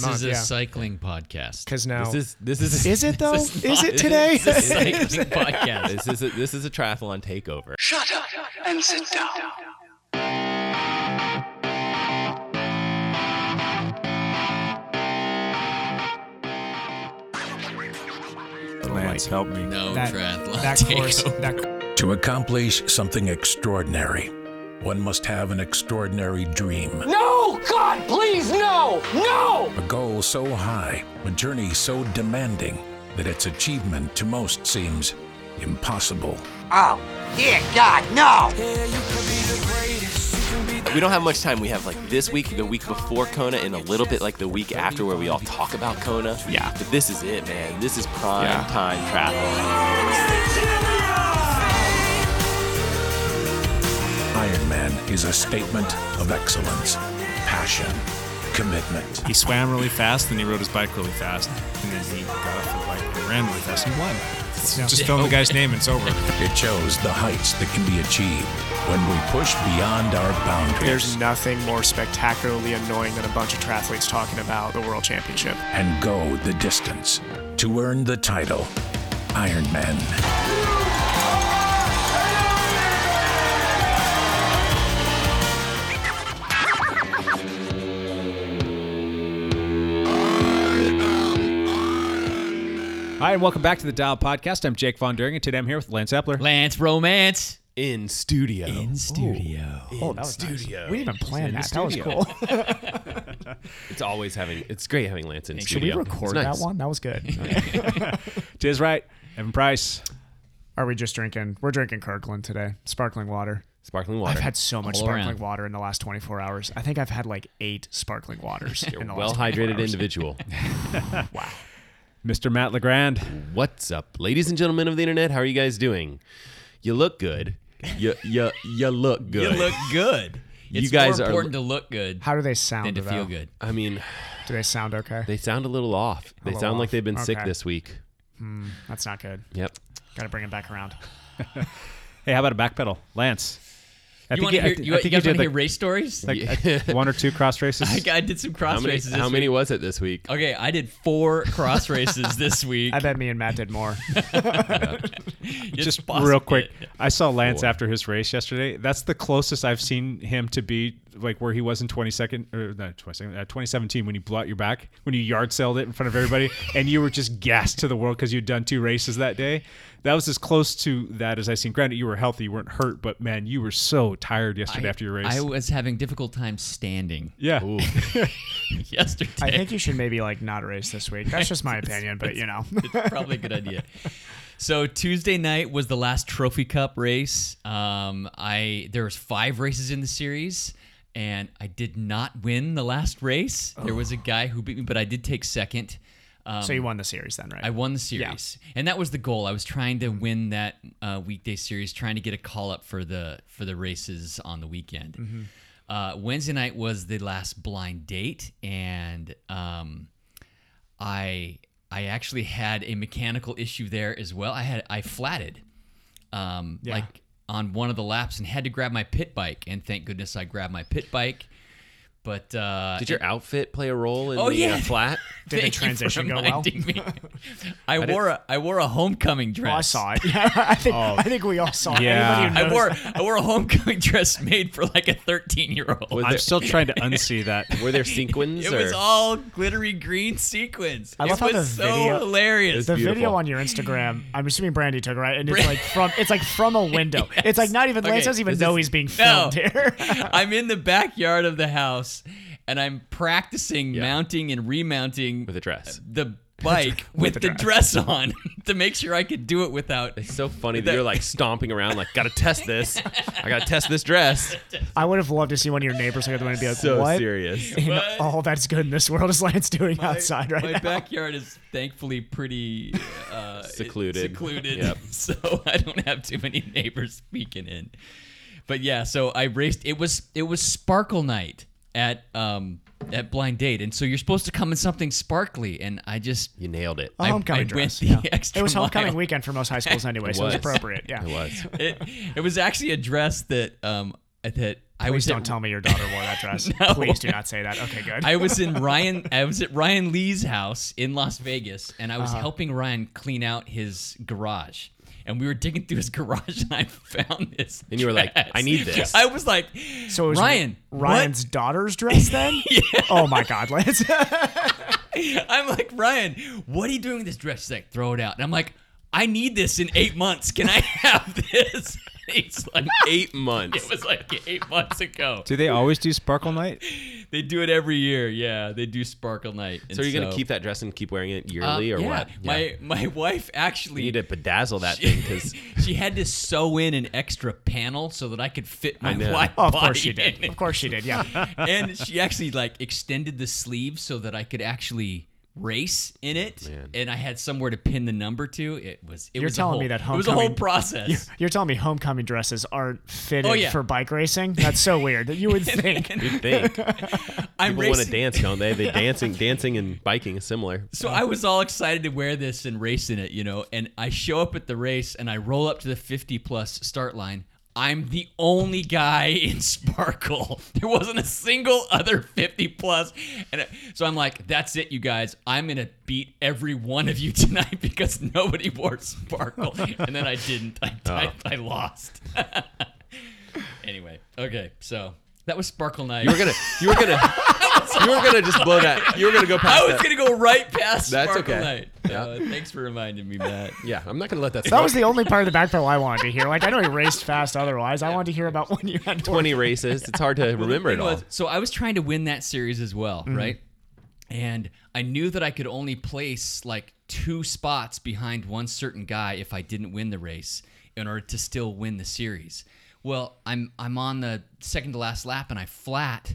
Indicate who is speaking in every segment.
Speaker 1: month.
Speaker 2: is a
Speaker 1: yeah.
Speaker 2: cycling podcast.
Speaker 1: Because now,
Speaker 3: This is this is
Speaker 1: is it though?
Speaker 2: This
Speaker 1: Is,
Speaker 2: is not-
Speaker 1: it today?
Speaker 2: It's a cycling podcast.
Speaker 3: this is a, this is a triathlon takeover.
Speaker 4: Shut up and sit down.
Speaker 5: Lance, help me.
Speaker 2: No
Speaker 1: that
Speaker 2: triathlon
Speaker 1: that course.
Speaker 2: takeover.
Speaker 1: That,
Speaker 6: To accomplish something extraordinary, one must have an extraordinary dream.
Speaker 4: No, God, please, no, no!
Speaker 6: A goal so high, a journey so demanding, that its achievement to most seems impossible.
Speaker 7: Oh, dear God, no!
Speaker 3: We don't have much time. We have like this week, the week before Kona, and a little bit like the week after where we all talk about Kona.
Speaker 5: Yeah.
Speaker 3: But this is it, man. This is prime
Speaker 5: Yeah.
Speaker 3: time triathlon.
Speaker 6: Ironman is a statement of excellence, passion, commitment.
Speaker 5: He swam really fast, then he rode his bike really fast, and then he got off the bike and ran really fast and won. Just film the guy's name and it's over.
Speaker 6: It shows the heights that can be achieved when we push beyond our
Speaker 1: there's
Speaker 6: boundaries
Speaker 1: nothing more spectacularly annoying than a bunch of triathletes talking about the world championship.
Speaker 6: and go the distance to earn the title Ironman.
Speaker 8: Hi, and welcome back to the Dial Podcast. I'm Jake Von During, and today I'm here with Lance Epler.
Speaker 2: Lance Romance
Speaker 3: In studio.
Speaker 2: in studio.
Speaker 1: Oh, that was studio. We didn't even plan that. That was cool.
Speaker 3: It's always having. It's great having Lance in
Speaker 1: Should
Speaker 3: studio.
Speaker 1: we record that one? That was good.
Speaker 8: Tis right, Evan Price.
Speaker 1: Are we just drinking? We're drinking Kirkland today, sparkling water.
Speaker 3: Sparkling water.
Speaker 1: I've had so much
Speaker 2: All
Speaker 1: sparkling
Speaker 2: around.
Speaker 1: water in the last 24 hours. I think I've had like eight sparkling waters. in the
Speaker 3: well
Speaker 1: last 24
Speaker 3: hydrated
Speaker 1: hours.
Speaker 3: individual.
Speaker 8: Mr. Matt LeGrand.
Speaker 3: What's up, ladies and gentlemen of the internet? How are you guys doing? You look good. You you you look good.
Speaker 2: You look good.
Speaker 3: You
Speaker 2: It's
Speaker 3: guys
Speaker 2: more
Speaker 3: are-
Speaker 2: important to look good
Speaker 1: How do they
Speaker 2: than
Speaker 1: sound?
Speaker 2: to feel
Speaker 1: though?
Speaker 2: good.
Speaker 3: I mean,
Speaker 1: Do they sound okay?
Speaker 3: they sound a little off. They
Speaker 1: little
Speaker 3: sound like
Speaker 1: off.
Speaker 3: they've been sick
Speaker 1: Okay.
Speaker 3: this week.
Speaker 1: That's not good.
Speaker 3: Yep.
Speaker 1: Got to bring it back around.
Speaker 8: Hey, how about a back pedal? Lance. I
Speaker 2: You want to hear?
Speaker 8: I thi-
Speaker 2: you,
Speaker 8: I
Speaker 2: you
Speaker 8: think
Speaker 2: guys
Speaker 8: did
Speaker 2: want to hear
Speaker 8: like-
Speaker 2: race stories?
Speaker 8: one or two cross races.
Speaker 2: I, I did some cross
Speaker 3: How many,
Speaker 2: races.
Speaker 3: how
Speaker 2: this
Speaker 3: many
Speaker 2: Week.
Speaker 3: was it this week?
Speaker 2: Okay, I did four cross races this week.
Speaker 1: I bet me and Matt did more.
Speaker 2: It's
Speaker 8: just
Speaker 2: possible.
Speaker 8: real quick. I saw Lance after his race yesterday. That's the closest I've seen him to be like where he was in 22nd or not 22nd, uh, 2017 when you blew out your back when you yard sailed it in front of everybody and you were just gassed to the world because you'd done two races that day. That was as close to that as I seen. Granted, you were healthy, you weren't hurt, but man, you were so tired yesterday after your race.
Speaker 2: I was having difficult time standing
Speaker 8: yeah,
Speaker 2: yesterday.
Speaker 1: I think you should maybe like not race this week. That's just my opinion, but you know.
Speaker 2: it's probably a good idea. So Tuesday night was the last Trophy Cup race. Um, I there was five races in the series, and I did not win the last race. There was a guy who beat me, but I did take second. Um,
Speaker 1: So you won the series then, right?
Speaker 2: I won the series, and that was the goal. I was trying to win that uh, weekday series, trying to get a call up for the for the races on the weekend. Uh, Wednesday night was the last blind date, and um, I I actually had a mechanical issue there as well. I had I flatted, um, like on one of the laps, and had to grab my pit bike. And thank goodness I grabbed my pit bike. But uh,
Speaker 3: Did your outfit play a role in
Speaker 2: Oh,
Speaker 3: the
Speaker 2: yeah.
Speaker 3: uh, flat?
Speaker 1: Did the
Speaker 2: Thank you for
Speaker 1: transition go well?
Speaker 2: reminding me. I, wore a I wore a homecoming dress.
Speaker 1: Oh, I saw it. Yeah, I think I think we all saw it.
Speaker 8: Yeah.
Speaker 1: Anybody who
Speaker 2: I
Speaker 1: knows-
Speaker 2: wore I wore a homecoming dress made for like a 13 year old.
Speaker 3: Was
Speaker 8: I'm
Speaker 3: there-
Speaker 8: still trying to unsee that.
Speaker 3: Were there sequins?
Speaker 2: It
Speaker 3: or?
Speaker 2: was all glittery green sequins.
Speaker 1: I love how
Speaker 2: it was
Speaker 1: the
Speaker 2: so
Speaker 1: video-
Speaker 2: hilarious.
Speaker 1: the video
Speaker 3: beautiful.
Speaker 1: on your Instagram. I'm assuming Brandy took it, right, and it's like from it's like from a window. It's like not even Lance
Speaker 2: Okay,
Speaker 1: doesn't even
Speaker 2: this
Speaker 1: know
Speaker 2: is-
Speaker 1: he's being
Speaker 2: No.
Speaker 1: filmed here.
Speaker 2: I'm in the backyard of the house and I'm practicing mounting and remounting
Speaker 3: With a dress.
Speaker 2: the bike with, the dress, on to make sure I could do it without.
Speaker 3: It's so funny that,
Speaker 2: That-
Speaker 3: you're like stomping around, like, gotta test this. I gotta test this dress.
Speaker 1: I would have loved to see one of your neighbors look at the window and be like,
Speaker 3: So
Speaker 1: "What
Speaker 3: serious.
Speaker 1: in all that's good in this world is Lance doing outside right
Speaker 2: My
Speaker 1: now?"
Speaker 2: backyard is thankfully pretty uh,
Speaker 3: Secluded.
Speaker 2: Secluded.
Speaker 3: Yep.
Speaker 2: So I don't have too many neighbors peeking in. But yeah, so I raced. It was it was Sparkle Night at um at Blind Date, and so you're supposed to come in something sparkly, and I just
Speaker 3: You nailed it.
Speaker 1: A
Speaker 2: I-
Speaker 1: homecoming
Speaker 2: I
Speaker 1: dress.
Speaker 2: went the
Speaker 1: yeah.
Speaker 2: extra
Speaker 1: it was homecoming
Speaker 2: mile.
Speaker 1: weekend for most high schools anyway, so it was
Speaker 3: was.
Speaker 1: appropriate. Yeah.
Speaker 3: It was.
Speaker 2: it, it was actually a dress that um that I was
Speaker 1: Please
Speaker 2: at-
Speaker 1: don't tell me your daughter wore that dress.
Speaker 2: No.
Speaker 1: Please do not say that. Okay, good.
Speaker 2: I was in Ryan. I was at Ryan Lee's house in Las Vegas, and I was
Speaker 1: Uh-huh.
Speaker 2: helping Ryan clean out his garage. And we were digging through his garage, and I found this.
Speaker 3: And you were like,
Speaker 2: dress.
Speaker 3: "I need this."
Speaker 2: I was like,
Speaker 1: so it was
Speaker 2: Ryan,
Speaker 1: Ryan's daughter's dress then? Oh my God, Lance.
Speaker 2: I'm like, Ryan, what are you doing with this dress? He's like, throw it out. And I'm like, I need this in eight months. Can I have this? He's like,
Speaker 3: Eight
Speaker 2: it
Speaker 3: months.
Speaker 2: was like eight months ago.
Speaker 8: Do they always do Sparkle Night?
Speaker 2: They do it every year. Yeah, they do Sparkle Night. uh,
Speaker 3: So are you gonna keep that dress and keep wearing it yearly or
Speaker 2: yeah,
Speaker 3: what?
Speaker 2: My my wife actually
Speaker 3: you need to bedazzle that thing because
Speaker 2: she had to sew in an extra panel so that I could fit my
Speaker 3: know.
Speaker 2: white
Speaker 1: Oh, of
Speaker 2: body
Speaker 1: course she
Speaker 2: in
Speaker 1: did.
Speaker 2: it.
Speaker 1: Of course she did. Yeah.
Speaker 2: And she actually like extended the sleeve so that I could actually race in it, and I had somewhere to pin the number to. It was it
Speaker 1: You're
Speaker 2: was a
Speaker 1: telling
Speaker 2: whole-
Speaker 1: me that
Speaker 2: it was a whole
Speaker 1: homecoming-
Speaker 2: process.
Speaker 1: You're telling me homecoming dresses aren't fitted
Speaker 2: Oh, yeah.
Speaker 1: for bike racing? That's so weird. You would think.
Speaker 3: you think people
Speaker 2: I'm
Speaker 3: want to
Speaker 2: racing.
Speaker 3: dance, don't they? They dancing, dancing and biking is similar.
Speaker 2: So I was all excited to wear this and race in it, you know. And I show up at the race and I roll up to the 50 plus start line. I'm the only guy in Sparkle. There wasn't a single other 50 plus. And I- so I'm like, that's it, you guys. I'm going to beat every one of you tonight because nobody wore Sparkle. And then I didn't. I,
Speaker 3: Oh.
Speaker 2: I, I lost. anyway, okay. So that was Sparkle Night.
Speaker 3: You were gonna, you were gonna, you were gonna just blow that. You were gonna go past
Speaker 2: I was
Speaker 3: that.
Speaker 2: going to go right past
Speaker 3: That's
Speaker 2: Sparkle
Speaker 3: okay.
Speaker 2: Night.
Speaker 3: Yeah.
Speaker 2: Uh, thanks for reminding me, Matt.
Speaker 3: yeah, I'm not gonna let that.
Speaker 1: That
Speaker 3: Stop.
Speaker 1: was the only part of the backpedal I wanted to hear. Like, I know he raced fast otherwise. I wanted to hear about when you had
Speaker 3: twenty races. It's hard to remember it
Speaker 2: thing
Speaker 3: all.
Speaker 2: was- so I was trying to win that series as well, right? And I knew that I could only place like two spots behind one certain guy if I didn't win the race in order to still win the series. Well, I'm I'm on the second to last lap and I flat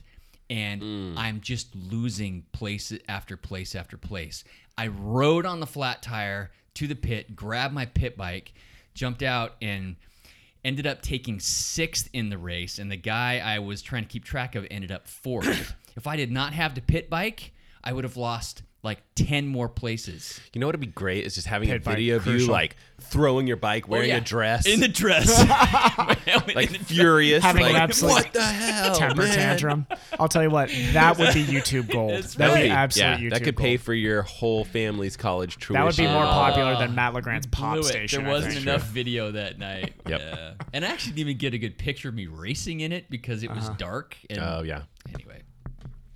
Speaker 2: and I'm just losing place after place after place. I rode on the flat tire to the pit, grabbed my pit bike, jumped out and ended up taking sixth in the race, and the guy I was trying to keep track of ended up fourth. if I did not have the pit bike, I would have lost like 10 more places.
Speaker 3: You know what would be great is just having a
Speaker 1: Pit bike,
Speaker 3: video of you
Speaker 1: crucial.
Speaker 3: like throwing your bike, wearing
Speaker 2: Oh, yeah.
Speaker 3: a dress,
Speaker 2: In the dress.
Speaker 3: like furious,
Speaker 1: Having an
Speaker 3: like
Speaker 1: absolute
Speaker 3: what the hell,
Speaker 1: temper
Speaker 3: man?"
Speaker 1: tantrum. I'll tell you what, that would be YouTube gold. That would
Speaker 3: That'd
Speaker 1: be
Speaker 3: be-
Speaker 1: absolute
Speaker 3: yeah,
Speaker 1: YouTube
Speaker 3: that could
Speaker 1: gold.
Speaker 3: pay for your whole family's college tuition. Uh,
Speaker 1: That would be more popular than Matt LeGrand's pop
Speaker 2: Ah. Blew it.
Speaker 1: station.
Speaker 2: There
Speaker 1: I
Speaker 2: wasn't
Speaker 1: think.
Speaker 2: enough video that night.
Speaker 3: Yep.
Speaker 2: Yeah. and I actually didn't even get a good picture of me racing in it because it was dark. And
Speaker 3: Oh yeah,
Speaker 2: Anyway.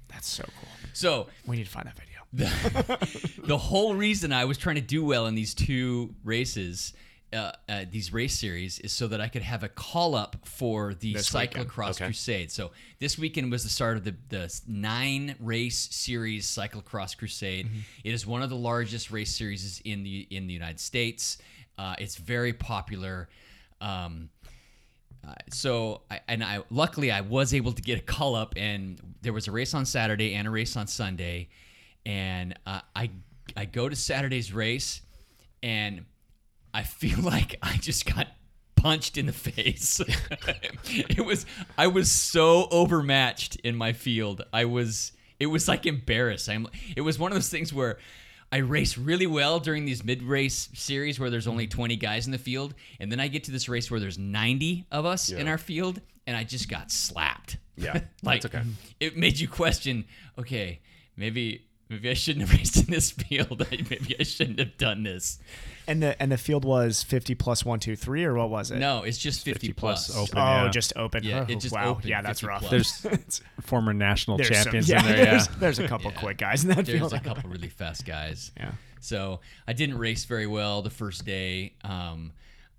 Speaker 1: That's so cool.
Speaker 2: So
Speaker 1: We need to find that video.
Speaker 2: the whole reason I was trying to do well in these two races, uh, uh, these race series, is so that I could have a call up for the cyclocross crusade. So this weekend was the start of the, the nine race series cyclocross crusade. It is one of the largest race series in the in the United States. Uh, it's very popular. Um, so I, and I luckily I was able to get a call up and there was a race on Saturday and a race on Sunday and uh, I I go to Saturday's race and I feel like I just got punched in the face. it was I was so overmatched in my field. I was it was like embarrassed. I'm it was one of those things where I race really well during these mid-race series where there's only 20 guys in the field and then I get to this race where there's 90 of us in our field and I just got slapped.
Speaker 3: Yeah,
Speaker 2: like it made you question, okay, maybe maybe I shouldn't have raced in this field. maybe I shouldn't have done this.
Speaker 1: And the and the field was fifty plus one two three or what was it?
Speaker 2: No, it's just 50, plus.
Speaker 8: plus open.
Speaker 1: Oh,
Speaker 8: Yeah.
Speaker 1: just open.
Speaker 2: Yeah, it
Speaker 1: Oh,
Speaker 2: just
Speaker 1: wow.
Speaker 2: opened
Speaker 1: yeah, that's
Speaker 2: 50
Speaker 1: rough.
Speaker 2: plus.
Speaker 8: There's former national
Speaker 1: There's some-
Speaker 8: champions
Speaker 1: yeah,
Speaker 8: in there. Yeah.
Speaker 1: There's, there's a couple quick guys in that
Speaker 2: There's
Speaker 1: field.
Speaker 2: a couple really fast guys.
Speaker 1: Yeah.
Speaker 2: So I didn't race very well the first day. Um,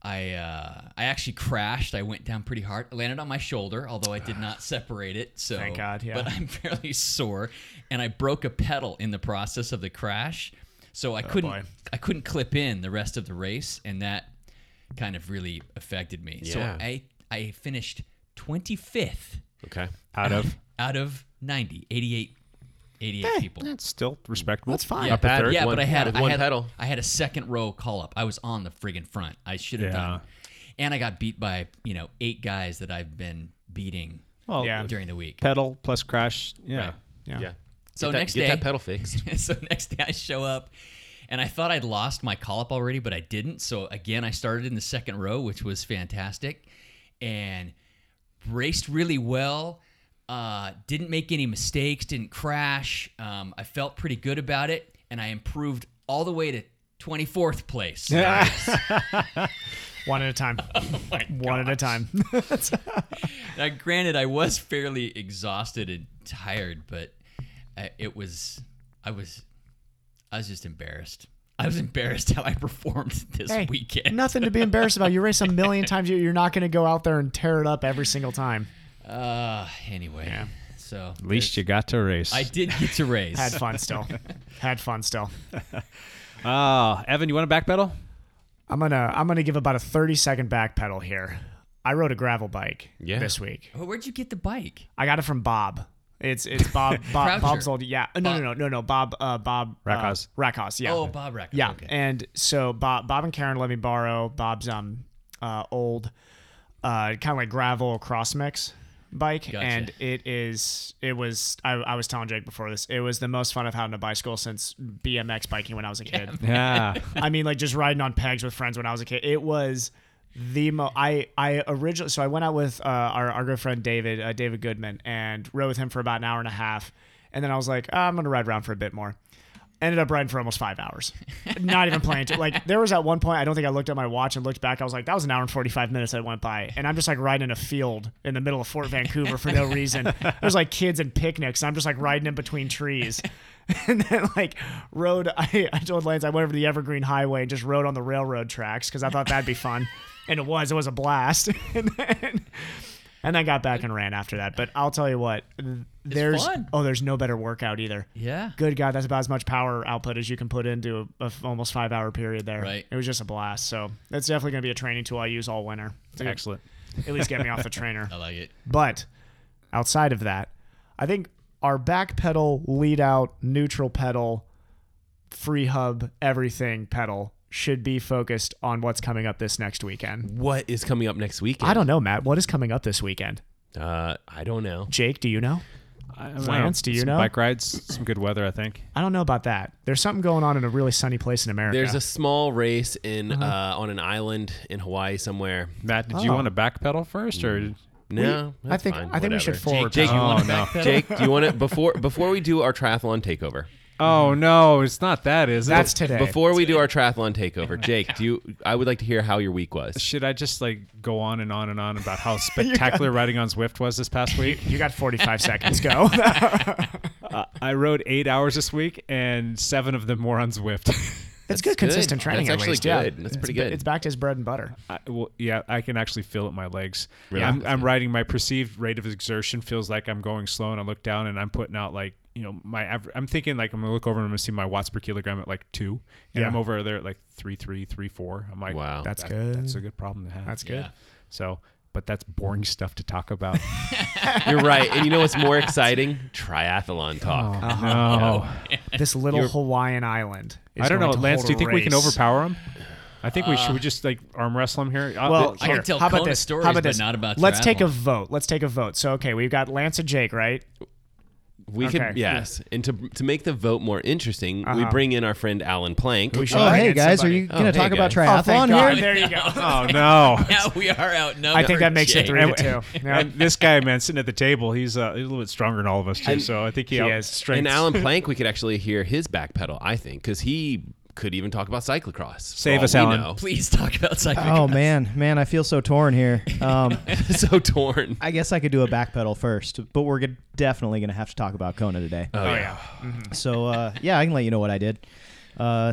Speaker 2: I uh, I actually crashed. I went down pretty hard. I landed on my shoulder, although I did not separate it. So
Speaker 1: Thank God, yeah.
Speaker 2: But I'm fairly sore, and I broke a pedal in the process of the crash. So I couldn't
Speaker 1: Oh, boy.
Speaker 2: I couldn't clip in the rest of the race, and that kind of really affected me. So
Speaker 3: Yeah.
Speaker 2: I I finished 25th
Speaker 3: okay.
Speaker 1: Um,
Speaker 8: Out of
Speaker 2: out of 90, 88, 88 people.
Speaker 8: that's still respectable.
Speaker 1: That's fine.
Speaker 2: Yeah,
Speaker 8: Upper
Speaker 3: bad.
Speaker 8: third.
Speaker 2: yeah,
Speaker 3: one-
Speaker 2: but I had
Speaker 3: with
Speaker 2: I
Speaker 3: one
Speaker 2: had,
Speaker 3: pedal.
Speaker 2: I had a second row call up. I was on the friggin' front. I should have done.
Speaker 8: Yeah.
Speaker 2: it. And I got beat by you know eight guys that I've been beating
Speaker 8: Well,
Speaker 1: Yeah.
Speaker 2: during the week.
Speaker 8: pedal plus crash. Yeah.
Speaker 2: Right.
Speaker 1: Yeah.
Speaker 3: Yeah.
Speaker 2: So
Speaker 3: get that,
Speaker 2: next
Speaker 3: get
Speaker 2: day,
Speaker 3: that pedal fixed.
Speaker 2: so next day I show up, and I thought I'd lost my call up already, but I didn't. So again, I started in the second row, which was fantastic, and raced really well. Uh, didn't make any mistakes. Didn't crash. Um, I felt pretty good about it, and I improved all the way to 24th place.
Speaker 1: One at a time. One at a time.
Speaker 2: Now, granted, I was fairly exhausted and tired, but I, it was I was I was just embarrassed. I was embarrassed how I performed this
Speaker 1: Hey,
Speaker 2: weekend.
Speaker 1: nothing to be embarrassed about. You race a million times. you- You're not going to go out there and tear it up every single time.
Speaker 2: Uh, anyway, so
Speaker 8: At least you got to race.
Speaker 2: I did get to raise.
Speaker 1: Had fun still. Had fun still.
Speaker 8: Ah, Evan, you want to backpedal?
Speaker 1: I'm gonna I'm gonna give about a 30 second back pedal here. I rode a gravel bike
Speaker 3: Yeah.
Speaker 1: this week.
Speaker 2: Well, where'd you get the bike?
Speaker 1: I got it from Bob. It's it's Bob, Bob
Speaker 2: Croucher.
Speaker 1: Bob's old yeah Uh, no no no no no Bob uh, Bob uh,
Speaker 8: Rackhaus.
Speaker 1: Rackhaus yeah
Speaker 2: Oh, Bob Rackhaus,
Speaker 1: yeah
Speaker 2: okay.
Speaker 1: and so Bob Bob and Karen let me borrow Bob's um uh, old uh, kind of like gravel cross mix bike
Speaker 2: Gotcha.
Speaker 1: and it is it was I, I was telling Jake before this it was the most fun I've had on a bicycle since BMX biking when I was a kid
Speaker 8: Yeah.
Speaker 1: I mean, like just riding on pegs with friends when I was a kid. It was the mo. I I originally so I went out with uh, our our good friend David uh, David Goodman and rode with him for about an hour and a half, and then I was like, "Ah, I'm gonna ride around for a bit more. Ended up riding for almost five hours, not even playing. To, like there was at one point I don't think I looked at my watch and looked back. I was like, that was an hour and forty five minutes that went by, and I'm just like riding in a field in the middle of Fort Vancouver for no reason. There's like kids and picnics. And I'm just like riding in between trees and then like rode I, I told lance i went over the evergreen highway and just rode on the railroad tracks because i thought that'd be fun and it was it was a blast and then and i got back and ran after that but i'll tell you what there's
Speaker 2: fun.
Speaker 1: oh there's no better workout either
Speaker 2: Yeah.
Speaker 1: good god that's about as much power output as you can put into a, a f- almost five hour period there
Speaker 2: Right.
Speaker 1: it was just a blast so that's definitely going to be a training tool i use all winter to
Speaker 8: Excellent.
Speaker 1: at least get me off the trainer
Speaker 2: I like it.
Speaker 1: but outside of that, I think our back pedal, lead out, neutral pedal, free hub, everything pedal should be focused on what's coming up this next weekend.
Speaker 3: What is coming up next weekend?
Speaker 1: I don't know, Matt. What is coming up this weekend?
Speaker 3: Uh, I don't know.
Speaker 1: Jake, do you know?
Speaker 8: I don't know.
Speaker 1: Lance, do you
Speaker 8: Some
Speaker 1: know?
Speaker 8: Bike rides, some good weather, I think.
Speaker 1: I don't know about that. There's something going on in a really sunny place in America.
Speaker 3: There's a small race in
Speaker 1: Uh-huh.
Speaker 3: uh, on an island in Hawaii somewhere.
Speaker 8: Matt, did you
Speaker 1: Oh.
Speaker 8: want to backpedal first, or
Speaker 3: No,
Speaker 1: I
Speaker 3: that's
Speaker 1: think
Speaker 3: fine,
Speaker 1: I think we should
Speaker 3: whatever.
Speaker 1: forward.
Speaker 2: Jake, you
Speaker 1: pedal.
Speaker 2: want to
Speaker 8: Mm. Oh, no.
Speaker 2: backpedal?
Speaker 3: Jake, do you want to before before we do our triathlon takeover?
Speaker 8: oh no, it's not that, is it?
Speaker 1: That's today.
Speaker 3: Before we do our triathlon takeover, Jake, do you? I would like to hear how your week was.
Speaker 8: Should I just like go on and on and on about how spectacular riding on Zwift was this past week?
Speaker 1: you got 45 seconds. Go.
Speaker 8: I rode eight hours this week, and seven of them were on Zwift.
Speaker 1: It's good, consistent training.
Speaker 3: That's
Speaker 1: at
Speaker 3: actually
Speaker 1: least, yeah.
Speaker 3: good. That's pretty good.
Speaker 1: It's back to his bread and butter.
Speaker 8: I, well, yeah, I can actually feel it in my legs. I'm, I'm riding my perceived rate of exertion feels like I'm going slow, and I look down and I'm putting out like you know my aver- I'm thinking like I'm gonna look over and I'm gonna see my watts per kilogram at like two, and
Speaker 1: Yeah.
Speaker 8: I'm over there at like three, three, three, four. I'm like,
Speaker 3: Wow.
Speaker 1: That's
Speaker 8: that-
Speaker 1: good.
Speaker 8: That's a good problem to have.
Speaker 1: That's Mm. good.
Speaker 8: So, but that's boring stuff to talk about.
Speaker 3: You're right, and you know what's more exciting? Triathlon talk.
Speaker 8: no,
Speaker 1: This little Hawaiian island. Is
Speaker 8: I don't know,
Speaker 1: going to
Speaker 8: Lance.
Speaker 1: hold
Speaker 8: Do you
Speaker 1: a
Speaker 8: think we can
Speaker 1: race. Uh,
Speaker 8: overpower him? I think we should. We just like arm wrestle him here. Uh,
Speaker 1: Well,
Speaker 8: th-
Speaker 2: I can
Speaker 1: here,
Speaker 2: tell
Speaker 1: how about
Speaker 2: Kona
Speaker 1: this?
Speaker 2: stories,
Speaker 1: how about
Speaker 2: but
Speaker 1: this?
Speaker 2: not about
Speaker 1: Let's take a
Speaker 2: triathlon.
Speaker 1: vote. Let's take a vote. So okay, we've got Lance and Jake, right?
Speaker 3: We
Speaker 1: Okay.
Speaker 3: could yes, and to to make the vote more interesting, we bring in our friend Alan Plank. Uh,
Speaker 1: We should-
Speaker 9: Oh,
Speaker 1: Sorry,
Speaker 9: hey
Speaker 1: it's
Speaker 9: guys,
Speaker 1: somebody-
Speaker 9: are you going to
Speaker 3: hey,
Speaker 9: talk about
Speaker 1: Oh, thank
Speaker 9: triathlon
Speaker 1: God.
Speaker 9: here?
Speaker 1: There you go.
Speaker 8: oh no.
Speaker 2: Now we are outnumbered.
Speaker 1: I think that makes
Speaker 2: Jake.
Speaker 1: it three to two. Yeah.
Speaker 8: And this guy, man, sitting at the table, he's, uh, he's a little bit stronger than all of us too. so I think he,
Speaker 1: He
Speaker 8: out-
Speaker 1: is.
Speaker 8: strengths.
Speaker 3: And Alan Plank, we could actually hear his back pedal, I think, because he could even talk about cyclocross. for
Speaker 8: Save
Speaker 3: all
Speaker 8: us,
Speaker 3: we
Speaker 8: Alan.
Speaker 3: know.
Speaker 2: Please talk about cycling.
Speaker 9: Oh man, man, I feel so torn here. Um,
Speaker 3: so torn.
Speaker 9: I guess I could do a backpedal first, but we're g- definitely going to have to talk about Kona today.
Speaker 3: Oh, yeah.
Speaker 9: So uh, yeah, I can let you know what I did. Uh,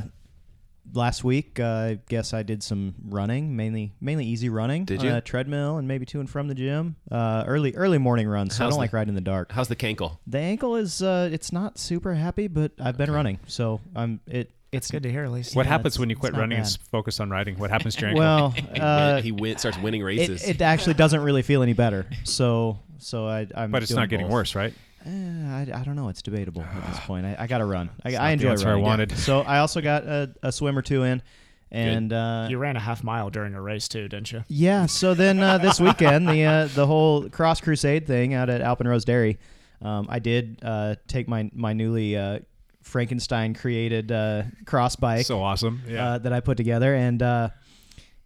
Speaker 9: last week, uh, I guess I did some running, mainly mainly easy running
Speaker 3: Did
Speaker 9: on
Speaker 3: you?
Speaker 9: a treadmill and maybe to and from the gym. Uh, early early morning runs, so I
Speaker 3: How's
Speaker 9: don't
Speaker 3: the-
Speaker 9: like riding in the dark.
Speaker 3: How's the cankle?
Speaker 9: The ankle is uh, it's not super happy, but I've been running, so I'm it. It's
Speaker 1: Good to hear, at least.
Speaker 8: What
Speaker 9: Yeah,
Speaker 8: happens
Speaker 9: it's-
Speaker 8: when you
Speaker 9: it's
Speaker 8: quit
Speaker 9: not
Speaker 8: running and
Speaker 9: bad.
Speaker 8: s- focus on riding? What happens to your ankle?
Speaker 9: well. Uh,
Speaker 3: he win, starts winning races.
Speaker 9: it, it actually doesn't really feel any better. So so I I'm.
Speaker 8: but it's
Speaker 9: doing
Speaker 8: not getting
Speaker 9: both.
Speaker 8: worse, right?
Speaker 9: Eh, I, I don't know. It's debatable at this point. I, I got to run. I,
Speaker 8: not
Speaker 9: I
Speaker 8: the
Speaker 9: enjoy
Speaker 8: answer I
Speaker 9: running.
Speaker 8: wanted.
Speaker 9: So I also got a, a swim or two in, and uh,
Speaker 1: You ran a half mile during a race too, didn't you?
Speaker 9: yeah. So then uh, this weekend, the uh, the whole cross crusade thing out at Alpenrose Dairy, um, I did uh, take my my newly uh, Frankenstein created uh, cross bike
Speaker 8: So awesome. Yeah.
Speaker 9: uh, that I put together and uh,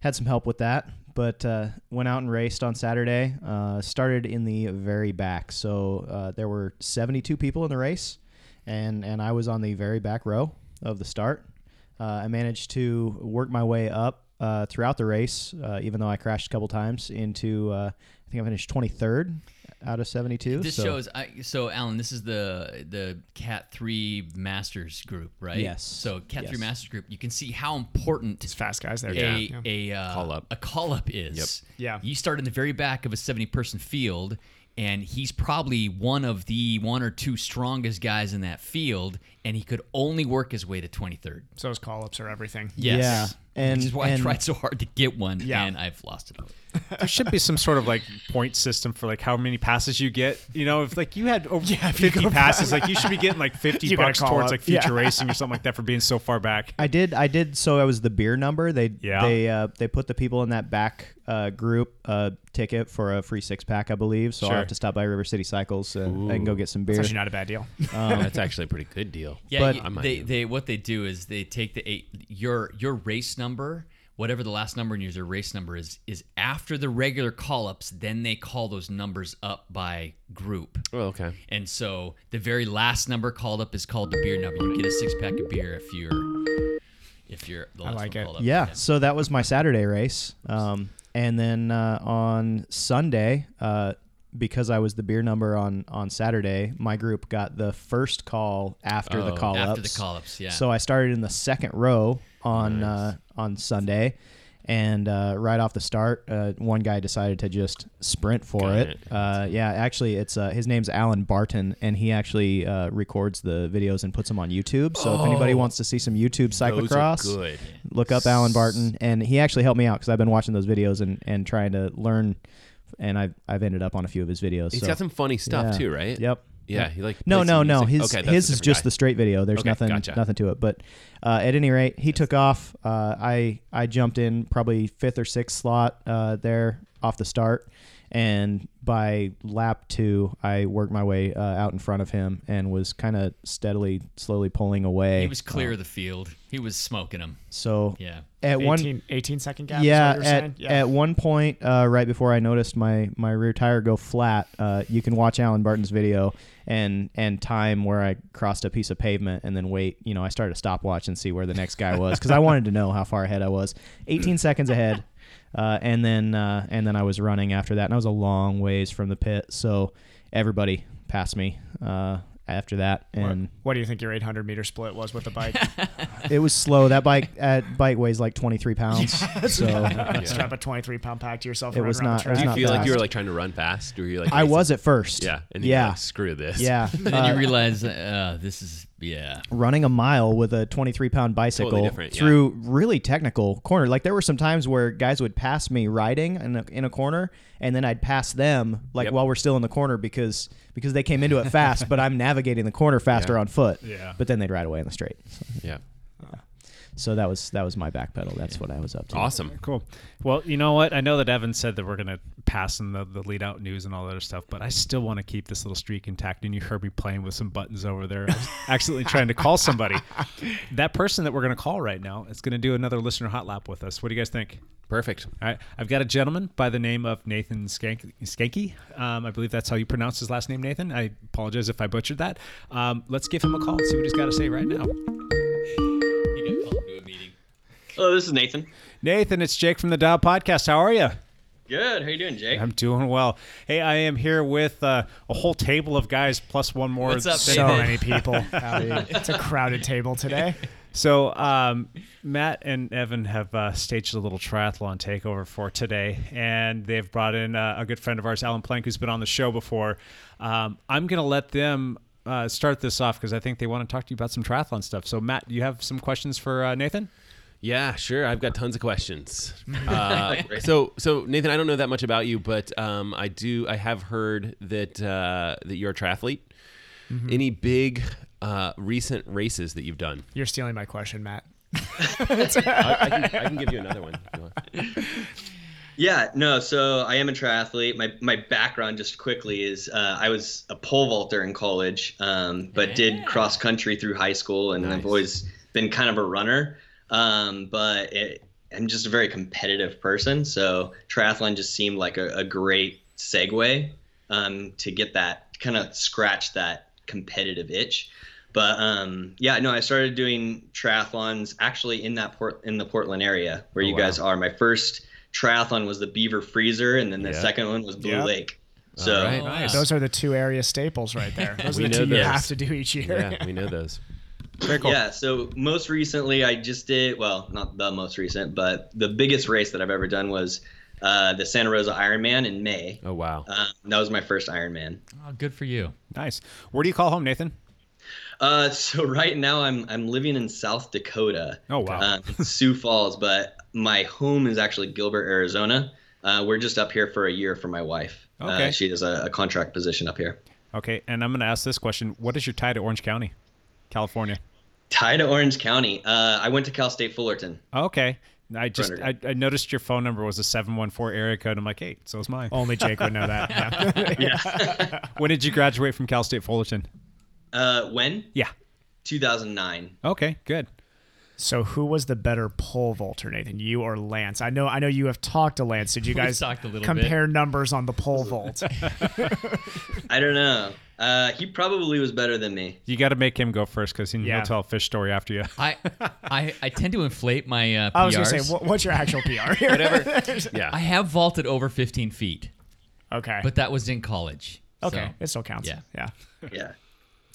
Speaker 9: had some help with that. but uh, went out and raced on Saturday. Uh, started in the very back, so uh, there were 72 people in the race, and and I was on the very back row of the start. Uh, I managed to work my way up uh, throughout the race, uh, even though I crashed a couple times. Into uh, I think I finished 23rd out of 72.
Speaker 2: This
Speaker 9: so-
Speaker 2: shows. I, so, Alan, this is the the Cat Three Masters group, right?
Speaker 9: Yes.
Speaker 2: So, Cat Three
Speaker 9: Yes.
Speaker 2: Masters group. You can see how important
Speaker 1: It's fast guys there.
Speaker 2: a
Speaker 1: Yeah. Yeah.
Speaker 2: a uh,
Speaker 3: Call up.
Speaker 2: a call up is.
Speaker 1: Yeah.
Speaker 2: You start in the very back of a seventy person field, and he's probably one of the one or two strongest guys in that field, and he could only work his way to twenty third.
Speaker 1: So those call ups are everything.
Speaker 2: Yes.
Speaker 9: Yeah, and-
Speaker 2: which is why I
Speaker 9: and-
Speaker 2: tried so hard to get one,
Speaker 1: Yeah.
Speaker 2: and I've lost it. all.
Speaker 8: There should be some sort of like point system for like how many passes you get. You know, if like you had over fifty passes, like you should be getting like fifty
Speaker 1: You gotta
Speaker 8: bucks
Speaker 1: call
Speaker 8: towards
Speaker 1: up.
Speaker 8: like future
Speaker 1: Yeah.
Speaker 8: racing or something like that for being so far back.
Speaker 9: I did. I did. So I was the beer number. They
Speaker 8: Yeah.
Speaker 9: they uh, they put the people in that back uh, group uh, ticket for a free six pack, I believe. So
Speaker 8: Sure.
Speaker 9: I'll have to stop by River City Cycles and I can go get some beer.
Speaker 1: Actually, not a bad deal.
Speaker 3: Oh, That's actually a pretty good deal.
Speaker 2: Yeah,
Speaker 9: But-
Speaker 2: you-
Speaker 3: I might
Speaker 2: they,
Speaker 3: do.
Speaker 2: they what they do is they take the eight your your race number, whatever the last number in your race number is, is after the regular call ups. Then they call those numbers up by group,
Speaker 3: Well, okay.
Speaker 2: and so the very last number called up is called the beer number. You get a six pack of beer if you're if you're the last
Speaker 1: like
Speaker 2: one
Speaker 1: it.
Speaker 2: called up.
Speaker 9: yeah. So that was my Saturday race. Um, and then uh, on Sunday, uh, because I was the beer number on on Saturday, my group got the first call after the call ups.
Speaker 2: after the call ups. Yeah.
Speaker 9: So I started in the second row on uh, on Sunday, and uh, right off the start, uh, one guy decided to just sprint for
Speaker 3: Got
Speaker 9: it.
Speaker 3: it.
Speaker 9: Uh, yeah, actually, it's uh, his name's Alan Barton, and he actually uh, records the videos and puts them on YouTube. So if anybody wants to see some YouTube
Speaker 3: Those
Speaker 9: cyclocross,
Speaker 3: are good.
Speaker 9: look up Alan Barton, and he actually helped me out because I've been watching those videos and, and trying to learn, and I've I've ended up on a few of his videos.
Speaker 3: He's
Speaker 9: so-
Speaker 3: got some funny stuff
Speaker 9: yeah.
Speaker 3: too, right?
Speaker 9: Yep.
Speaker 3: Yeah, he like
Speaker 9: No,
Speaker 3: plays
Speaker 9: no,
Speaker 3: some
Speaker 9: no.
Speaker 3: music.
Speaker 9: His
Speaker 3: Okay, that's
Speaker 9: his
Speaker 3: a
Speaker 9: is
Speaker 3: different
Speaker 9: just
Speaker 3: guy.
Speaker 9: the straight video. There's
Speaker 3: Okay,
Speaker 9: nothing
Speaker 3: gotcha.
Speaker 9: nothing to it. But uh, at any rate, he took off. Uh, I I jumped in probably fifth or sixth slot uh, there off the start, and by lap two, I worked my way uh, out in front of him and was kind of steadily, slowly pulling away.
Speaker 2: he was clear of the field. He was smoking them.
Speaker 9: so
Speaker 1: Uh,
Speaker 2: Yeah.
Speaker 9: at
Speaker 1: 18,
Speaker 9: one
Speaker 1: 18 second gap.
Speaker 9: yeah,
Speaker 1: Is what you were
Speaker 9: at,
Speaker 1: saying?
Speaker 9: at one point, uh, right before I noticed my, my rear tire go flat, uh, you can watch Alan Barton's video and and time where I crossed a piece of pavement and then wait. You know, I started a stopwatch and see where the next guy was because I wanted to know how far ahead I was. 18 seconds ahead, uh, and then uh, and then I was running after that, and I was a long ways from the pit, so everybody passed me uh, after that, and
Speaker 1: what do you think your 800 meter split was with the bike?
Speaker 9: it was slow. That bike at bike weighs like 23 pounds, so.
Speaker 1: Strap a 23 pound pack to yourself.
Speaker 9: It
Speaker 1: and run
Speaker 9: was
Speaker 1: around
Speaker 9: not-
Speaker 1: the
Speaker 9: it was
Speaker 1: track.
Speaker 9: not
Speaker 3: Do you feel like you were
Speaker 9: fast.
Speaker 3: like trying to run fast, or you like
Speaker 9: I was at first.
Speaker 3: yeah, and you
Speaker 9: yeah,
Speaker 3: like, screw this,
Speaker 9: Yeah.
Speaker 2: And
Speaker 9: Uh,
Speaker 2: you realize uh, this is yeah.
Speaker 9: running a mile with a 23 pound bicycle
Speaker 3: Totally different, yeah.
Speaker 9: through really technical corner. Like there were some times where guys would pass me riding in a, in a corner and then I'd pass them like
Speaker 3: Yep.
Speaker 9: while we're still in the corner because because they came into it fast, but I'm navigating the corner faster on foot.
Speaker 8: Yeah.
Speaker 9: But then they'd ride away in the straight. So,
Speaker 3: yeah,
Speaker 9: so that was that was my back pedal. That's what I was up to.
Speaker 3: awesome.
Speaker 8: Cool. Well, you know what? I know that Evan said that we're gonna pass in the, the lead out news and all that other stuff, but I still want to keep this little streak intact. And you heard me playing with some buttons over there. I was accidentally trying to call somebody. That person that we're gonna call right now is gonna do another listener hot lap with us. What do you guys think?
Speaker 3: Perfect.
Speaker 8: All right. I've got a gentleman by the name of Nathan Skank- Skanky. Um, I believe that's how you pronounce his last name, Nathan. I apologize if I butchered that. Um, let's give him a call and see what he's got to say right now.
Speaker 2: You got called to a meeting.
Speaker 10: Hello, this is Nathan.
Speaker 8: Nathan, it's Jake from the Dial Podcast. How are you?
Speaker 10: Good. How you doing, Jake?
Speaker 8: I'm doing well. Hey, I am here with uh, a whole table of guys plus one more.
Speaker 2: What's up,
Speaker 8: so
Speaker 1: so
Speaker 2: David?
Speaker 1: many people. Um, it's a crowded table today.
Speaker 8: so, um, Matt and Evan have uh, staged a little triathlon takeover for today, and they've brought in uh, a good friend of ours, Alan Plank, who's been on the show before. Um, I'm going to let them uh, start this off because I think they want to talk to you about some triathlon stuff. So, Matt, you have some questions for uh, Nathan?
Speaker 3: Yeah, sure. I've got tons of questions. Uh, so, so Nathan, I don't know that much about you, but um, I do. I have heard that uh, that you're a triathlete.
Speaker 9: Mm-hmm.
Speaker 3: Any big uh, recent races that you've done?
Speaker 1: You're stealing my question, Matt.
Speaker 3: I, I, can, I can give you another one. if you want.
Speaker 10: Yeah, no. So I am a triathlete. My my background, just quickly, is uh, I was a pole vaulter in college, um, but did cross country through high school, and I've always been kind of a runner. Um, but it, I'm just a very competitive person, so triathlon just seemed like a, a great segue um, to get that kind of scratch that competitive itch. But um, yeah, no, I started doing triathlons actually in that port in the Portland area where you guys are. My first triathlon was the Beaver Freezer, and then the
Speaker 1: Yeah.
Speaker 10: second one was Blue
Speaker 1: Yeah.
Speaker 10: Lake. So
Speaker 2: Oh,
Speaker 1: Those are the two area staples right there. Those are the
Speaker 10: We know
Speaker 1: two you
Speaker 10: those.
Speaker 1: have to do each year.
Speaker 3: we know those.
Speaker 10: Yeah, so most recently I just did, well, not the most recent, but the biggest race that I've ever done was uh, the Santa Rosa Ironman in May.
Speaker 3: Oh, wow.
Speaker 10: Um, that was my first Ironman.
Speaker 2: Oh, good for you.
Speaker 8: Nice. Where do you call home, Nathan?
Speaker 10: Uh, so right now I'm I'm living in South Dakota.
Speaker 8: Oh, wow.
Speaker 10: Um, in Sioux Falls, but my home is actually Gilbert, Arizona. Uh, we're just up here for a year for my wife. Uh,
Speaker 8: Okay.
Speaker 10: she has a, a contract position up here.
Speaker 8: Okay, and I'm going to ask this question: What is your tie to Orange County, California?
Speaker 10: Tied to Orange County. Uh, I went to Cal State Fullerton.
Speaker 8: Okay, I just I,
Speaker 10: Predator.
Speaker 8: I noticed your phone number was a seven one four area code. I'm like, hey, so is mine.
Speaker 1: Only Jake would know that.
Speaker 8: when did you graduate from Cal State Fullerton?
Speaker 10: Uh, when?
Speaker 8: Yeah.
Speaker 10: 2009.
Speaker 8: Okay, good.
Speaker 1: So who was the better pole vaulter, Nathan? You or Lance? I know I know you have talked to Lance. Did you
Speaker 10: We've
Speaker 1: guys
Speaker 10: talked a little
Speaker 1: compare numbers on the pole vault?
Speaker 10: I don't know. Uh, he probably was better than me.
Speaker 8: You got to make him go first because
Speaker 10: Yeah.
Speaker 8: he'll tell a fish story after you.
Speaker 2: I, I, I tend to inflate my uh, PRs.
Speaker 1: I was gonna say, what, what's your actual PR? here?
Speaker 2: I have vaulted over 15 feet.
Speaker 1: Okay.
Speaker 2: But that was in college.
Speaker 1: Okay,
Speaker 2: so-
Speaker 1: it still counts.
Speaker 2: Yeah.
Speaker 1: yeah.
Speaker 10: Yeah.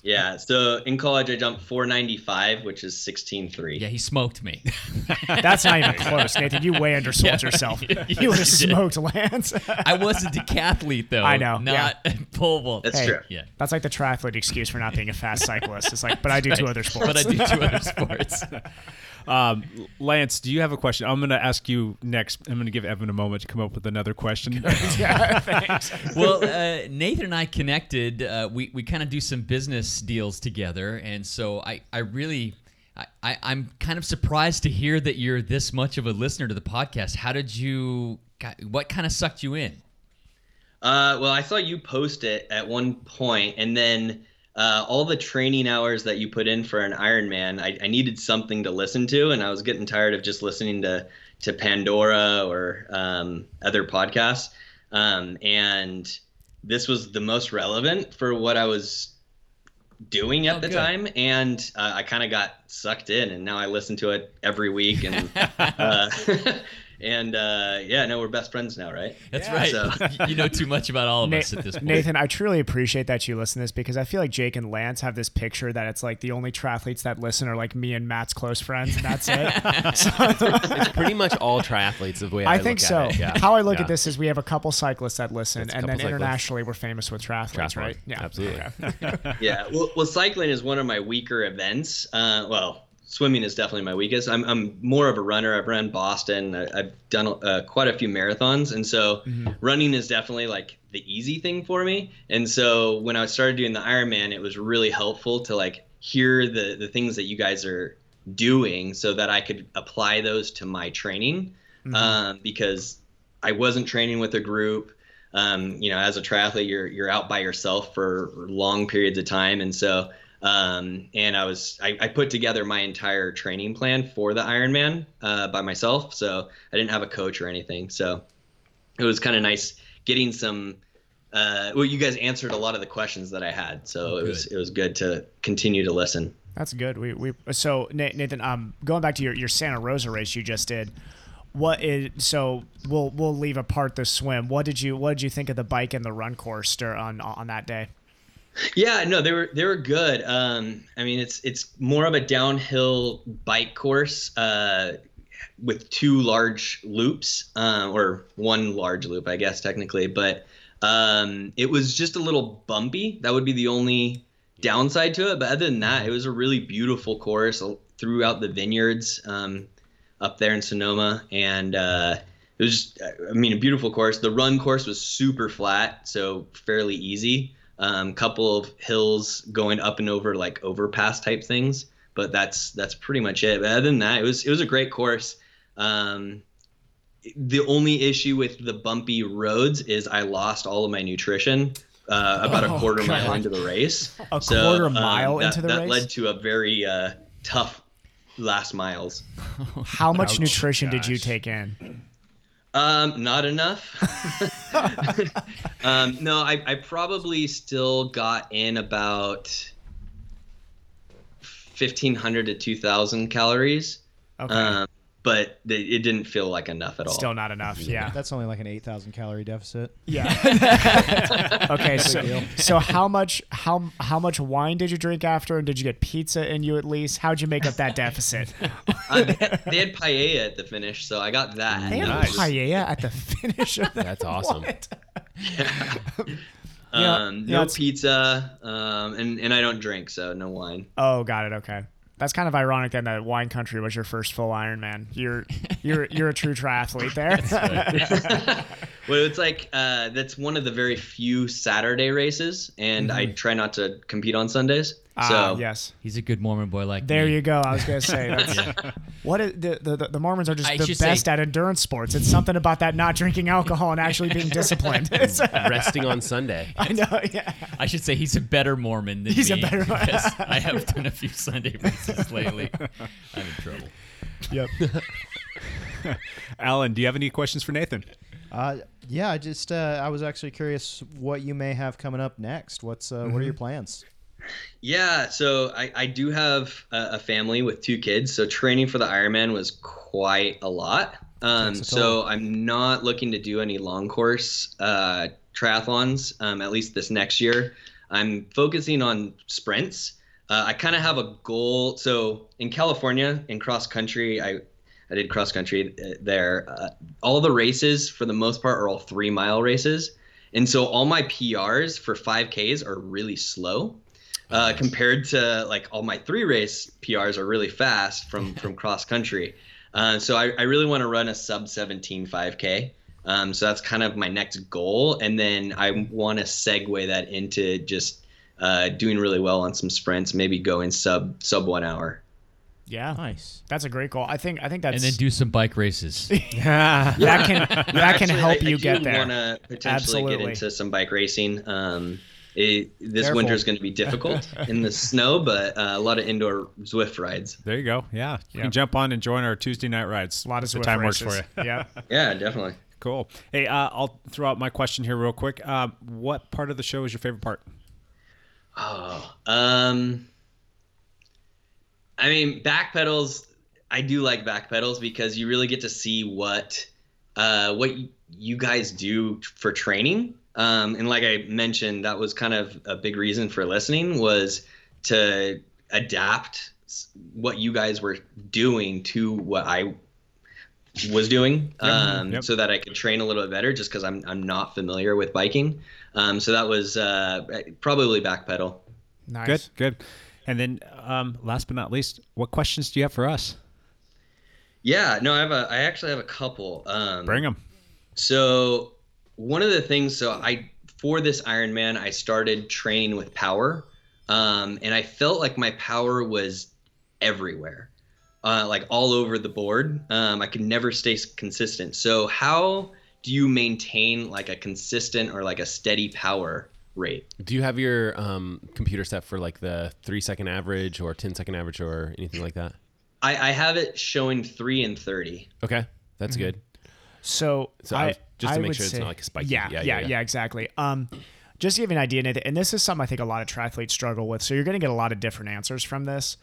Speaker 10: Yeah. So in college, I jumped 495, which is 16.3. Yeah,
Speaker 2: he smoked me.
Speaker 1: That's not even close, Nathan. You way undersold yourself. you would have smoked Lance.
Speaker 2: I was a decathlete, though.
Speaker 1: I know,
Speaker 2: Not pole vault.
Speaker 1: Hey,
Speaker 2: Yeah.
Speaker 1: That's like the triathlete excuse for not being a fast cyclist. It's like, but I do
Speaker 2: That's
Speaker 1: two
Speaker 2: right.
Speaker 1: other sports.
Speaker 2: But I do two other sports.
Speaker 8: Um, Lance, do you have a question? I'm going to ask you next. I'm going to give Evan a moment to come up with another question.
Speaker 2: well, uh, Nathan and I connected. Uh, we we kind of do some business deals together, and so I I really. I, I, I'm kind of surprised to hear that you're this much of a listener to the podcast. How did you? got- What kind of sucked you in?
Speaker 10: Uh, well, I saw you post it at one point, and then uh, all the training hours that you put in for an Ironman, I, I needed something to listen to, and I was getting tired of just listening to to Pandora or um, other podcasts. Um, and this was the most relevant for what I was doing at the time, and uh, I kind of got sucked in, and now I listen to it every week, and uh, and uh, yeah, no, we're best friends now, right?
Speaker 2: That's right. You know too much about all of
Speaker 1: Na-
Speaker 2: us at this point.
Speaker 1: Nathan, I truly appreciate that you listen to this because I feel like Jake and Lance have this picture that it's like the only triathletes that listen are like me and Matt's close friends, and that's it.
Speaker 3: it's pretty much all triathletes the way I,
Speaker 1: I, think
Speaker 3: look
Speaker 1: so.
Speaker 3: At it. Yeah.
Speaker 1: How I look
Speaker 3: Yeah.
Speaker 1: at this is we have a couple cyclists that listen,
Speaker 3: It's a
Speaker 1: and then
Speaker 3: couple cyclists.
Speaker 1: internationally we're famous with triathletes,
Speaker 3: Triathlon.
Speaker 1: right?
Speaker 3: Absolutely.
Speaker 10: yeah. Well, well, cycling is one of my weaker events. Uh, well, swimming is definitely my weakest. I'm, I'm more of a runner. I've run Boston. I, I've done uh, quite a few marathons, and so running is definitely like the easy thing for me. And so when I started doing the Ironman, it was really helpful to like hear the the things that you guys are doing, so that I could apply those to my training.
Speaker 11: Mhm.
Speaker 10: Um, because I wasn't training with a group. Um, you know, as a triathlete, you're you're out by yourself for long periods of time, and so um, and I was I, I put together my entire training plan for the Ironman uh, by myself, so I didn't have a coach or anything. So it was kind of nice getting some. Uh, well, you guys answered a lot of the questions that I had, so it was it was good to continue to listen.
Speaker 1: That's good. We we so Na- Nathan, um, going back to your, your Santa Rosa race you just did, what is so we'll we'll leave apart the swim. What did you what did you think of the bike and the run course dur- on on that day?
Speaker 10: Yeah, no, they were they were good. Um, I mean, it's it's more of a downhill bike course uh, with two large loops, um, or one large loop, I guess technically. But um, it was just a little bumpy. That would be the only downside to it. But other than that, it was a really beautiful course uh, throughout the vineyards um, up there in Sonoma, and uh, it was just, I mean, a beautiful course. The run course was super flat, so fairly easy. Um, couple of hills going up and over like overpass type things, but that's that's pretty much it. But other than that, it was it was a great course. Um, the only issue with the bumpy roads is I lost all of my nutrition uh, about
Speaker 1: Oh,
Speaker 10: a quarter mile
Speaker 1: God.
Speaker 10: into the race.
Speaker 1: A
Speaker 10: um,
Speaker 1: quarter mile
Speaker 10: that-
Speaker 1: into the
Speaker 10: that
Speaker 1: race?
Speaker 10: led to a very uh, tough last miles.
Speaker 1: How much nutrition did you take in?
Speaker 10: Um, not enough. um, no, I, I probably still got in about 1500 to 2000 calories.
Speaker 9: Okay.
Speaker 10: Um, but they, it didn't feel like enough at all.
Speaker 9: That's only like an 8,000 calorie deficit.
Speaker 1: Yeah. okay.
Speaker 9: Big
Speaker 1: So,
Speaker 9: deal.
Speaker 1: so how much how how much wine did you drink after, and did you get pizza in you at least? How'd you make up that deficit?
Speaker 10: Uh, they had- they had paella at the finish, so I got that.
Speaker 1: They had
Speaker 10: And it was-
Speaker 1: paella at the finish of that.
Speaker 3: That's
Speaker 10: awesome.
Speaker 1: What? Yeah,
Speaker 10: Um,
Speaker 1: yeah,
Speaker 10: no
Speaker 1: it's-
Speaker 10: pizza, um, and and I don't drink, so no wine.
Speaker 1: Oh, got it. Okay. That's kind of ironic then that wine country was your first full Ironman. You're you're you're a true triathlete there.
Speaker 10: Well, it's like uh, that's one of the very few Saturday races, and I try not to compete on Sundays.
Speaker 1: Mm-hmm. Ah,
Speaker 10: so
Speaker 1: yes,
Speaker 2: he's a good Mormon boy like
Speaker 1: there you go. I was gonna say that's,
Speaker 2: Yeah.
Speaker 1: what is, the, the the Mormons are just
Speaker 2: I
Speaker 1: the
Speaker 2: should say-
Speaker 1: best at endurance sports. It's something about that not drinking alcohol and actually being disciplined. It's-
Speaker 3: Resting on Sunday.
Speaker 1: I know. Yeah.
Speaker 2: I should say he's a better Mormon than
Speaker 1: He's a
Speaker 2: me
Speaker 1: better-
Speaker 2: because I have done a few Sunday races lately. I'm in trouble.
Speaker 1: Yep.
Speaker 8: Alan, do you have any questions for Nathan?
Speaker 9: Uh, yeah, I just uh, I was actually curious what you may have coming up next. What's uh, what are
Speaker 3: Mm-hmm.
Speaker 9: your plans?
Speaker 10: Yeah, so I, I do have a, a family with two kids, so training for the Ironman was quite a lot. Um,
Speaker 9: Takes a
Speaker 10: so I'm not looking to do any long course uh, triathlons, um, at least this next year. I'm focusing on sprints. Uh, I kind of have a goal. So in California, in cross country, I I did cross country uh, there. Uh, all the races, for the most part, are all three mile races, and so all my PRs for 5Ks are really slow uh, compared to like all my three race PRs are really fast from from cross country. Uh, so I, I really want to run a sub 17 5K. Um, so that's kind of my next goal, and then I want to segue that into just uh, doing really well on some sprints, maybe going sub sub one hour.
Speaker 1: Yeah.
Speaker 9: Nice.
Speaker 1: That's a great goal. I think I think that's
Speaker 2: And then do some bike races.
Speaker 1: yeah. that can that can
Speaker 10: Actually,
Speaker 1: help
Speaker 10: I,
Speaker 1: you
Speaker 10: I
Speaker 1: get
Speaker 10: do
Speaker 1: there.
Speaker 10: Want to potentially get
Speaker 1: Absolutely.
Speaker 10: into some bike racing. Um, it, this
Speaker 9: Careful.
Speaker 10: winter is going to be difficult in the snow, but uh, a lot of indoor Zwift rides.
Speaker 8: There you go. Yeah. You
Speaker 1: Yeah.
Speaker 8: can jump on and join our Tuesday night rides.
Speaker 1: a lot of
Speaker 8: If the
Speaker 1: Swift
Speaker 8: time
Speaker 1: races.
Speaker 8: works for you.
Speaker 1: Yeah.
Speaker 10: Yeah, definitely.
Speaker 8: Cool. Hey, uh, I'll throw out my question here real quick. Uh, what part of the show is your favorite part?
Speaker 10: Oh, um, I mean, back pedals. I do like back pedals because you really get to see what uh, what y- you guys do t- for training. Um, and like I mentioned, that was kind of a big reason for listening was to adapt s- what you guys were doing to what I was doing um,
Speaker 8: yep.
Speaker 10: so that I could train a little bit better just because I'm, I'm not familiar with biking. Um, so that was uh, probably backpedal.
Speaker 1: Nice.
Speaker 8: Good, good. And then, um, last but not least, what questions do you have for us?
Speaker 10: Yeah, no, I have a, I actually have a couple. Um,
Speaker 8: Bring them.
Speaker 10: So one of the things, so I for this Ironman, I started training with power, um, and I felt like my power was everywhere, uh, like all over the board. Um, I could never stay s- consistent. So how do you maintain like a consistent or like a steady power rate?
Speaker 3: Do you have your um, computer set for like the three second average or 10 second average or anything like that?
Speaker 10: I, I have it showing three and thirty.
Speaker 3: Okay, that's good.
Speaker 1: So,
Speaker 3: So I
Speaker 1: I,
Speaker 3: was- just to
Speaker 1: I
Speaker 3: make
Speaker 1: would
Speaker 3: sure it's
Speaker 1: say-
Speaker 3: not, like, spiky.
Speaker 1: Yeah yeah, yeah, exactly. Um, just to give you an idea, Nathan, and this is something I think a lot of triathletes struggle with. So you're going to get a lot of different answers from this.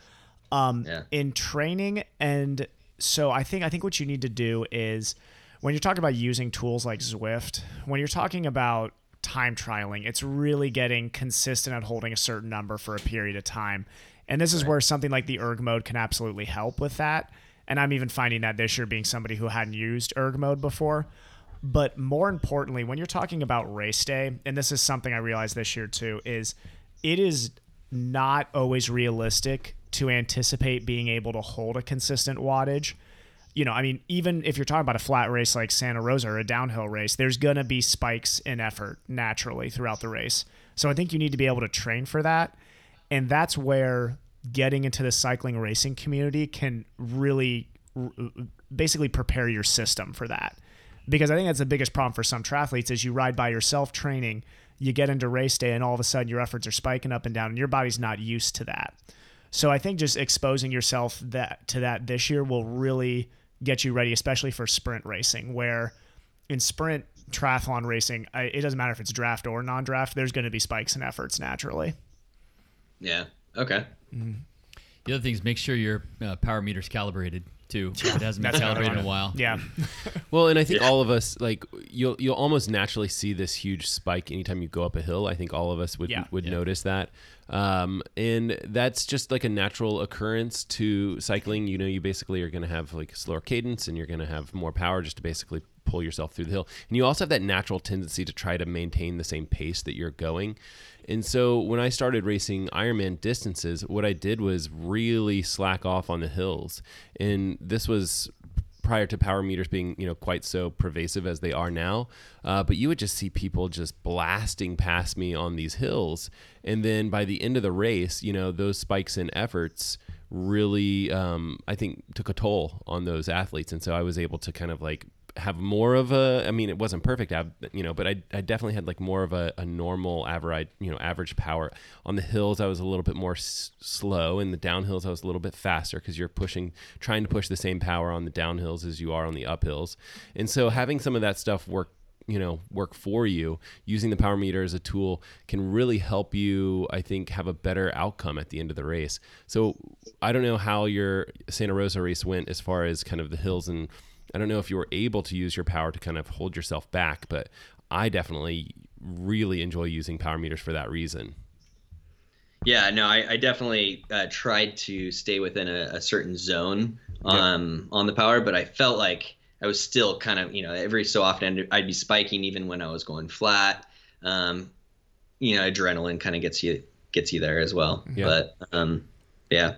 Speaker 1: Um,
Speaker 10: Yeah.
Speaker 1: in training, and so I think I think what you need to do is when you're talking about using tools like Zwift, when you're talking about time trialing, it's really getting consistent at holding a certain number for a period of time. And this is where something like the erg mode can absolutely help with that. And I'm even finding that this year being somebody who hadn't used erg mode before. But more importantly, when you're talking about race day, and this is something I realized this year too, is it is not always realistic to anticipate being able to hold a consistent wattage. You know, I mean, even if you're talking about a flat race like Santa Rosa or a downhill race, there's going to be spikes in effort naturally throughout the race. So I think you need to be able to train for that. And that's where getting into the cycling racing community can really r- basically prepare your system for that because I think that's the biggest problem for some triathletes is you ride by yourself training, you get into race day, and all of a sudden your efforts are spiking up and down, and your body's not used to that. So I think just exposing yourself that to that this year will really get you ready, especially for sprint racing, where in sprint triathlon racing, I, it doesn't matter if it's draft or non-draft. There's going to be spikes in efforts naturally.
Speaker 10: Yeah. Okay.
Speaker 2: The other thing is make sure your uh, power meter's calibrated too. If It hasn't been
Speaker 1: That's another
Speaker 2: calibrated in a
Speaker 1: one.
Speaker 2: while.
Speaker 1: Yeah.
Speaker 3: Well, and I think all of us like you'll you'll almost naturally see this huge spike anytime you go up a hill. I think all of us would
Speaker 1: Yeah.
Speaker 3: would notice that, um, and that's just like a natural occurrence to cycling. You know, you basically are going to have like slower cadence, and you're going to have more power just to basically pull yourself through the hill. And you also have that natural tendency to try to maintain the same pace that you're going. And so when I started racing Ironman distances, what I did was really slack off on the hills. And this was prior to power meters being you know quite so pervasive as they are now uh, but you would just see people just blasting past me on these hills and then by the end of the race you know those spikes in efforts really um, i think took a toll on those athletes and so i was able to kind of like have more of a i mean it wasn't perfect av- you know but i, I definitely had like more of a, a normal average you know average power on the hills i was a little bit more s- slow and the downhills i was a little bit faster because you're pushing trying to push the same power on the downhills as you are on the uphills and so having some of that stuff work you know work for you using the power meter as a tool can really help you i think have a better outcome at the end of the race so i don't know how your santa rosa race went as far as kind of the hills and i don't know if you were able to use your power to kind of hold yourself back but i definitely really enjoy using power meters for that reason
Speaker 10: Yeah, no, I, I definitely uh, tried to stay within a, a certain zone um, on the power, but I felt like I was still kind of, you know, every so often I'd, I'd be spiking even when I was going flat. Um, you know, adrenaline kind of gets you gets you there as well. But um, yeah,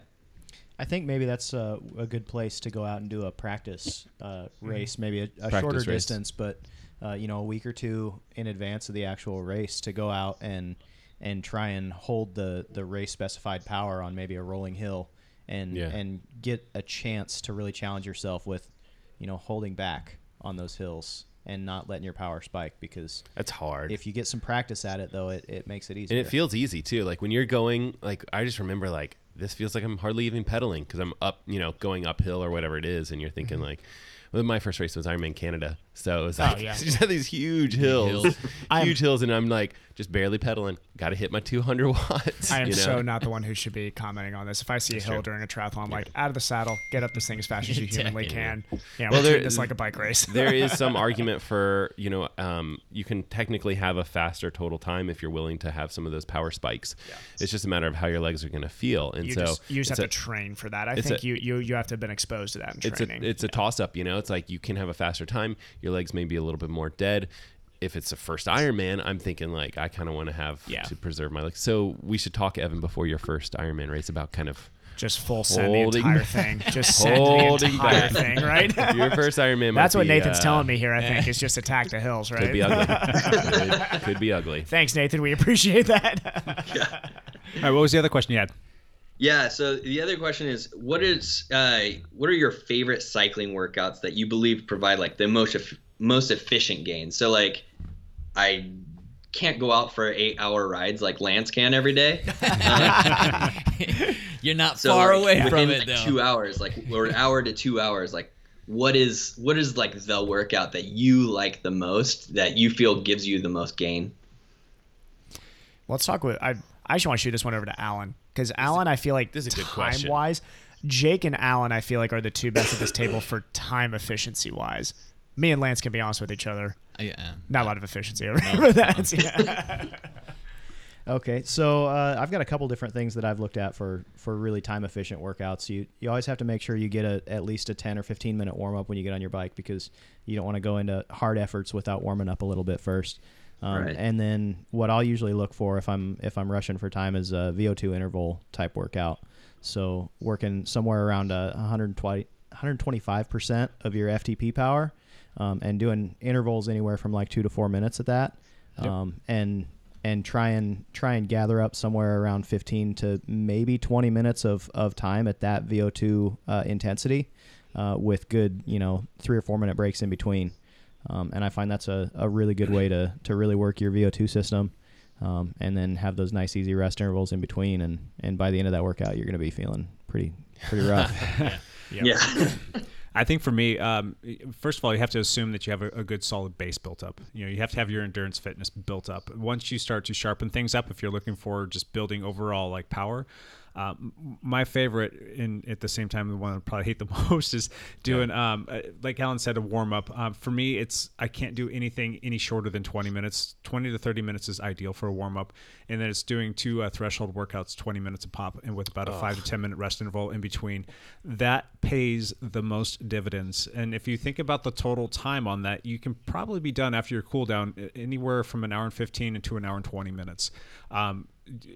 Speaker 9: I think maybe that's uh, a good place to go out and do a practice uh, race, maybe a, a
Speaker 3: Mm-hmm. Practice
Speaker 9: shorter
Speaker 3: race.
Speaker 9: distance, but uh, you know, a week or two in advance of the actual race to go out and and try and hold the the race specified power on maybe a rolling hill and
Speaker 3: Yeah.
Speaker 9: and get a chance to really challenge yourself with, you know, holding back on those hills and not letting your power spike because
Speaker 3: that's hard
Speaker 9: if you get some practice at it though, it, it makes it easier.
Speaker 3: and it feels easy too like when you're going like i just remember like this feels like i'm hardly even pedaling because i'm up you know going uphill or whatever it is and you're thinking
Speaker 1: Mm-hmm.
Speaker 3: like well, my first race was Ironman Canada, so it was like
Speaker 1: Oh, yeah.
Speaker 3: just had these huge hills,
Speaker 2: hills.
Speaker 3: huge hills, and I'm like just barely pedaling. Got to hit my 200 watts.
Speaker 1: I am
Speaker 3: you know?
Speaker 1: so not the one who should be commenting on this. If I see a hill during a triathlon, I'm like, out of the saddle, get up this thing as fast as you humanly can. Yeah, we're
Speaker 3: Well, there-
Speaker 1: treating this like a bike race.
Speaker 3: there is some argument for you know um, you can technically have a faster total time if you're willing to have some of those power spikes. It's just a matter of how your legs are going to feel, and
Speaker 1: you
Speaker 3: so
Speaker 1: just, you just have
Speaker 3: it's
Speaker 1: to
Speaker 3: a-
Speaker 1: train for that. I
Speaker 3: it's
Speaker 1: think
Speaker 3: a-
Speaker 1: you, you you have to have been exposed to that in
Speaker 3: it's
Speaker 1: training.
Speaker 3: a it's a toss up. You know, it's like you can have a faster time. Your legs may be a little bit more dead. If it's the first Ironman, I'm thinking like I kind of want to have
Speaker 1: Yeah.
Speaker 3: to preserve my legs. So we should talk Evan before your first Ironman race about kind of
Speaker 1: just full send the
Speaker 3: holding
Speaker 1: entire
Speaker 3: back.
Speaker 1: thing. Just send the
Speaker 3: Holding
Speaker 1: entire
Speaker 3: back.
Speaker 1: thing, right?
Speaker 3: your first Ironman.
Speaker 1: That's
Speaker 3: might
Speaker 1: what
Speaker 3: be,
Speaker 1: Nathan's
Speaker 3: uh,
Speaker 1: telling me here. I think is just attack the hills, right?
Speaker 3: Could be ugly. could, could be ugly.
Speaker 1: Thanks, Nathan. We appreciate that.
Speaker 8: All right, what was the other question you had?
Speaker 10: yeah. So the other question is, what is uh, what are your favorite cycling workouts that you believe provide like the most eff- most efficient gains? So like, I can't go out for eight hour rides like Lance can every day.
Speaker 2: You're not
Speaker 10: So
Speaker 2: far
Speaker 10: like,
Speaker 2: away
Speaker 10: within,
Speaker 2: from it
Speaker 10: like,
Speaker 2: though.
Speaker 10: Two hours, like or an hour to two hours, like what is what is like the workout that you like the most that you feel gives you the most gain?
Speaker 1: Let's talk with. I I just want to shoot this one over to Alan because Alan, I feel like
Speaker 3: this is a good
Speaker 1: time
Speaker 3: question.
Speaker 1: wise, Jake and Alan, I feel like are the two best at this table for time efficiency wise. Me and Lance can be honest with each other.
Speaker 2: Yeah.
Speaker 1: Not a lot of efficiency over that. Yeah.
Speaker 9: Okay, so uh, I've got a couple different things that I've looked at for for really time efficient workouts. You you always have to make sure you get a, at least a ten or fifteen minute warm up when you get on your bike because you don't want to go into hard efforts without warming up a little bit first. Um,
Speaker 10: Right.
Speaker 9: And then what I'll usually look for if I'm if I'm rushing for time is a VO2 interval type workout. So working somewhere around uh, 120 125% of your FTP power, um, and doing intervals anywhere from like two to four minutes at that, um, and and try and try and gather up somewhere around 15 to maybe 20 minutes of, of time at that VO2 uh, intensity, uh, with good you know three or four minute breaks in between, um, and I find that's a, a really good way to to really work your VO2 system. um, and then have those nice easy rest intervals in between. And and by the end of that workout, you're going to be feeling pretty pretty rough.
Speaker 10: Yeah.
Speaker 8: I think for me, um, first of all, you have to assume that you have a, a good solid base built up. You know, you have to have your endurance fitness built up. Once you start to sharpen things up, if you're looking for just building overall like power, um, my favorite, and at the same time, the one I probably hate the most is doing, um, uh, like Alan said, a warm up. Um, for me, it's I can't do anything any shorter than 20 minutes. 20 to 30 minutes is ideal for a warm up, and then it's doing two uh, threshold workouts, 20 minutes a pop, and with about a five to 10 minute rest interval in between. That pays the most dividends. And if you think about the total time on that, you can probably be done after your cool down uh, anywhere from an hour and 15 into an hour and 20 minutes. Um,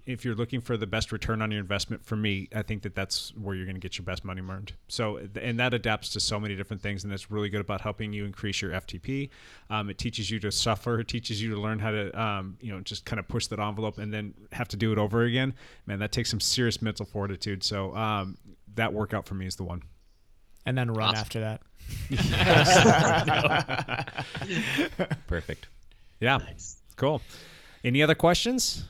Speaker 8: if you're looking for the best return on your investment, for me, I think that that's where you're going to get your best money earned. So, and that adapts to so many different things, and that's really good about helping you increase your FTP. Um, it teaches you to suffer, it teaches you to learn how to, um, you know, just kind of push that envelope and then have to do it over again. Man, that takes some serious mental fortitude. So, um, that workout for me is the one.
Speaker 1: and then run after that.
Speaker 3: Perfect.
Speaker 8: Yeah, cool. Any other questions?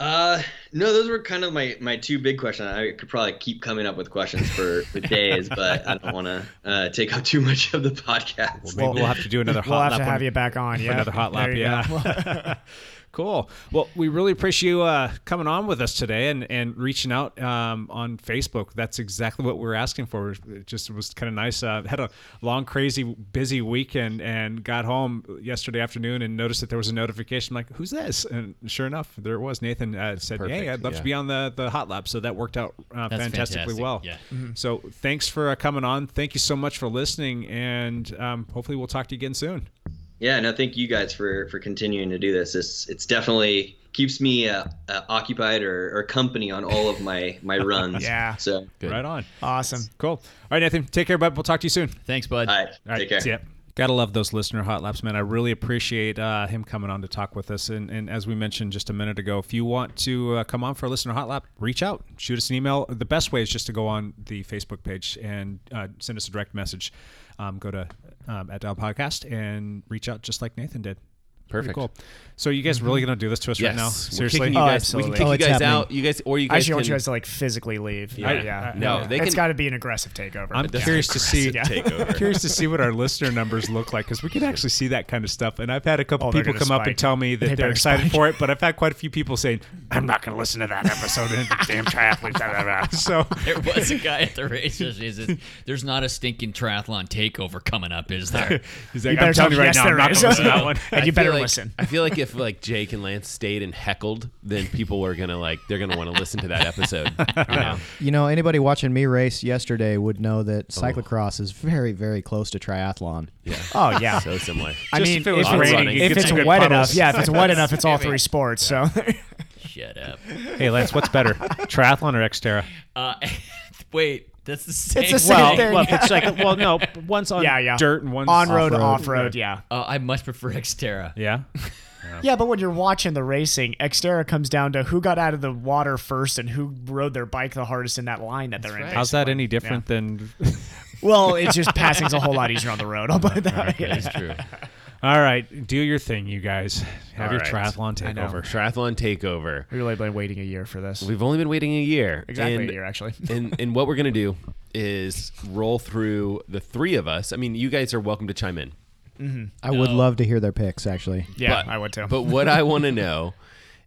Speaker 10: Uh, no, those were kind of my my two big questions. I could probably keep coming up with questions for, for days, but I don't want to uh, take up too much of the podcast.
Speaker 8: Well, maybe we'll have to do another hot
Speaker 1: We'll have
Speaker 8: lap
Speaker 1: to
Speaker 8: on-
Speaker 1: have you back on.
Speaker 8: for
Speaker 1: Yeah,
Speaker 8: another hot lap.
Speaker 1: There you go.
Speaker 8: Yeah. cool. Well, we really appreciate you uh, coming on with us today and, and reaching out um, on Facebook. That's exactly what we were asking for. It just was kind of nice. Uh, had a long, crazy, busy weekend and got home yesterday afternoon and noticed that there was a notification like, who's this? And sure enough, there it was. Nathan uh, said, hey,
Speaker 3: Perfect,
Speaker 8: I'd love
Speaker 3: yeah.
Speaker 8: to be on the, the hot lap. So that worked out uh,
Speaker 2: That's
Speaker 8: fantastically
Speaker 2: fantastic,
Speaker 8: well.
Speaker 2: yeah.
Speaker 1: Mm-hmm.
Speaker 8: So thanks for uh, coming on. Thank you so much for listening. And um, hopefully we'll talk to you again soon.
Speaker 10: Yeah, no, thank you guys for for continuing to do this. It's it's definitely keeps me uh, uh, occupied or, or company on all of my my runs.
Speaker 1: Yeah.
Speaker 10: So,
Speaker 3: Good.
Speaker 8: Right on.
Speaker 1: Awesome.
Speaker 8: Cool. All right, Nathan. Take care, bud. We'll talk to you soon.
Speaker 2: Thanks, bud.
Speaker 10: all right,
Speaker 8: All right.
Speaker 10: take care.
Speaker 8: see ya. Gotta love those listener hot laps, man. I really appreciate uh, him coming on to talk with us. And, and as we mentioned just a minute ago, if you want to uh, come on for a listener hot lap, reach out, shoot us an email. The best way is just to go on the Facebook page and uh, send us a direct message. Um, go to um, at Dial Podcast and reach out just like Nathan did. Pretty
Speaker 3: Perfect. Mm-hmm.
Speaker 8: cool. So you guys really gonna do this to us
Speaker 3: Yes.
Speaker 8: right now?
Speaker 3: We're
Speaker 8: Seriously?
Speaker 3: kicking you
Speaker 1: Oh,
Speaker 3: guys- we can
Speaker 1: absolutely.
Speaker 3: kick
Speaker 1: Oh,
Speaker 3: you
Speaker 9: it's
Speaker 3: guys
Speaker 9: happening.
Speaker 3: out. You guys, or you
Speaker 1: I
Speaker 3: guys
Speaker 1: actually want
Speaker 3: can-
Speaker 1: you guys to like physically leave. Yeah,
Speaker 3: I-
Speaker 1: yeah.
Speaker 3: I- no, they
Speaker 1: it's
Speaker 3: can-
Speaker 1: got to be an aggressive takeover.
Speaker 8: I'm
Speaker 1: Yeah.
Speaker 8: curious to see
Speaker 1: Yeah.
Speaker 3: takeover.
Speaker 8: curious to see what our listener numbers look like because we can actually see that kind of stuff. And I've had a couple
Speaker 1: Oh, they're
Speaker 8: people come
Speaker 1: gonna
Speaker 8: up and
Speaker 1: spike.
Speaker 8: tell me that
Speaker 1: They
Speaker 8: they are
Speaker 1: better
Speaker 8: excited
Speaker 1: spike.
Speaker 8: for it, but I've had quite a few people saying, "I'm not going to listen to that episode." And damn triathlete. Blah, blah, blah. So
Speaker 2: There was a guy at the race. yesterday, he says, There's not a stinking triathlon takeover coming up, is there?
Speaker 8: he's like,
Speaker 1: You better
Speaker 8: "I'm telling
Speaker 1: tell
Speaker 8: you right
Speaker 1: yes,
Speaker 8: now,
Speaker 1: there
Speaker 8: I'm not
Speaker 1: is."
Speaker 8: going to listen to that one."
Speaker 1: and you
Speaker 3: I feel
Speaker 1: better
Speaker 3: like-
Speaker 1: listen.
Speaker 3: I feel like if like Jake and Lance stayed and heckled, then people were gonna like they're gonna want to listen to that episode. You know?
Speaker 9: You know, anybody watching me race yesterday would know that cyclocross is very, very close to triathlon.
Speaker 3: Yeah.
Speaker 1: Oh yeah.
Speaker 3: So similar.
Speaker 1: I
Speaker 8: Just
Speaker 1: mean,
Speaker 8: if it was
Speaker 1: if,
Speaker 3: raining,
Speaker 1: it's,
Speaker 3: you
Speaker 1: if
Speaker 8: could
Speaker 1: it's
Speaker 8: see good
Speaker 1: wet
Speaker 8: puddles.
Speaker 1: enough, yeah, if it's wet enough, it's all
Speaker 2: Yeah.
Speaker 1: three sports. So
Speaker 2: Shut up.
Speaker 8: Hey, Lance, what's better, triathlon or Xterra?
Speaker 2: Uh, wait, that's the same.
Speaker 1: the same
Speaker 8: Well,
Speaker 1: Same thing.
Speaker 8: well, it's like, well, no, one's on
Speaker 1: yeah, yeah.
Speaker 8: dirt and one's
Speaker 1: on road, off road, yeah.
Speaker 2: Uh, I much prefer Xterra.
Speaker 8: Yeah,
Speaker 1: Yeah, but when you're watching the racing, Xterra comes down to who got out of the water first and who rode their bike the hardest in that line that they're in.
Speaker 8: how's that any different than?
Speaker 1: Well, it's just passing's a whole lot easier on the road. I'll put it that. way.
Speaker 2: That's true.
Speaker 8: All right, do your thing, you guys. Have
Speaker 3: All
Speaker 8: your
Speaker 3: right.
Speaker 8: triathlon
Speaker 1: I know.
Speaker 8: takeover.
Speaker 3: Triathlon takeover.
Speaker 1: We've really been waiting a year for this.
Speaker 3: We've only been waiting a year.
Speaker 1: exactly
Speaker 3: and,
Speaker 1: a year, actually.
Speaker 3: and and what we're gonna do is roll through the three of us. I mean, you guys are welcome to chime in.
Speaker 9: I would love to hear their picks, actually.
Speaker 1: Yeah,
Speaker 3: But-
Speaker 1: I would too.
Speaker 3: But what I want to know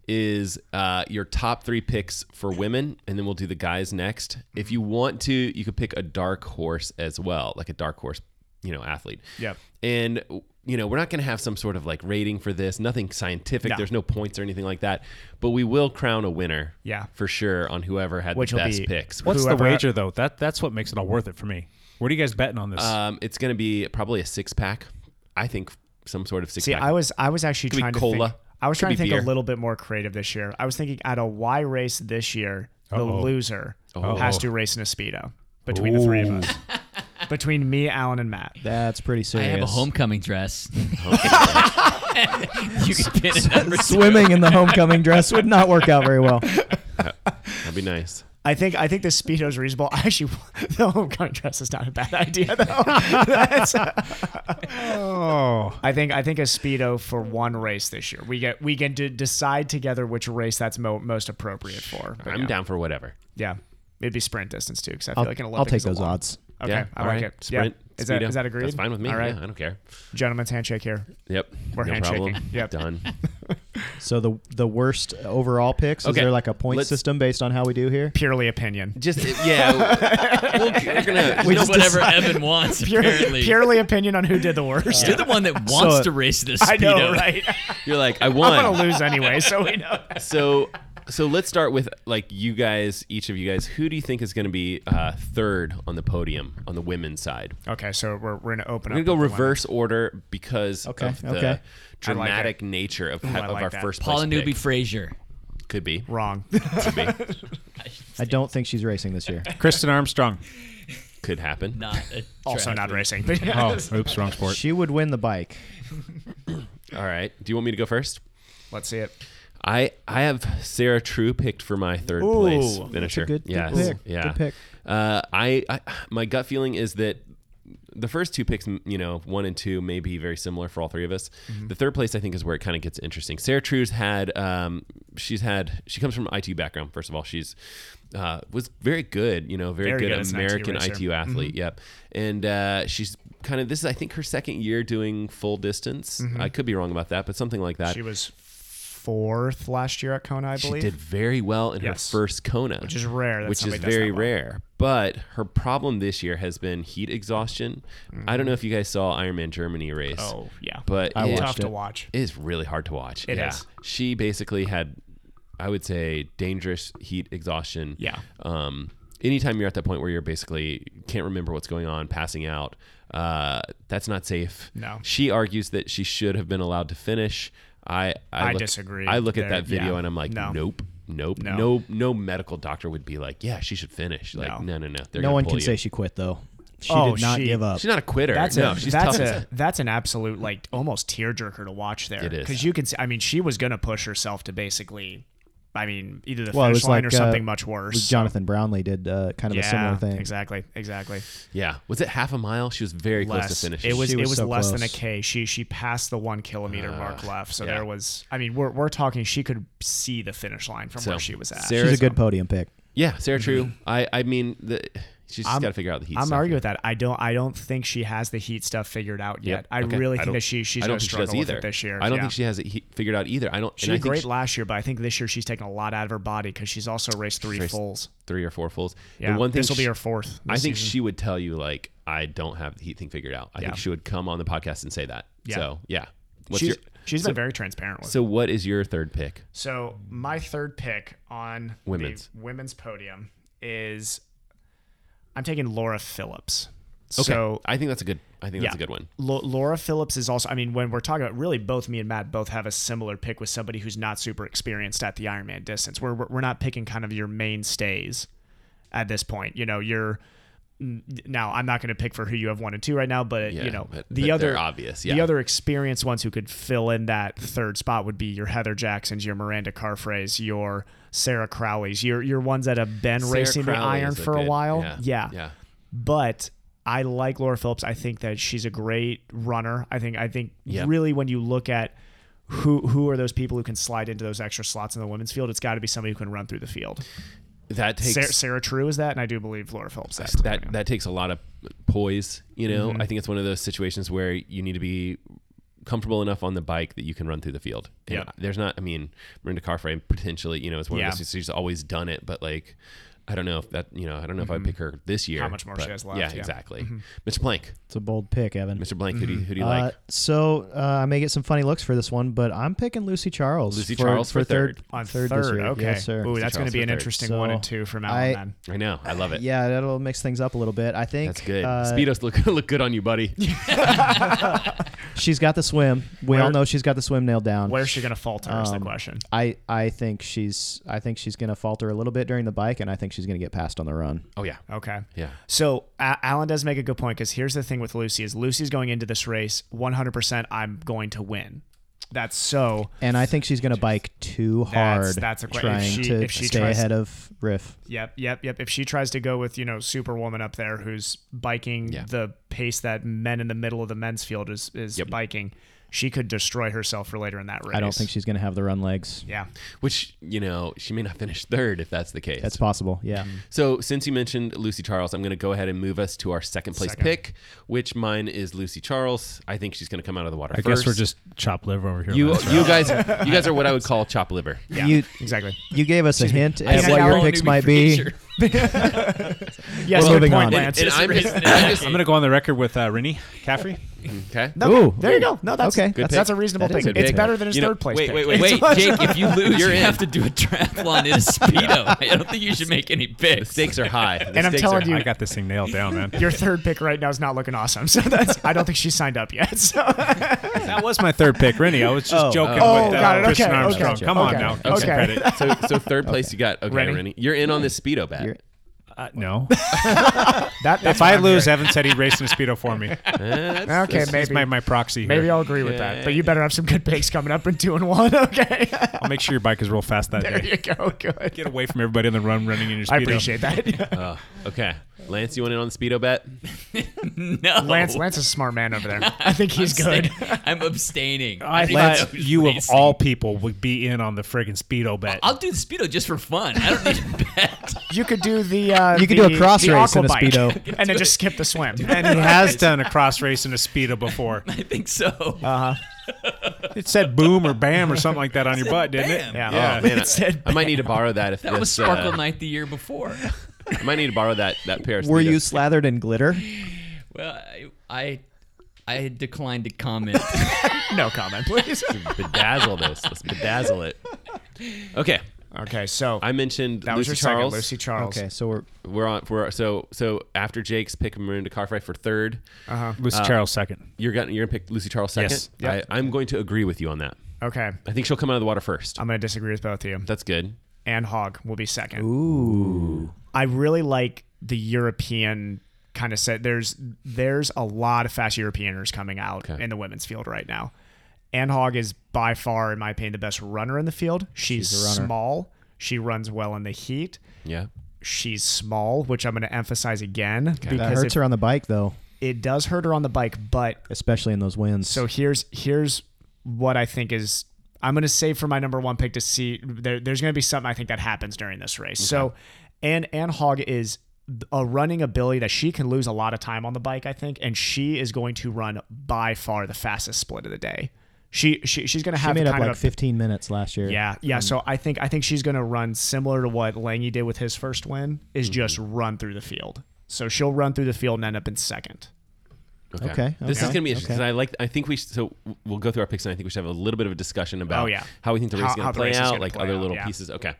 Speaker 3: is uh, your top three picks for women, and then we'll do the guys next. If you want to, you could pick a dark horse as well, like a dark horse, you know, athlete.
Speaker 1: Yep.
Speaker 3: And you know, we're not going to have some sort of like rating for this. Nothing scientific.
Speaker 1: No.
Speaker 3: There's no points or anything like that. But we will crown a winner.
Speaker 1: Yeah.
Speaker 3: For sure on whoever had
Speaker 1: Which
Speaker 3: the
Speaker 1: will
Speaker 3: best
Speaker 1: be-
Speaker 3: picks.
Speaker 8: What's the
Speaker 1: whoever-
Speaker 8: wager though? That that's what makes it all worth it for me. What are you guys betting on this?
Speaker 3: Um, it's going to be probably a six pack. I think some sort of six
Speaker 1: See,
Speaker 3: pack.
Speaker 1: I was I was actually
Speaker 3: be
Speaker 1: trying to
Speaker 3: cola.
Speaker 1: think. I was
Speaker 3: Could
Speaker 1: trying to
Speaker 3: be
Speaker 1: think
Speaker 3: beer.
Speaker 1: a little bit more creative this year. I was thinking at a Y race this year, the
Speaker 8: Uh-oh.
Speaker 1: loser
Speaker 8: Uh-oh.
Speaker 1: has to race in a speedo between the three of us, between me, Alan, and Matt.
Speaker 9: That's pretty
Speaker 2: I
Speaker 9: serious.
Speaker 2: have a homecoming dress. you can pin it number two.
Speaker 9: Swimming in the homecoming dress would not work out very well.
Speaker 3: That'd be nice.
Speaker 1: I think I think the speedo's reasonable. I actually, the homecoming dress is not a bad idea though. That's-
Speaker 8: Oh.
Speaker 1: I think I think a speedo for one race this year. We get we can d- decide together which race that's mo- most appropriate for. But
Speaker 3: I'm
Speaker 1: yeah.
Speaker 3: down for whatever.
Speaker 1: Yeah, it'd be sprint distance too, because I feel
Speaker 9: I'll,
Speaker 1: like an
Speaker 9: I'll
Speaker 1: Olympics.
Speaker 9: take
Speaker 1: is a
Speaker 9: those
Speaker 1: long-
Speaker 9: odds.
Speaker 1: Okay,
Speaker 3: Yeah,
Speaker 1: I
Speaker 3: all
Speaker 1: like
Speaker 3: right.
Speaker 1: it.
Speaker 3: Sprint,
Speaker 1: yeah. is that
Speaker 3: speedo.
Speaker 1: is that agreed?
Speaker 3: That's fine with me.
Speaker 1: All right,
Speaker 3: Yeah, I don't care.
Speaker 1: gentleman's handshake here.
Speaker 3: Yep.
Speaker 1: We're
Speaker 3: no
Speaker 1: handshaking.
Speaker 3: problem.
Speaker 1: Yep.
Speaker 3: Done.
Speaker 9: So the the worst overall picks.
Speaker 3: Okay.
Speaker 9: Is there like a point
Speaker 3: Let's-
Speaker 9: system based on how we do here?
Speaker 1: Purely opinion.
Speaker 3: Just yeah. we'll, we're gonna
Speaker 2: It's whatever Evan wants, apparently.
Speaker 1: Purely, purely opinion on who did the worst.
Speaker 2: You're the one that wants
Speaker 9: So-
Speaker 2: to race this
Speaker 1: I
Speaker 2: speedo.
Speaker 1: know, right?
Speaker 3: You're like I
Speaker 1: I'm
Speaker 3: won.
Speaker 1: gonna lose anyway, so we know.
Speaker 3: so so let's start with like you guys, each of you guys. Who do you think is going to be uh, third on the podium on the women's side?
Speaker 1: Okay, so we're we're gonna open
Speaker 3: We're gonna
Speaker 1: up.
Speaker 3: go
Speaker 1: with the women.
Speaker 3: reverse order because
Speaker 9: Okay,
Speaker 3: of the
Speaker 9: okay.
Speaker 3: dramatic nature of,
Speaker 1: I
Speaker 3: ha- of
Speaker 1: like
Speaker 3: our
Speaker 1: that.
Speaker 3: first place
Speaker 2: Paula Newby
Speaker 3: pick.
Speaker 2: Frazier.
Speaker 3: Could be.
Speaker 1: Wrong.
Speaker 3: Could be.
Speaker 9: I don't think she's racing this year.
Speaker 8: Kristen Armstrong.
Speaker 3: Could happen.
Speaker 2: Not a
Speaker 1: also not
Speaker 2: triathlete.
Speaker 1: racing, but
Speaker 8: Oh, oops, wrong sport.
Speaker 9: She would win the bike.
Speaker 3: All right. Do you want me to go first?
Speaker 1: let's see it.
Speaker 3: I I have Sarah True picked for my third
Speaker 1: Ooh,
Speaker 3: place
Speaker 1: that's a
Speaker 3: finisher.
Speaker 9: good- good
Speaker 3: yes.
Speaker 9: pick,
Speaker 3: Yeah.
Speaker 9: good pick.
Speaker 3: Uh, I, I my gut feeling is that the first two picks, m- you know, one and two may be very similar for all three of us.
Speaker 1: Mm-hmm.
Speaker 3: The third place I think is where it kind of gets interesting. Sarah True's had um, she's had she comes from IT background first of all. She's uh, was very good, you know, very,
Speaker 1: Very
Speaker 3: good,
Speaker 1: good as an IT
Speaker 3: American
Speaker 1: racer. Mm-hmm.
Speaker 3: IT athlete. Yep. And uh, she's kind of this is I think her second year doing full distance.
Speaker 1: Mm-hmm.
Speaker 3: I could be wrong about that, but something like that.
Speaker 1: She was fourth last year at Kona, I
Speaker 3: She
Speaker 1: believe.
Speaker 3: did very well in
Speaker 1: Yes.
Speaker 3: her first Kona,
Speaker 1: Which is rare that
Speaker 3: which is
Speaker 1: somebody does
Speaker 3: very
Speaker 1: that well.
Speaker 3: rare. But her problem this year has been heat exhaustion. I don't know if you guys saw Ironman Germany race.
Speaker 1: Mm. Oh yeah,
Speaker 3: but
Speaker 9: I
Speaker 3: it
Speaker 1: tough
Speaker 9: watched
Speaker 1: to
Speaker 9: it.
Speaker 1: watch.
Speaker 3: is really hard to watch.
Speaker 1: It
Speaker 3: It is.
Speaker 1: is.
Speaker 3: She basically had, I would say, dangerous heat exhaustion.
Speaker 1: Yeah.
Speaker 3: Um, anytime you're at that point where you're basically can't remember what's going on, passing out, uh, that's not safe.
Speaker 1: No.
Speaker 3: She argues that she should have been allowed to finish. I I,
Speaker 1: I
Speaker 3: look-
Speaker 1: disagree
Speaker 3: I look at
Speaker 1: there.
Speaker 3: that video
Speaker 1: Yeah.
Speaker 3: and I'm like,
Speaker 1: No.
Speaker 3: nope. Nope.
Speaker 1: No.
Speaker 3: No. no. No medical doctor would be like, yeah, she should finish. Like,
Speaker 1: No.
Speaker 3: no, no, no. They're
Speaker 9: No
Speaker 3: gonna
Speaker 9: one
Speaker 3: pull
Speaker 9: can
Speaker 3: you.
Speaker 9: say she quit though. She
Speaker 1: Oh,
Speaker 9: did not
Speaker 1: she-
Speaker 9: give up.
Speaker 3: she's not a quitter.
Speaker 1: That's
Speaker 3: no,
Speaker 1: a
Speaker 3: she's
Speaker 1: that's
Speaker 3: tough
Speaker 1: a
Speaker 3: as a-
Speaker 1: that's an absolute like almost tearjerker to watch there.
Speaker 3: It is.
Speaker 1: because you can see. I mean, she was gonna push herself to basically, I mean, either the
Speaker 9: well, it
Speaker 1: finish
Speaker 9: was
Speaker 1: line
Speaker 9: like
Speaker 1: or something
Speaker 9: uh,
Speaker 1: much worse.
Speaker 9: was Jonathan Brownlee did uh, kind of
Speaker 1: yeah,
Speaker 9: a similar thing.
Speaker 1: exactly, exactly.
Speaker 3: Yeah. Was it half a mile? She was very close
Speaker 1: Less.
Speaker 3: to finishing.
Speaker 1: It was,
Speaker 9: She was
Speaker 1: it was
Speaker 9: so
Speaker 1: less than a
Speaker 9: close.
Speaker 1: K. She she passed the one kilometer mark left. So
Speaker 3: Uh, yeah.
Speaker 1: there was. I mean, we're we're talking. She could see the finish line from where she was at.
Speaker 3: Sarah-
Speaker 9: She's a
Speaker 3: Arizona.
Speaker 9: good podium pick.
Speaker 3: Yeah, Sarah True. I I mean, the, she's just
Speaker 1: Mm-hmm. I'm-
Speaker 3: got to figure out the heat.
Speaker 1: I'm
Speaker 3: stuff.
Speaker 1: arguing with that. I don't. I don't think she has the heat stuff figured out yet.
Speaker 3: Yep.
Speaker 1: I
Speaker 3: Okay.
Speaker 1: really
Speaker 3: I
Speaker 1: think
Speaker 3: don't-
Speaker 1: that she she's
Speaker 3: I don't
Speaker 1: gonna
Speaker 3: think she
Speaker 1: struggle
Speaker 3: does
Speaker 1: with
Speaker 3: either
Speaker 1: it this year.
Speaker 3: I don't
Speaker 1: Yeah.
Speaker 3: think she has it he- figured out either. I don't.
Speaker 1: She
Speaker 3: and I
Speaker 1: did
Speaker 3: think
Speaker 1: great
Speaker 3: she-
Speaker 1: last year, but I think this year she's taken a lot out of her body because she's also raced three
Speaker 3: raced-
Speaker 1: fulls.
Speaker 3: three or four fulls.
Speaker 1: Yeah,
Speaker 3: the one thing
Speaker 1: this will be
Speaker 3: she-
Speaker 1: her fourth.
Speaker 3: I
Speaker 1: this
Speaker 3: think
Speaker 1: season.
Speaker 3: she would tell you like I don't have the heat thing figured out. I
Speaker 1: Yeah.
Speaker 3: think she would come on the podcast and say that.
Speaker 1: Yeah.
Speaker 3: So yeah. What's
Speaker 1: she's
Speaker 3: your
Speaker 1: she's been very transparent with. it.
Speaker 3: so? What is your third pick?
Speaker 1: So my third pick on
Speaker 3: Women's.
Speaker 1: the women's podium is I'm taking Laura Phillips. So
Speaker 3: I think that's a good. I think that's a
Speaker 1: Yeah.
Speaker 3: good one.
Speaker 1: Lo- Laura Phillips is also. I mean, when we're talking about really, both me and Matt both have a similar pick with somebody who's not super experienced at the Ironman distance. We're we're we're not picking kind of your mainstays at this point. You know, you're n- now. I'm not going to pick for who you have one and two right now, but
Speaker 3: Yeah,
Speaker 1: you know
Speaker 3: but- but
Speaker 1: the
Speaker 3: they're
Speaker 1: other
Speaker 3: obvious,
Speaker 1: The
Speaker 3: yeah.
Speaker 1: other experienced ones who could fill in that third spot would be your Heather Jacksons, your Miranda Carfrays, your Sarah Crowleys, your your ones that have been
Speaker 3: Sarah
Speaker 1: racing the
Speaker 3: Crowley
Speaker 1: iron
Speaker 3: is
Speaker 1: for a
Speaker 3: good-
Speaker 1: while.
Speaker 3: Yeah.
Speaker 1: yeah but I like Laura Phillips. I think that she's a great runner. I think I think
Speaker 3: Yeah.
Speaker 1: really when you look at who who are those people who can slide into those extra slots in the women's field, it's got to be somebody who can run through the field.
Speaker 3: That takes
Speaker 1: Sarah, Sarah True is that, and I do believe Laura Phillips is that.
Speaker 3: that that takes a lot of poise. You know,
Speaker 1: Mm-hmm.
Speaker 3: I think it's one of those situations where you need to be comfortable enough on the bike that you can run through the field. And
Speaker 1: Yep.
Speaker 3: There's not. I mean, Miranda Carframe potentially. You know, is one
Speaker 1: Yeah.
Speaker 3: of those. She's always done it, but like. I don't know if that you know. I don't know if I pick her this year.
Speaker 1: Mm-hmm. much more
Speaker 3: but
Speaker 1: she has left,
Speaker 3: Yeah,
Speaker 1: yeah. Mm-hmm.
Speaker 3: exactly. Mr. Blank,
Speaker 9: It's a bold pick, Evan.
Speaker 3: Mr. Blank, who do you, who do you
Speaker 9: Uh,
Speaker 3: like?
Speaker 9: so uh, I may get some funny looks for this one, but I'm picking Lucy Charles.
Speaker 3: Lucy
Speaker 9: for,
Speaker 3: Charles for
Speaker 9: third.
Speaker 3: third.
Speaker 1: On
Speaker 9: third
Speaker 1: third,
Speaker 9: this year.
Speaker 1: okay.
Speaker 9: Yes, sir.
Speaker 1: Ooh, that's going to
Speaker 3: Charles
Speaker 1: be
Speaker 3: for
Speaker 1: an
Speaker 3: third.
Speaker 1: interesting
Speaker 9: So
Speaker 1: one and two from now
Speaker 9: I-
Speaker 1: on. Then.
Speaker 3: I know, I love it.
Speaker 9: Uh, Yeah, that'll mix things up a little bit. I think
Speaker 3: that's good.
Speaker 9: uh,
Speaker 3: Speedos look look good on you, buddy.
Speaker 9: she's got the swim. We
Speaker 1: Where-
Speaker 9: all know she's got the swim nailed down.
Speaker 1: Where's she going to falter? is the
Speaker 9: Um,
Speaker 1: question.
Speaker 9: I, I think she's I think she's gonna falter a little bit during the bike, and I think she's gonna get passed on the run.
Speaker 3: Oh yeah,
Speaker 1: Okay.
Speaker 3: yeah.
Speaker 1: So A- Alan does make a good point because here's the thing with Lucy is Lucy's going into this race 100%. I'm going to win. That's so.
Speaker 9: And I think she's going to bike too
Speaker 1: That's-
Speaker 9: hard
Speaker 1: that's a que- if
Speaker 9: trying
Speaker 1: she-
Speaker 9: to
Speaker 1: if she
Speaker 9: stay
Speaker 1: tries-
Speaker 9: ahead of Riff.
Speaker 1: Yep, yep, yep. If she tries to go with, you know, Superwoman up there who's biking the pace that men in the middle of the men's field is, is biking, she could destroy herself for later in that race.
Speaker 9: I don't think she's going to have the run legs.
Speaker 1: Yeah.
Speaker 3: Which, you know, she may not finish third if that's the case.
Speaker 9: That's possible.
Speaker 1: Mm-hmm.
Speaker 9: Yeah.
Speaker 3: So, since you mentioned Lucy Charles, I'm going to go ahead and move us to our second place
Speaker 1: Second.
Speaker 3: pick, which mine is Lucy Charles. I think she's going to come out of the water
Speaker 8: I
Speaker 3: first.
Speaker 8: guess we're just chop liver over here.
Speaker 3: you
Speaker 8: Lance.
Speaker 3: you guys you guys are what I would call chop liver.
Speaker 1: Yeah,
Speaker 9: You-
Speaker 1: exactly.
Speaker 9: You gave us a hint
Speaker 3: I
Speaker 9: at
Speaker 3: said
Speaker 9: what
Speaker 3: I
Speaker 9: your
Speaker 3: won't
Speaker 9: picks
Speaker 3: do
Speaker 9: might be.
Speaker 3: Creature.
Speaker 1: Yes,
Speaker 9: Well,
Speaker 1: good
Speaker 9: moving
Speaker 1: point,
Speaker 9: on.
Speaker 1: Lance.
Speaker 3: And I'm just, I'm
Speaker 8: I'm
Speaker 3: just
Speaker 8: going to go on the record with uh, Rennie Caffrey.
Speaker 3: okay.
Speaker 1: Okay,
Speaker 9: Ooh.
Speaker 1: there you go. No, that's
Speaker 9: Okay.
Speaker 1: okay.
Speaker 9: Good
Speaker 1: That's,
Speaker 9: pick.
Speaker 1: that's a reasonable
Speaker 9: That is
Speaker 1: pick.
Speaker 9: a good
Speaker 1: It's
Speaker 9: pick.
Speaker 1: better than his
Speaker 3: You know-
Speaker 1: third place.
Speaker 3: wait,
Speaker 1: pick.
Speaker 3: wait, wait,
Speaker 1: It's
Speaker 2: Wait,
Speaker 1: much-
Speaker 2: Jake, if you lose, you
Speaker 3: You're in.
Speaker 2: have to do a triathlon in a speedo. I don't think you should make any
Speaker 3: The
Speaker 2: picks.
Speaker 3: stakes are high. The
Speaker 1: And I'm
Speaker 3: stakes
Speaker 1: telling
Speaker 3: are
Speaker 1: you-
Speaker 3: high.
Speaker 8: I got this thing nailed down, man.
Speaker 1: Your third pick right now is not looking awesome. So that's I don't think she's signed up yet. So
Speaker 8: That was my third pick, Rennie. I was just
Speaker 9: Oh.
Speaker 8: joking
Speaker 1: Oh,
Speaker 8: with
Speaker 1: got
Speaker 8: uh,
Speaker 1: it.
Speaker 8: Christian
Speaker 1: Okay,
Speaker 8: Armstrong.
Speaker 1: okay.
Speaker 8: Come on
Speaker 1: Okay.
Speaker 8: now. Give some
Speaker 1: Okay. Uh,
Speaker 8: credit.
Speaker 3: So, so third place you got okay,
Speaker 1: Rennie?
Speaker 3: Rennie. You're in on this speedo bet.
Speaker 9: You're-
Speaker 8: Uh, no.
Speaker 1: that, that's
Speaker 8: If I
Speaker 1: what I'm
Speaker 8: lose,
Speaker 1: hearing.
Speaker 8: Evan said he raced in a speedo for me.
Speaker 3: Eh, that's-
Speaker 1: okay,
Speaker 8: He's
Speaker 1: maybe
Speaker 8: my, my proxy.
Speaker 1: maybe
Speaker 8: here.
Speaker 1: I'll agree with that. But you better have some good picks coming up in two and one. Okay,
Speaker 8: I'll make sure your bike is real fast that
Speaker 1: there
Speaker 8: day.
Speaker 1: you go. Good.
Speaker 8: Get away from everybody on the run running in your speedo.
Speaker 1: I appreciate that.
Speaker 3: Oh, okay. Lance, you want in on the speedo bet?
Speaker 2: no.
Speaker 1: Lance, Lance is a smart man over there. I think he's
Speaker 2: I'm
Speaker 1: good.
Speaker 2: saying- I'm abstaining.
Speaker 8: I
Speaker 2: think
Speaker 8: thought
Speaker 2: I was
Speaker 8: you of
Speaker 2: racing.
Speaker 8: all people would be in on the friggin' speedo bet.
Speaker 2: I'll do the speedo just for fun. I don't need to bet.
Speaker 1: You could do the uh,
Speaker 9: You could do a
Speaker 1: the-
Speaker 9: cross
Speaker 1: the
Speaker 9: race in a
Speaker 1: aquabike
Speaker 9: Speedo.
Speaker 1: and then just skip the swim.
Speaker 8: and he has done a cross race in a speedo before.
Speaker 2: I think so.
Speaker 1: Uh-huh.
Speaker 8: It said boom or bam or something like that on your butt, didn't it?
Speaker 2: bam.
Speaker 1: Yeah.
Speaker 3: Oh, man, I-
Speaker 1: said
Speaker 3: I, might need to borrow that. If
Speaker 2: that was
Speaker 3: this,
Speaker 2: Sparkle
Speaker 3: uh,
Speaker 2: Night the year before.
Speaker 3: I might need to borrow that that pair. Of
Speaker 9: Were you
Speaker 3: Speedos.
Speaker 9: slathered in glitter?
Speaker 2: Well, I I, I had declined to comment.
Speaker 1: no comment, please.
Speaker 3: bedazzle this? Let's bedazzle it. Okay,
Speaker 1: okay, so
Speaker 3: I mentioned
Speaker 1: that was
Speaker 3: Lucy
Speaker 1: your
Speaker 3: Charles.
Speaker 1: second, Lucy Charles.
Speaker 9: Okay, so we're
Speaker 3: We're on. We're so so after Jake's pick Maroon to Carfry for third.
Speaker 1: Uh-huh.
Speaker 8: Lucy
Speaker 1: Uh,
Speaker 8: Charles second.
Speaker 3: You're gonna you're gonna pick Lucy Charles second.
Speaker 8: Yes.
Speaker 1: Yep.
Speaker 3: I, I'm going to agree with you on that.
Speaker 1: Okay,
Speaker 3: I think she'll come out of the water first.
Speaker 1: I'm going to disagree with both of you.
Speaker 3: That's good.
Speaker 1: and Hog will be second. Ooh. I really like the European kind of set. There's there's a lot of fast Europeaners coming out in the women's field right now. Ann Hog is by far, in my opinion, the best runner in the field. She's, small. She runs well in the heat.
Speaker 3: Yeah.
Speaker 1: She's small, which I'm going to emphasize again
Speaker 9: that
Speaker 1: because
Speaker 9: hurts
Speaker 1: if-
Speaker 9: her on the bike though,
Speaker 1: it does hurt her on the bike. But
Speaker 9: especially in those winds.
Speaker 1: so here's here's what I think is I'm gonna save for my number one pick to see there, there's gonna be something I think that happens during this race. So and Ann Hogg is a running ability that she can lose a lot of time on the bike, I think, and she is going to run by far the fastest split of the day. She, she she's gonna
Speaker 9: I
Speaker 1: have
Speaker 9: made up
Speaker 1: kind
Speaker 9: like
Speaker 1: of a,
Speaker 9: 15 minutes last year.
Speaker 1: yeah, yeah. So I think I think she's going to run similar to what Langy did with his first win, is
Speaker 9: Mm-hmm.
Speaker 1: just run through the field. So she'll run through the field and end up in second.
Speaker 3: Okay.
Speaker 9: Okay,
Speaker 3: This is
Speaker 9: okay,
Speaker 3: gonna be interesting
Speaker 9: okay.
Speaker 3: because I like. I think we sh- so we'll go through our picks and I think we should have a little bit of a discussion about
Speaker 1: Oh, yeah.
Speaker 3: how we think the race
Speaker 1: How-
Speaker 3: is gonna
Speaker 1: how the
Speaker 3: play
Speaker 1: race is
Speaker 3: out,
Speaker 1: gonna
Speaker 3: like
Speaker 1: play
Speaker 3: other
Speaker 1: out,
Speaker 3: little
Speaker 1: yeah.
Speaker 3: pieles. Okay.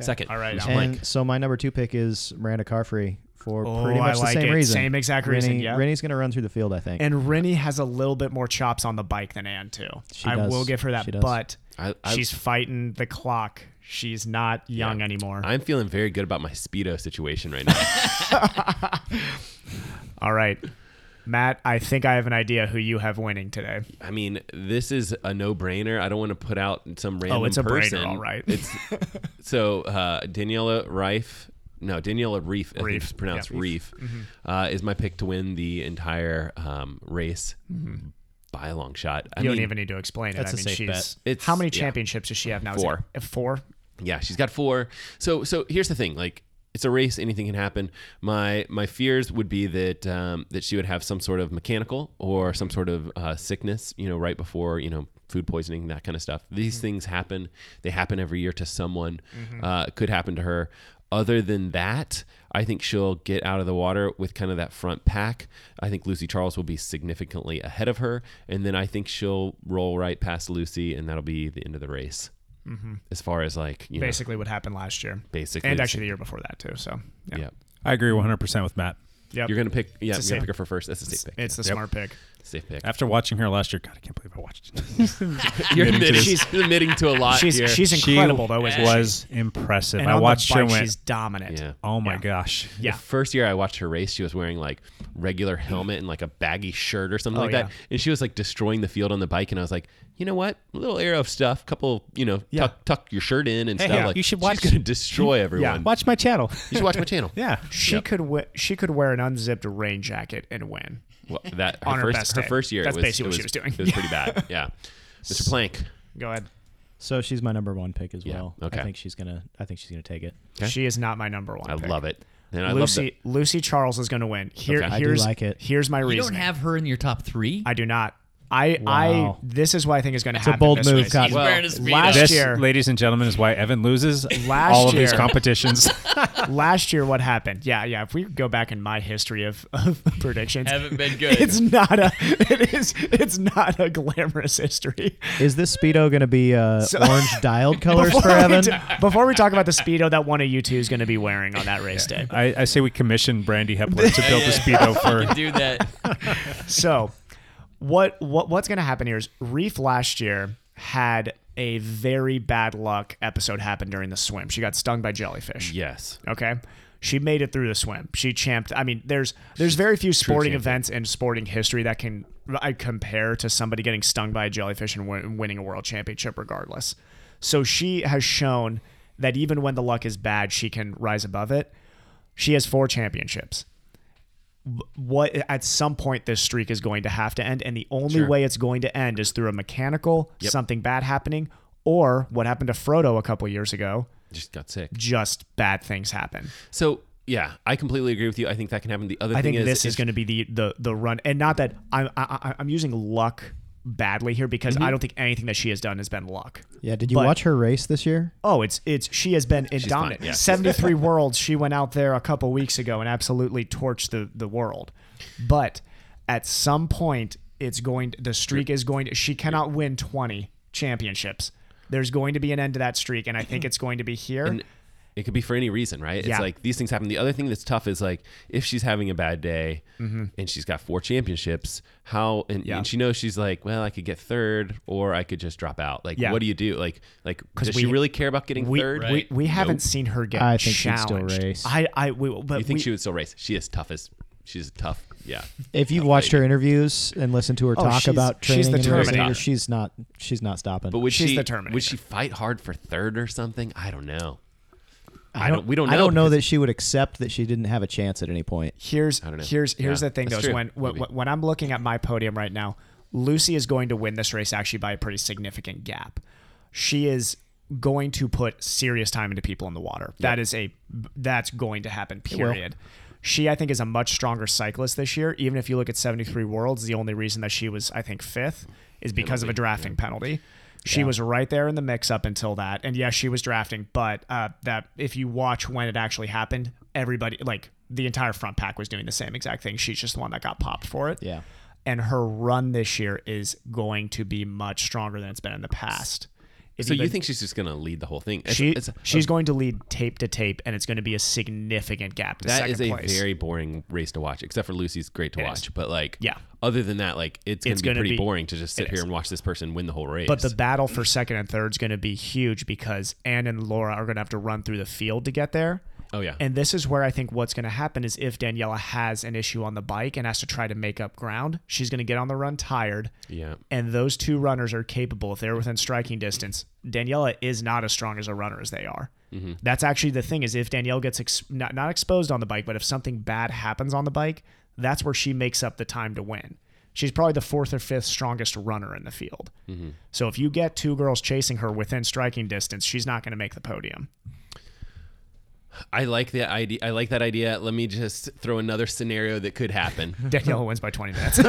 Speaker 3: Second.
Speaker 1: All right,
Speaker 3: Who's
Speaker 1: Alan.
Speaker 9: And
Speaker 3: blank?
Speaker 9: so my number two pick is Miranda Carfrey for
Speaker 1: Oh,
Speaker 9: pretty
Speaker 1: I
Speaker 9: much the
Speaker 1: like
Speaker 9: same
Speaker 1: it.
Speaker 9: reason.
Speaker 1: Same exact reason,
Speaker 9: Rennie,
Speaker 1: yeah.
Speaker 9: Rennie's going to run through the field, I think.
Speaker 1: And Rennie has a little bit more chops on the bike than Ann too.
Speaker 9: She
Speaker 1: I
Speaker 9: does.
Speaker 1: will give her
Speaker 9: She
Speaker 1: that,
Speaker 9: does.
Speaker 1: but
Speaker 3: I- I-
Speaker 1: she's fighting the clock. She's not young anymore.
Speaker 3: I'm feeling very good about my speedo situation right now.
Speaker 1: All right, Matt. I think I have an idea who you have winning today.
Speaker 3: I mean, this is a no-brainer. I don't want to put out some random
Speaker 1: Oh, it's a brainer,
Speaker 3: person.
Speaker 1: all right.
Speaker 3: It's so uh, Daniela Reif. No, Daniela Reef. I think
Speaker 1: Reif,
Speaker 3: it's pronounced
Speaker 1: yeah. Mm-hmm.
Speaker 3: Reef. Uh, is my pick to win the entire um, race by a long shot. I
Speaker 1: Mm-hmm. You
Speaker 3: mean,
Speaker 1: don't even need to explain it. I
Speaker 9: That's a
Speaker 1: mean,
Speaker 9: safe
Speaker 1: she's
Speaker 3: bet. It's-
Speaker 1: how many
Speaker 3: yeah.
Speaker 1: championships does she have now? Is
Speaker 3: Four.
Speaker 1: it- uh, Four.
Speaker 3: Yeah, she's got four. So so here's the thing, like it's a race, anything can happen. My my fears would be that um, that she would have some sort of mechanical or some sort of uh, sickness, you know, right before you know food poisoning, that kind of stuff. These things happen. They happen every year to someone. Uh, it could happen to her. Other than that, I think she'll get out of the water with kind of that front pack. I think Lucy Charles will be significantly ahead of her, and then I think she'll roll right past Lucy, and that'll be the end of the race. As far as like you know,
Speaker 1: Basically, what happened last year.
Speaker 3: Basically
Speaker 1: and
Speaker 3: the
Speaker 1: actually
Speaker 3: same.
Speaker 1: the year before that too. So yeah.
Speaker 3: Yeah.
Speaker 8: I agree 100% with Matt.
Speaker 1: Yep.
Speaker 3: You're gonna pick.
Speaker 1: It's
Speaker 3: Yeah,
Speaker 1: a
Speaker 3: you're gonna
Speaker 1: safe-
Speaker 3: pick her for first. That's a safe pick.
Speaker 1: It's the
Speaker 3: Yep.
Speaker 1: smart pick.
Speaker 3: Safe pick.
Speaker 8: After watching her last year, God, I can't believe I watched it.
Speaker 3: You're
Speaker 8: Admitting to
Speaker 3: admitting,
Speaker 8: this.
Speaker 3: she's admitting to a lot
Speaker 1: She's-
Speaker 3: here.
Speaker 1: she's incredible, though,
Speaker 8: Was,
Speaker 1: isn't she?
Speaker 8: impressive.
Speaker 1: And
Speaker 8: I
Speaker 1: on the
Speaker 8: watched her.
Speaker 1: bike,
Speaker 8: and Went,
Speaker 1: she's dominant.
Speaker 3: Yeah.
Speaker 8: Oh my gosh.
Speaker 1: Yeah.
Speaker 3: The first year I watched her race, she was wearing like regular helmet and like a baggy shirt or something
Speaker 1: Oh,
Speaker 3: like that,
Speaker 1: yeah.
Speaker 3: and she was like destroying the field on the bike. And I was like, you know what? A little air of stuff, couple, you know,
Speaker 1: Yeah.
Speaker 3: tuck tuck your shirt in and
Speaker 8: Hey,
Speaker 3: stuff.
Speaker 8: yeah,
Speaker 3: Like
Speaker 8: you should
Speaker 3: She's
Speaker 8: watch-
Speaker 3: gonna destroy everyone.
Speaker 8: Watch my channel.
Speaker 3: You should watch my channel.
Speaker 8: yeah.
Speaker 1: She could we- she could wear an unzipped rain jacket and win.
Speaker 3: Well, that her
Speaker 1: On her
Speaker 3: first
Speaker 1: best
Speaker 3: her
Speaker 1: day.
Speaker 3: first year. it
Speaker 1: That's
Speaker 3: was,
Speaker 1: basically
Speaker 3: it
Speaker 1: what she was doing.
Speaker 3: It was pretty bad. Yeah. Mr. Plank.
Speaker 1: Go ahead.
Speaker 9: So she's my number one pick as
Speaker 3: Yeah,
Speaker 9: well.
Speaker 3: okay.
Speaker 9: I think she's gonna. I think she's gonna take it.
Speaker 3: Okay.
Speaker 1: She is not my number one.
Speaker 3: I
Speaker 1: pick.
Speaker 3: love it. And I love that.
Speaker 1: Lucy Lucy Charles is going to win. Here,
Speaker 3: Okay. I
Speaker 9: do
Speaker 1: here's
Speaker 9: like it.
Speaker 1: Here's my
Speaker 2: You
Speaker 1: reason.
Speaker 2: don't have her in your top three.
Speaker 1: I do not. I I
Speaker 9: Wow.
Speaker 1: this is what I think is going to
Speaker 9: a
Speaker 1: happen.
Speaker 9: bold
Speaker 1: this
Speaker 9: move,
Speaker 1: race.
Speaker 9: Cotton.
Speaker 2: Well, wearing his speedo.
Speaker 1: last
Speaker 8: This,
Speaker 1: year,
Speaker 8: ladies and gentlemen, is why Evan loses
Speaker 1: Last
Speaker 8: all of these
Speaker 1: year.
Speaker 8: competitions.
Speaker 1: last year, what happened? Yeah, yeah. If we go back in my history of, of predictions,
Speaker 2: Haven't been good.
Speaker 1: it's not a it is it's not a glamorous history.
Speaker 9: Is this speedo gonna be uh, orange dialed colors for
Speaker 1: Before we
Speaker 9: Evan?
Speaker 1: ta- before we talk about the speedo that one of you two is going to be wearing on that race day.
Speaker 8: I, I say we commission Brandy Hepler to build the speedo
Speaker 2: You
Speaker 8: for.
Speaker 2: do that.
Speaker 1: So, what what what's going to happen here is Reef last year had a very bad luck episode happen during the swim. She got stung by jellyfish.
Speaker 3: Yes.
Speaker 1: Okay. She made it through the swim. She champed. I mean, there's there's very few sporting events in sporting history that can I compare to somebody getting stung by a jellyfish and win, winning a world championship, regardless. So she has shown that even when the luck is bad, she can rise above it. She has four championships. B- What at some point this streak is going to have to end, and the only way it's going to end is through a mechanical something bad happening, or what happened to Frodo a couple years ago,
Speaker 3: Just got sick.
Speaker 1: just bad things happen.
Speaker 3: So yeah, I completely agree with you. I think that can happen. The other
Speaker 1: I
Speaker 3: thing
Speaker 1: think
Speaker 3: is
Speaker 1: this is going to be the the the run, and not that I'm I, I- I'm using luck badly here because
Speaker 3: Mm-hmm.
Speaker 1: I don't think anything that she has done has been luck.
Speaker 9: Yeah. Did you
Speaker 1: But-
Speaker 9: watch her race this year?
Speaker 1: Oh, it's it's she has been indominant.
Speaker 3: fine, yeah.
Speaker 1: Seventy three worlds. She went out there a couple weeks ago and absolutely torched the the world. But at some point, it's going. The streak is going. to She cannot win twenty championships. There's going to be an end to that streak, and I think it's going to be here.
Speaker 3: It could be for any reason, right? It's
Speaker 1: Yeah.
Speaker 3: like these things happen. The other thing that's tough is like if she's having a bad day
Speaker 1: Mm-hmm.
Speaker 3: and she's got four championships, how and, and she knows she's like, well, I could get third or I could just drop out. Like,
Speaker 1: Yeah.
Speaker 3: what do you do? Like, like does she
Speaker 1: we-
Speaker 3: really care about getting
Speaker 1: we,
Speaker 3: third?
Speaker 1: we, we haven't seen her get
Speaker 9: I think she'd still
Speaker 1: challenged.
Speaker 9: race.
Speaker 1: I I we, but
Speaker 3: You think
Speaker 1: we,
Speaker 3: she would still race? She is tough as she's tough. Yeah,
Speaker 9: If
Speaker 3: Oh,
Speaker 9: you've watched her interviews and listened to her talk
Speaker 1: she's-
Speaker 9: about training
Speaker 1: she's the
Speaker 9: and racing,
Speaker 1: Terminator.
Speaker 9: she's not. She's not stopping.
Speaker 3: but would
Speaker 1: She's
Speaker 3: she?
Speaker 1: the Terminator.
Speaker 3: Would she fight hard for third or something? I don't know. I don't. we don't. Know
Speaker 9: I don't know
Speaker 3: because-
Speaker 9: that she would accept that she didn't have a chance at any point.
Speaker 1: here's
Speaker 3: don't know.
Speaker 1: here's here's
Speaker 3: Yeah,
Speaker 1: the thing
Speaker 3: that's
Speaker 1: though is
Speaker 3: true.
Speaker 1: when when,
Speaker 3: Maybe.
Speaker 1: when I'm looking at my podium right now, Lucy is going to win this race actually by a pretty significant gap. She is going to put serious time into people in the water. That is a that's going to happen. Period. She I think is a much stronger cyclist this year. Even if you look at 73 Worlds, the only reason that she was I think 5th is because of a drafting penalty. She was right there in the mix up until that. And yes, she was drafting, but uh, that if you watch when it actually happened, everybody like the entire front pack was doing the same exact thing. She's just the one that got popped for it.
Speaker 9: Yeah.
Speaker 1: And her run this year is going to be much stronger than it's been in the past. It's
Speaker 3: So you
Speaker 1: even-
Speaker 3: think she's just gonna lead the whole thing? It's-
Speaker 1: she,
Speaker 3: it's-
Speaker 1: she's going to lead tape to tape, and it's going to be a significant gap to
Speaker 3: That
Speaker 1: second
Speaker 3: is a
Speaker 1: place.
Speaker 3: very boring race to watch, except for Lucy's great to
Speaker 1: It
Speaker 3: watch.
Speaker 1: is.
Speaker 3: But like,
Speaker 1: Yeah.
Speaker 3: Other than that, like it's gonna
Speaker 1: It's
Speaker 3: be
Speaker 1: gonna
Speaker 3: pretty
Speaker 1: be-
Speaker 3: boring to just sit
Speaker 1: it
Speaker 3: here
Speaker 1: is.
Speaker 3: and watch this person win the whole race.
Speaker 1: But the battle for second and third is going to be huge because Anne and Laura are going to have to run through the field to get there.
Speaker 3: oh yeah,
Speaker 1: And this is where I think what's going to happen is if Daniela has an issue on the bike and has to try to make up ground, she's going to get on the run tired.
Speaker 3: yeah,
Speaker 1: And those two runners are capable if they're within striking distance. Daniela is not as strong as a runner as they are. That's actually the thing is if Danielle gets ex- not, not exposed on the bike, but if something bad happens on the bike, that's where she makes up the time to win. She's probably the fourth or fifth strongest runner in the field. So if you get two girls chasing her within striking distance, she's not going to make the podium.
Speaker 3: I like the idea. I like that idea. Let me just throw another scenario that could happen.
Speaker 1: Daniela wins by 20 minutes.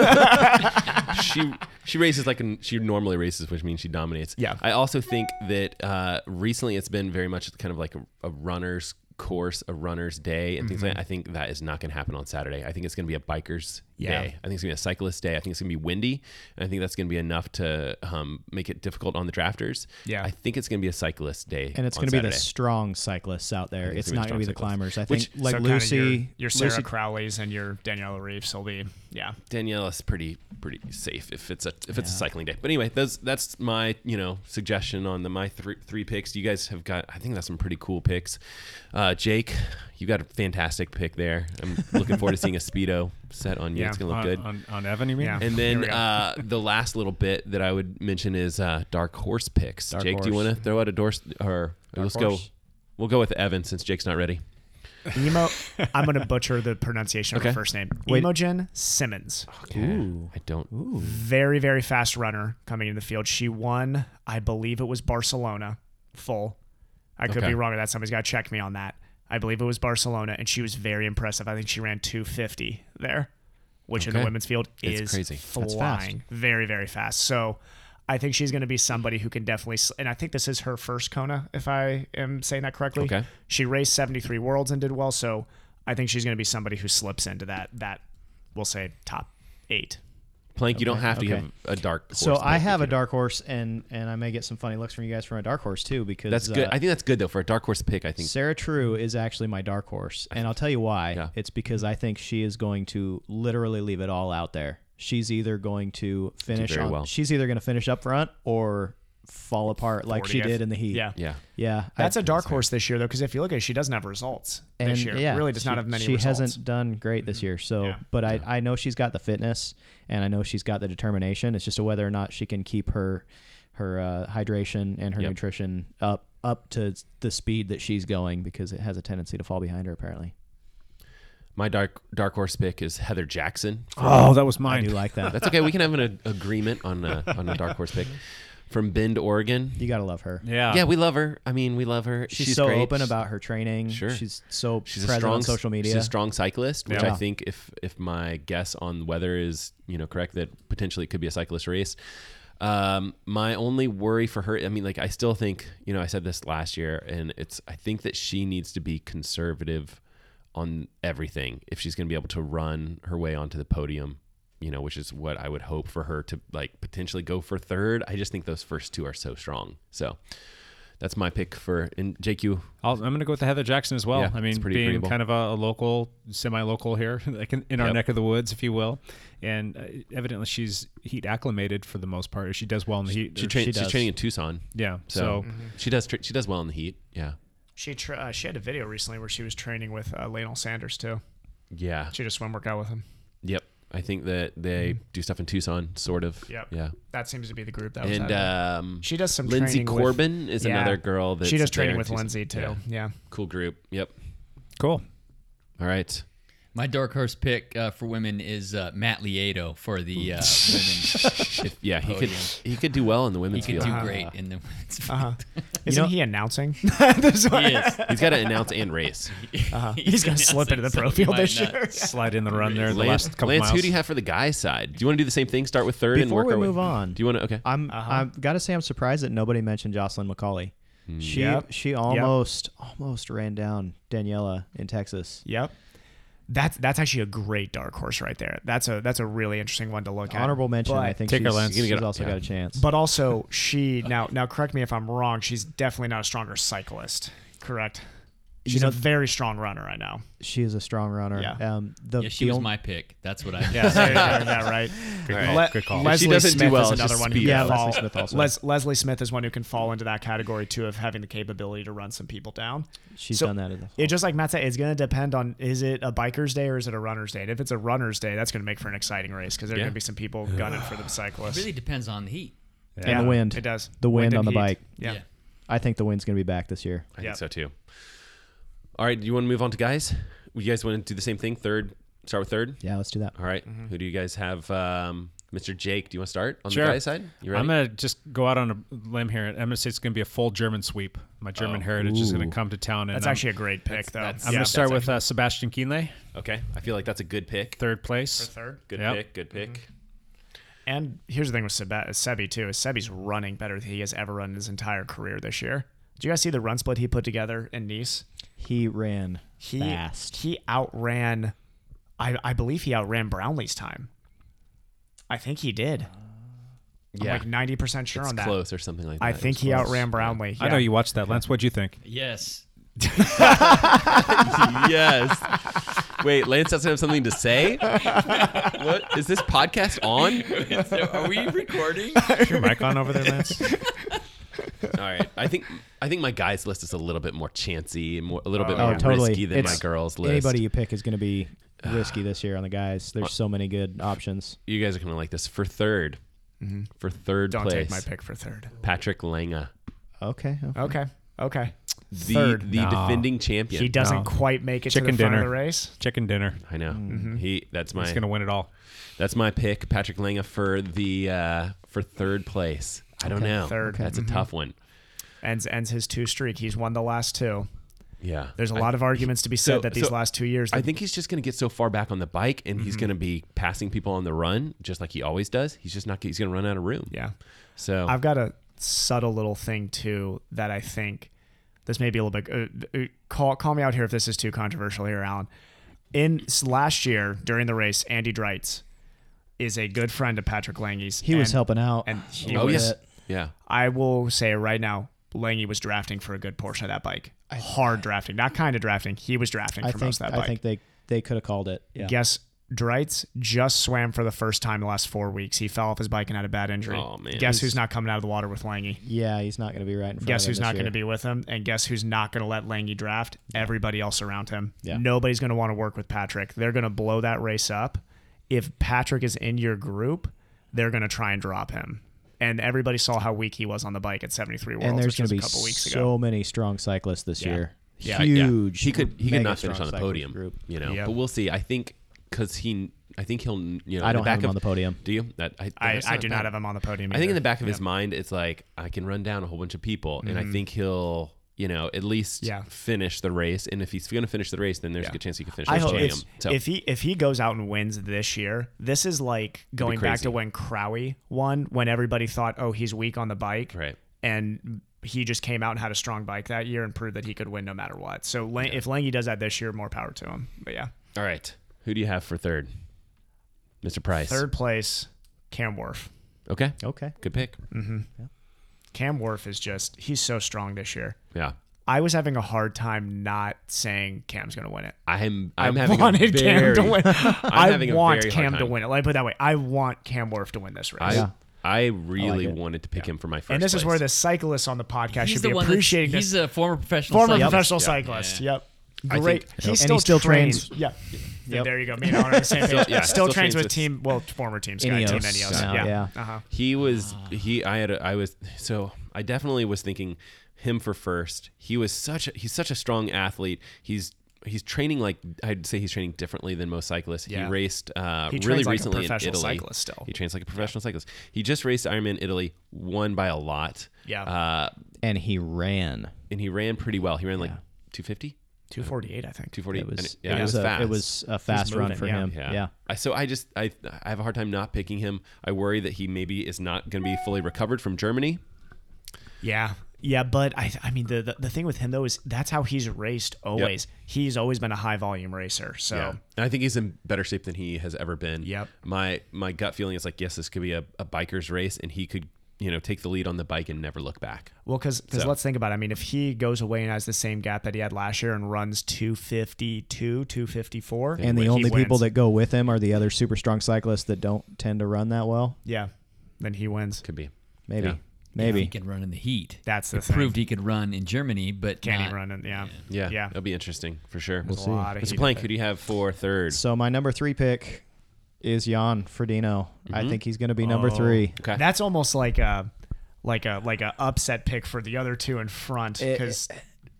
Speaker 3: she she races like an, she normally races, which means she dominates.
Speaker 1: Yeah.
Speaker 3: I also think that uh, recently it's been very much kind of like a, a
Speaker 9: Mm-hmm.
Speaker 3: runner's course, a runner's day, and things like. that. I think that is not going to happen on Saturday. I think it's going to be a biker's
Speaker 2: Yeah.
Speaker 3: day. I think it's gonna be a cyclist day. I think it's gonna be windy, and I think that's gonna be enough to um, make it difficult on the drafters.
Speaker 1: Yeah.
Speaker 3: I think it's gonna be a cyclist day,
Speaker 9: and it's
Speaker 3: on
Speaker 9: going to be the
Speaker 3: Saturday.
Speaker 9: strong cyclists out there.
Speaker 3: think
Speaker 9: It's,
Speaker 3: it's
Speaker 9: not
Speaker 3: gonna
Speaker 9: going
Speaker 3: be
Speaker 9: to be the
Speaker 3: strong
Speaker 9: climbers. I
Speaker 3: cyclists.
Speaker 9: think like
Speaker 1: So kinda
Speaker 9: Lucy,
Speaker 1: your, your Sarah
Speaker 9: Lucy
Speaker 1: Crowley's and your Daniela Reeves will be yeah.
Speaker 3: Danielle is pretty pretty safe if it's a if it's a cycling day. But anyway, those that's my you know suggestion on the my three three picks. You guys have got I think that's some pretty cool picks. Uh, Jake, you got a fantastic pick there. I'm looking forward to seeing a speedo set on you.
Speaker 1: Yeah,
Speaker 3: it's gonna look
Speaker 8: on,
Speaker 9: uh,
Speaker 3: good.
Speaker 8: on on Evan, you mean?
Speaker 1: Yeah.
Speaker 3: and
Speaker 1: Here
Speaker 3: then
Speaker 1: we go.
Speaker 3: uh, the last little bit that I would mention is uh, dark horse picks.
Speaker 9: Dark
Speaker 3: Jake, do you
Speaker 9: horse.
Speaker 3: want to throw out a door or let's
Speaker 9: horse?
Speaker 3: go? We'll go with Evan since Jake's not ready.
Speaker 1: Emo I'm gonna butcher the pronunciation of
Speaker 3: Okay.
Speaker 1: her first name.
Speaker 9: Wait.
Speaker 1: Imogen Simmons.
Speaker 9: Ooh.
Speaker 3: I don't.
Speaker 1: Very, very fast runner coming into the field. She won, I believe it was Barcelona full. I could
Speaker 3: Okay.
Speaker 1: be wrong on that. Somebody's gotta check me on that. I believe it was Barcelona and she was very impressive. I think she ran two fifty there. Which in the
Speaker 3: Okay.
Speaker 1: women's field
Speaker 3: It's
Speaker 1: is
Speaker 3: crazy.
Speaker 1: flying.
Speaker 9: fast.
Speaker 1: Very, very fast. So I think she's going to be somebody who can definitely, s- and I think this is her first Kona, if I am saying that correctly.
Speaker 3: Okay.
Speaker 1: She raced 73 worlds and did well. So I think she's going to be somebody who slips into that, that we'll say top eight.
Speaker 3: Plank, you don't have to
Speaker 9: okay.
Speaker 3: have a dark. Horse
Speaker 9: So I
Speaker 3: pick
Speaker 9: have
Speaker 3: if
Speaker 9: a
Speaker 3: you don't-
Speaker 9: dark horse, and and I may get some funny looks from you guys from a dark horse too because
Speaker 3: That's good.
Speaker 9: uh,
Speaker 3: I think that's good though for a dark horse pick. I think
Speaker 9: Sarah True is actually my dark horse, and I'll tell you why.
Speaker 3: Yeah.
Speaker 9: It's because I think she is going to literally leave it all out there. She's either going to finish
Speaker 3: very
Speaker 9: on-
Speaker 3: well.
Speaker 9: she's either going to finish up front or fall apart like she
Speaker 1: 40th.
Speaker 9: did in the heat.
Speaker 1: Yeah.
Speaker 3: yeah.
Speaker 9: yeah. I-
Speaker 1: That's a dark horse this year, though, because if you look at it, she doesn't have results
Speaker 9: and
Speaker 1: this year.
Speaker 9: yeah,
Speaker 1: really does
Speaker 9: she,
Speaker 1: not have many
Speaker 9: She
Speaker 1: results. Mm-hmm.
Speaker 9: hasn't done great this year. So,
Speaker 1: Yeah.
Speaker 9: but I, I know she's got the fitness and I know she's got the determination. It's just whether or not she can keep her her uh, hydration and her
Speaker 3: Yep.
Speaker 9: nutrition up up to the speed that she's going because it has a tendency to fall behind her apparently.
Speaker 3: My dark dark horse pick is Heather Jackson.
Speaker 8: Oh, that was mine.
Speaker 9: I do like that.
Speaker 3: That's okay. we can have an a- agreement on a, on a dark horse pick from Bend, Oregon.
Speaker 9: you got to love her.
Speaker 8: yeah.
Speaker 3: yeah, we love her. I mean, we love her.
Speaker 9: She's, so
Speaker 3: great.
Speaker 9: open about her training.
Speaker 3: Sure.
Speaker 9: She's so
Speaker 3: She's a
Speaker 9: present
Speaker 3: strong
Speaker 9: on social media.
Speaker 3: She's a strong cyclist, which
Speaker 9: Yeah.
Speaker 3: I think if if my guess on weather is you know correct, that potentially it could be a cyclist race. Um, my only worry for her, I mean, like I still think you know I said this last year, and it's I think that she needs to be conservative on everything if she's going to be able to run her way onto the podium. You know, which is what I would hope for her to like potentially go for third. I just think those first two are so strong. So that's my pick for and Jake. You
Speaker 8: I'll, I'm going to go with the Heather Jackson as well.
Speaker 3: Yeah,
Speaker 8: I
Speaker 3: it's
Speaker 8: mean,
Speaker 3: pretty
Speaker 8: being
Speaker 3: agreeable.
Speaker 8: kind of a, a local, semi-local here, like in, in our
Speaker 3: Yep.
Speaker 8: neck of the woods, if you will. And uh, evidently, she's heat acclimated for the most part. or She does well in the heat.
Speaker 3: she,
Speaker 8: or-
Speaker 3: tra-
Speaker 9: she
Speaker 3: she's
Speaker 9: does.
Speaker 3: training in Tucson.
Speaker 8: yeah.
Speaker 3: So
Speaker 8: So,
Speaker 1: Mm-hmm.
Speaker 3: she does tr she does well in the heat. Yeah.
Speaker 1: She, tra- uh, she had a video recently where she was training with uh, Lionel Sanders, too.
Speaker 3: Yeah.
Speaker 1: She just swim workout with him.
Speaker 3: Yep. I think that they do stuff in Tucson, sort of.
Speaker 1: Yep.
Speaker 3: Yeah.
Speaker 1: That seems to be the group that was
Speaker 3: And
Speaker 1: at it.
Speaker 3: um,
Speaker 1: She does some
Speaker 3: Lindsay
Speaker 1: training with-
Speaker 3: Corbin is
Speaker 1: Yeah.
Speaker 3: another girl that
Speaker 1: she does training with Lindsay too. Yeah.
Speaker 3: Cool group. Yep.
Speaker 8: cool.
Speaker 3: All right.
Speaker 2: My dark horse pick uh, for women is uh, Matt Lieto for the uh, women.
Speaker 3: If, yeah,
Speaker 1: Oh,
Speaker 3: he could
Speaker 2: Podium.
Speaker 3: he could do well in the
Speaker 2: he
Speaker 3: women's
Speaker 2: could
Speaker 3: field.
Speaker 2: do great in the women's
Speaker 1: Uh-huh.
Speaker 2: field.
Speaker 1: Isn't
Speaker 9: know-
Speaker 1: he announcing?
Speaker 2: He is.
Speaker 1: Uh-huh.
Speaker 3: He's got to announce and race.
Speaker 1: He's gonna slip into the
Speaker 2: so
Speaker 1: pro
Speaker 2: he
Speaker 1: field
Speaker 2: might
Speaker 1: this
Speaker 2: not.
Speaker 1: year.
Speaker 8: Slide in the run there. The
Speaker 3: Lance,
Speaker 8: last couple
Speaker 3: Lance
Speaker 8: miles.
Speaker 3: who do you have for the guys' side? Do you want to do the same thing? Start with third and
Speaker 9: Before
Speaker 3: work
Speaker 9: we
Speaker 3: our way-
Speaker 9: move on,
Speaker 3: Do you want to?
Speaker 1: Uh,
Speaker 3: Okay.
Speaker 9: I'm I'm gotta say I'm surprised that nobody mentioned Jocelyn McCauley. She
Speaker 1: Yep.
Speaker 9: she almost almost ran down Daniela in Texas.
Speaker 1: Yep. That's that's actually a great dark horse right there. That's a that's a really interesting one to look at.
Speaker 9: Honorable mention.
Speaker 1: But,
Speaker 9: I think
Speaker 8: Take her,
Speaker 9: she's,
Speaker 8: Lance.
Speaker 9: she's
Speaker 3: You're gonna get-
Speaker 9: also
Speaker 3: yeah.
Speaker 9: got a chance.
Speaker 1: But also she now now correct me if I'm wrong. She's definitely not a stronger cyclist. Correct. She's a very strong runner. I know.
Speaker 9: she is a strong runner.
Speaker 1: Yeah.
Speaker 9: Um, the,
Speaker 2: Yeah, she
Speaker 9: the
Speaker 2: was
Speaker 9: on-
Speaker 2: my pick. That's what I.
Speaker 1: Yeah, there you go, that right. Le-
Speaker 8: Good call.
Speaker 1: Leslie
Speaker 3: She doesn't do
Speaker 1: Smith
Speaker 3: well,
Speaker 1: is
Speaker 3: it's
Speaker 1: another
Speaker 3: just
Speaker 1: one who
Speaker 3: speed.
Speaker 1: can
Speaker 9: Yeah,
Speaker 1: fall.
Speaker 9: Leslie Smith also.
Speaker 1: Les- Leslie Smith is one who can fall into that category too of having the capability to run some people down.
Speaker 9: She's
Speaker 1: So,
Speaker 9: done that. As a
Speaker 1: It just like Matt said, it's going to depend on is it a biker's day or is it a runner's day? And if it's a runner's day, that's going to make for an exciting race because there are
Speaker 3: Yeah.
Speaker 1: going to be some people gunning for the cyclists.
Speaker 2: It really depends on the heat.
Speaker 9: and the wind.
Speaker 1: It does.
Speaker 9: The wind, on
Speaker 1: and
Speaker 9: the
Speaker 1: heat.
Speaker 9: bike.
Speaker 1: Yeah.
Speaker 2: Yeah.
Speaker 9: I think the wind's going to be back this year.
Speaker 3: I
Speaker 1: Yeah.
Speaker 3: think so too. All right. Do you want to move on to guys? You guys want to do the same thing? Third. Start with third.
Speaker 9: Yeah, let's do that.
Speaker 3: All right.
Speaker 1: Mm-hmm.
Speaker 3: Who do you guys have? Um, Mr. Jake, do you want to start on
Speaker 8: Sure.
Speaker 3: the guy side? You ready?
Speaker 8: I'm gonna just go out on a limb here. I'm gonna say it's gonna be a full German sweep. My German
Speaker 3: Oh,
Speaker 8: heritage is gonna come to town. And
Speaker 1: That's
Speaker 8: I'm,
Speaker 1: actually a great pick, though.
Speaker 8: I'm
Speaker 1: yeah.
Speaker 8: gonna start with uh, Sebastian Kienle,
Speaker 3: okay. I feel like that's a good pick.
Speaker 8: third place.
Speaker 1: third.
Speaker 3: Good
Speaker 8: Yep.
Speaker 3: pick. Good
Speaker 1: Mm-hmm.
Speaker 3: pick.
Speaker 1: And here's the thing with Sebe- Sebi, too, is Sebi's running better than he has ever run in his entire career this year. Did you guys see the run split he put together in Nice?
Speaker 9: He ran
Speaker 1: He,
Speaker 9: fast.
Speaker 1: he outran I, I believe he outran Brownlee's time. I think he did.
Speaker 3: Yeah.
Speaker 1: I'm like 90% sure
Speaker 3: It's
Speaker 1: on that.
Speaker 3: close or something like
Speaker 1: I
Speaker 3: that. It
Speaker 1: think
Speaker 3: was
Speaker 1: he
Speaker 3: close.
Speaker 1: outran Brownlee.
Speaker 8: I know Oh, you watched that, Lance. What'd you think?
Speaker 2: Yes.
Speaker 3: yes. Wait, Lance doesn't have something to say? what? Is this podcast on?
Speaker 2: Are we recording?
Speaker 8: Is your mic on over there, Lance?
Speaker 3: All right. I think I think my guys list is a little bit more chancy and more, a little bit
Speaker 9: Oh,
Speaker 3: more
Speaker 9: totally.
Speaker 3: risky than
Speaker 9: It's-
Speaker 3: my girls list.
Speaker 9: Anybody you pick is going to be risky this year on the guys. There's so many good options.
Speaker 3: You guys are going to like this. For 3rd For third
Speaker 1: Mm-hmm. Don't
Speaker 3: place.
Speaker 1: take my pick for third.
Speaker 3: Patrick Langa.
Speaker 9: Okay.
Speaker 1: Okay. Okay.
Speaker 3: The
Speaker 1: Third.
Speaker 3: the
Speaker 8: No.
Speaker 3: defending champion.
Speaker 1: He doesn't
Speaker 8: No.
Speaker 1: quite make it to
Speaker 8: Chicken
Speaker 1: the front
Speaker 8: dinner.
Speaker 1: of the race.
Speaker 8: Chicken dinner.
Speaker 3: I know.
Speaker 1: Mm-hmm.
Speaker 3: He that's my
Speaker 8: He's gonna win it all.
Speaker 3: That's my pick, Patrick Langa for the uh, for third place. I don't know.
Speaker 1: third.
Speaker 3: That's
Speaker 9: Mm-hmm.
Speaker 3: a tough one.
Speaker 1: Ends ends his two streak. He's won the last two.
Speaker 3: Yeah.
Speaker 1: There's a
Speaker 3: I-
Speaker 1: lot of arguments to be said
Speaker 3: so-
Speaker 1: that these
Speaker 3: so
Speaker 1: last two years.
Speaker 3: I
Speaker 1: that-
Speaker 3: think he's just going to get so far back on the bike, and
Speaker 9: Mm-hmm.
Speaker 3: he's going to be passing people on the run, just like he always does. He's just not. He's going to run out of room.
Speaker 1: yeah.
Speaker 3: So
Speaker 1: I've got a subtle little thing too that I think this may be a little bit. Uh, uh, call call me out here if this is too controversial here, Alan. In s- last year during the race, Andy Dreitz is a good friend of Patrick Lange's.
Speaker 9: He was
Speaker 1: and
Speaker 9: helping out.
Speaker 1: and he
Speaker 3: oh
Speaker 1: was-
Speaker 3: yes, yeah.
Speaker 1: I will say right now, Lange was drafting for a good portion of that bike. Hard drafting, not kind of drafting. He was drafting for
Speaker 9: I think
Speaker 1: most of that bike.
Speaker 9: I think they they could have called it. Yeah.
Speaker 1: Guess Dreitz just swam for the first time in the last four weeks. He fell off his bike and had a bad injury.
Speaker 3: Oh, man.
Speaker 1: Guess who's not coming out of the water with Lange?
Speaker 9: Yeah, he's not going to be right in front
Speaker 1: Guess
Speaker 9: of him
Speaker 1: who's
Speaker 9: this
Speaker 1: not going to be
Speaker 9: year.
Speaker 1: with him? And guess who's not going to let Lange draft? Everybody else around him.
Speaker 9: Yeah.
Speaker 1: Nobody's going to want to work with Patrick. They're going to blow that race up. If Patrick is in your group, they're going to try and drop him. And everybody saw how weak he was on the bike at 73 Worlds,
Speaker 9: And
Speaker 1: which
Speaker 9: there's going
Speaker 1: was
Speaker 9: to
Speaker 1: a
Speaker 9: be
Speaker 1: couple weeks
Speaker 9: so
Speaker 1: ago.
Speaker 9: many strong cyclists this year.
Speaker 1: Yeah,
Speaker 3: yeah.
Speaker 9: Huge.
Speaker 3: He could he
Speaker 9: mega
Speaker 3: could not finish
Speaker 9: strong
Speaker 3: on the
Speaker 9: cyclist
Speaker 3: podium.
Speaker 9: Group.
Speaker 3: You know,
Speaker 1: Yep.
Speaker 3: but we'll see. I think because he, I think he'll. You know,
Speaker 9: I
Speaker 3: in
Speaker 9: don't
Speaker 3: the back
Speaker 9: have him
Speaker 3: of,
Speaker 9: on the podium.
Speaker 3: Do you? That I
Speaker 1: I,
Speaker 3: that's
Speaker 1: I do
Speaker 3: bad.
Speaker 1: not have him on the podium.
Speaker 3: I think
Speaker 1: either.
Speaker 3: in the back of his mind, it's like I can run down a whole bunch of people, and I think he'll. You know, at least
Speaker 1: Mm-hmm. Yeah.
Speaker 3: finish the race, and if he's going to finish the race, then there's a good chance he can finish as
Speaker 1: hope
Speaker 3: champ.
Speaker 1: if,
Speaker 3: So
Speaker 1: if he if he goes out and wins this year, this is like going back
Speaker 3: crazy.
Speaker 1: to when Crowey won, when everybody thought, oh, he's weak on the bike,
Speaker 3: Right.
Speaker 1: And he just came out and had a strong bike that year and proved that he could win no matter what. So Lang- if Lange does that this year, more power to him. But yeah,
Speaker 3: all right, who do you have for third, Mr. Price?
Speaker 1: third place, Cam Worf.
Speaker 3: Okay.
Speaker 9: Okay.
Speaker 3: Good pick.
Speaker 1: Mm. Cam Worf is just he's so strong this year.
Speaker 3: Yeah.
Speaker 1: I was having a hard time not saying Cam's going to win it.
Speaker 3: I'm
Speaker 1: I
Speaker 3: I'm having
Speaker 1: wanted
Speaker 3: a very,
Speaker 1: Cam to win.
Speaker 3: I'm
Speaker 1: I
Speaker 3: having a
Speaker 1: want
Speaker 3: very hard
Speaker 1: Cam to
Speaker 3: time.
Speaker 1: win it. Let me put it that way. I want Cam Worf to win this race.
Speaker 3: I I really
Speaker 9: it.
Speaker 3: wanted to pick him for my first.
Speaker 1: and this is where
Speaker 3: place.
Speaker 1: the cyclists on the podcast
Speaker 2: He's
Speaker 1: should
Speaker 2: the
Speaker 1: be
Speaker 2: one.
Speaker 1: appreciating
Speaker 2: that's- he's
Speaker 1: this.
Speaker 2: a former professional.
Speaker 1: former
Speaker 2: cyclist.
Speaker 1: professional
Speaker 3: Yeah.
Speaker 1: cyclist. Yep.
Speaker 3: I
Speaker 1: Great.
Speaker 3: think-
Speaker 1: he
Speaker 9: And
Speaker 1: still
Speaker 9: he still trains.
Speaker 1: Yeah. Yeah, There you go. Me and Alan are on the same page.
Speaker 3: yeah,
Speaker 1: still,
Speaker 3: still
Speaker 1: trains
Speaker 3: trains
Speaker 1: with
Speaker 3: with-
Speaker 1: team, well, former team Sky,
Speaker 9: Ineos
Speaker 1: team Ineos.
Speaker 9: now,
Speaker 1: yeah.
Speaker 9: yeah.
Speaker 1: Uh-huh.
Speaker 3: he was he I had a, I was so I definitely was thinking him for first. He was such a, he's such a strong athlete. He's he's training like I'd say he's training differently than most cyclists.
Speaker 1: Yeah.
Speaker 3: He raced uh,
Speaker 1: He
Speaker 3: really
Speaker 1: trains like a
Speaker 3: recently
Speaker 1: professional
Speaker 3: in Italy.
Speaker 1: cyclist still.
Speaker 3: He trains like a professional cyclist. He just raced Ironman Italy, won by a lot.
Speaker 1: Yeah.
Speaker 3: Uh,
Speaker 9: And he ran.
Speaker 3: and he ran pretty well. He ran like 250,
Speaker 1: 248, I think.
Speaker 3: 240.
Speaker 9: It was
Speaker 3: yeah,
Speaker 9: it was, a
Speaker 3: fast.
Speaker 9: it was a fast run
Speaker 1: moving,
Speaker 9: for
Speaker 1: yeah.
Speaker 9: him.
Speaker 3: Yeah.
Speaker 9: yeah.
Speaker 3: I, so I just I I have a hard time not picking him. I worry that he maybe is not going to be fully recovered from Germany.
Speaker 1: Yeah. Yeah, but I, I mean, the, the the thing with him though is that's how he's raced always. He's always been a high volume racer. So
Speaker 3: And I think he's in better shape than he has ever been.
Speaker 1: Yep.
Speaker 3: My my gut feeling is like yes, this could be a, a biker's race, and he could you know take the lead on the bike and never look back.
Speaker 1: Well, because
Speaker 3: So-
Speaker 1: let's think about it. I mean, if he goes away and has the same gap that he had last year and runs 252, 254.
Speaker 9: And the
Speaker 1: he
Speaker 9: only people
Speaker 1: wins.
Speaker 9: that go with him are the other super strong cyclists that don't tend to run that well.
Speaker 1: Yeah, then he wins.
Speaker 3: Could be.
Speaker 9: Maybe.
Speaker 3: Yeah.
Speaker 2: He
Speaker 9: Maybe.
Speaker 2: could run in the heat.
Speaker 1: That's the
Speaker 2: It proved
Speaker 1: thing.
Speaker 2: he could run in Germany, but
Speaker 1: Can
Speaker 2: not-
Speaker 1: he run it? Yeah.
Speaker 3: Yeah.
Speaker 1: Yeah.
Speaker 3: That'll be interesting for sure. We'll
Speaker 1: A lot of
Speaker 3: Mr.
Speaker 1: heat.
Speaker 3: Plank, who do you have for third?
Speaker 9: So my number three pick is Jan Ferdino.
Speaker 3: Mm-hmm.
Speaker 9: I think he's going to be
Speaker 1: Oh.
Speaker 9: number three.
Speaker 3: Okay.
Speaker 1: That's almost like a like a like a upset pick for the other two in front
Speaker 9: Eh,
Speaker 1: because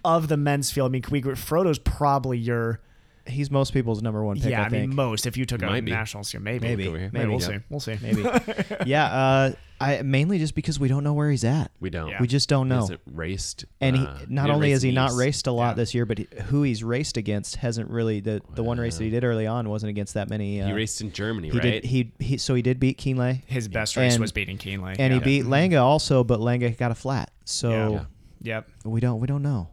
Speaker 1: of the men's field. I mean, can we agree- Frodo's probably your
Speaker 9: He's most people's number one pick.
Speaker 1: yeah. I,
Speaker 9: I,
Speaker 1: mean,
Speaker 9: think.
Speaker 1: most if you took a
Speaker 3: Might be.
Speaker 1: nationals here, maybe
Speaker 9: Maybe.
Speaker 3: over here.
Speaker 1: Maybe, we'll
Speaker 9: yeah.
Speaker 1: see. We'll see.
Speaker 9: Maybe. yeah. Uh, I mainly just because we don't know where he's at.
Speaker 3: we don't.
Speaker 1: Yeah.
Speaker 9: We just don't know.
Speaker 3: Is it raced?
Speaker 9: and he,
Speaker 3: Uh, he
Speaker 9: not
Speaker 3: didn't
Speaker 9: only
Speaker 3: race
Speaker 9: has he
Speaker 3: in
Speaker 9: not
Speaker 3: Nice.
Speaker 9: raced a lot this year, but he- who he's raced against hasn't really the the one race that he did early on wasn't against that many. Uh,
Speaker 3: he raced in Germany,
Speaker 9: He
Speaker 3: right?
Speaker 9: did. He, he so he did beat Keenlay,
Speaker 1: His best race
Speaker 9: And-
Speaker 1: was beating Keenley,
Speaker 9: and
Speaker 1: yeah.
Speaker 9: he beat Langa also, but Langa got a flat. So
Speaker 1: Yeah. Yep.
Speaker 9: we don't we don't know.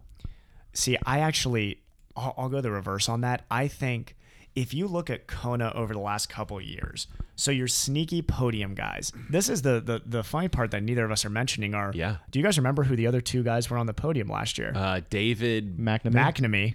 Speaker 1: See, I actually, I'll, I'll go the reverse on that. I think if you look at Kona over the last couple years, so your sneaky podium guys, this is the the, the funny part that neither of us are mentioning are
Speaker 3: Yeah.
Speaker 1: do you guys remember who the other two guys were on the podium last year?
Speaker 3: Uh, David
Speaker 9: McNamee.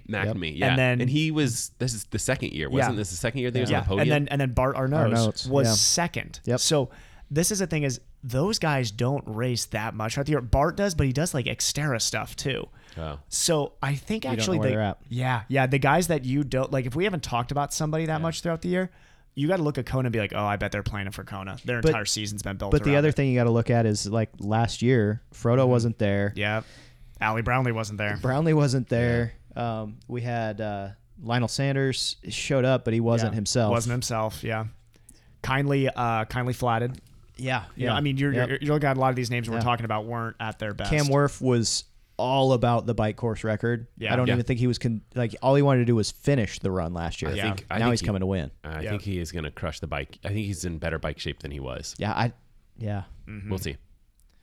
Speaker 1: McNamee.
Speaker 3: McNamee,
Speaker 1: Yep.
Speaker 3: yeah,
Speaker 1: And then
Speaker 3: he was. This is the second year, wasn't this the second year that he was
Speaker 1: yeah.
Speaker 3: on the podium?
Speaker 1: And then and then Bart Arnault
Speaker 9: Arnault's,
Speaker 1: was
Speaker 9: yeah.
Speaker 1: second.
Speaker 9: Yep.
Speaker 1: So this is the thing is those guys don't race that much throughout the year. Bart does, but he does like Xterra stuff too.
Speaker 3: Oh.
Speaker 1: So I think
Speaker 9: don't know
Speaker 1: actually
Speaker 9: where
Speaker 1: the-
Speaker 9: they're at.
Speaker 1: yeah yeah the guys that you don't like if we haven't talked about somebody that much throughout the year. You got to look at Kona and be like, oh, I bet they're planning for Kona. Their
Speaker 9: But-
Speaker 1: entire season's been built.
Speaker 9: But the
Speaker 1: around
Speaker 9: other
Speaker 1: it.
Speaker 9: thing you got to look at is like last year, Frodo
Speaker 3: Mm-hmm.
Speaker 9: wasn't there.
Speaker 1: yeah, Allie Brownlee wasn't there.
Speaker 9: Brownlee wasn't there. Um, we had uh, Lionel Sanders showed up, but he wasn't
Speaker 1: Yeah.
Speaker 9: himself.
Speaker 1: Wasn't himself. Yeah, kindly, uh, kindly flatted.
Speaker 9: Yeah.
Speaker 1: You know, I mean, you're,
Speaker 9: Yep.
Speaker 1: you're you're looking at a lot of these names we're
Speaker 9: Yeah.
Speaker 1: talking about weren't at their best.
Speaker 9: Cam Werf was all about the bike course record.
Speaker 1: Yeah.
Speaker 9: I don't
Speaker 1: Yeah.
Speaker 9: even think he was con- like all he wanted to do was finish the run last year.
Speaker 1: I think-
Speaker 3: I
Speaker 9: now
Speaker 3: think
Speaker 9: he's
Speaker 3: he-
Speaker 9: coming to win.
Speaker 3: I
Speaker 1: Yeah.
Speaker 3: think he is going to crush the bike. I think he's in better bike shape than he was.
Speaker 9: Yeah, I yeah.
Speaker 1: Mm-hmm.
Speaker 3: We'll see.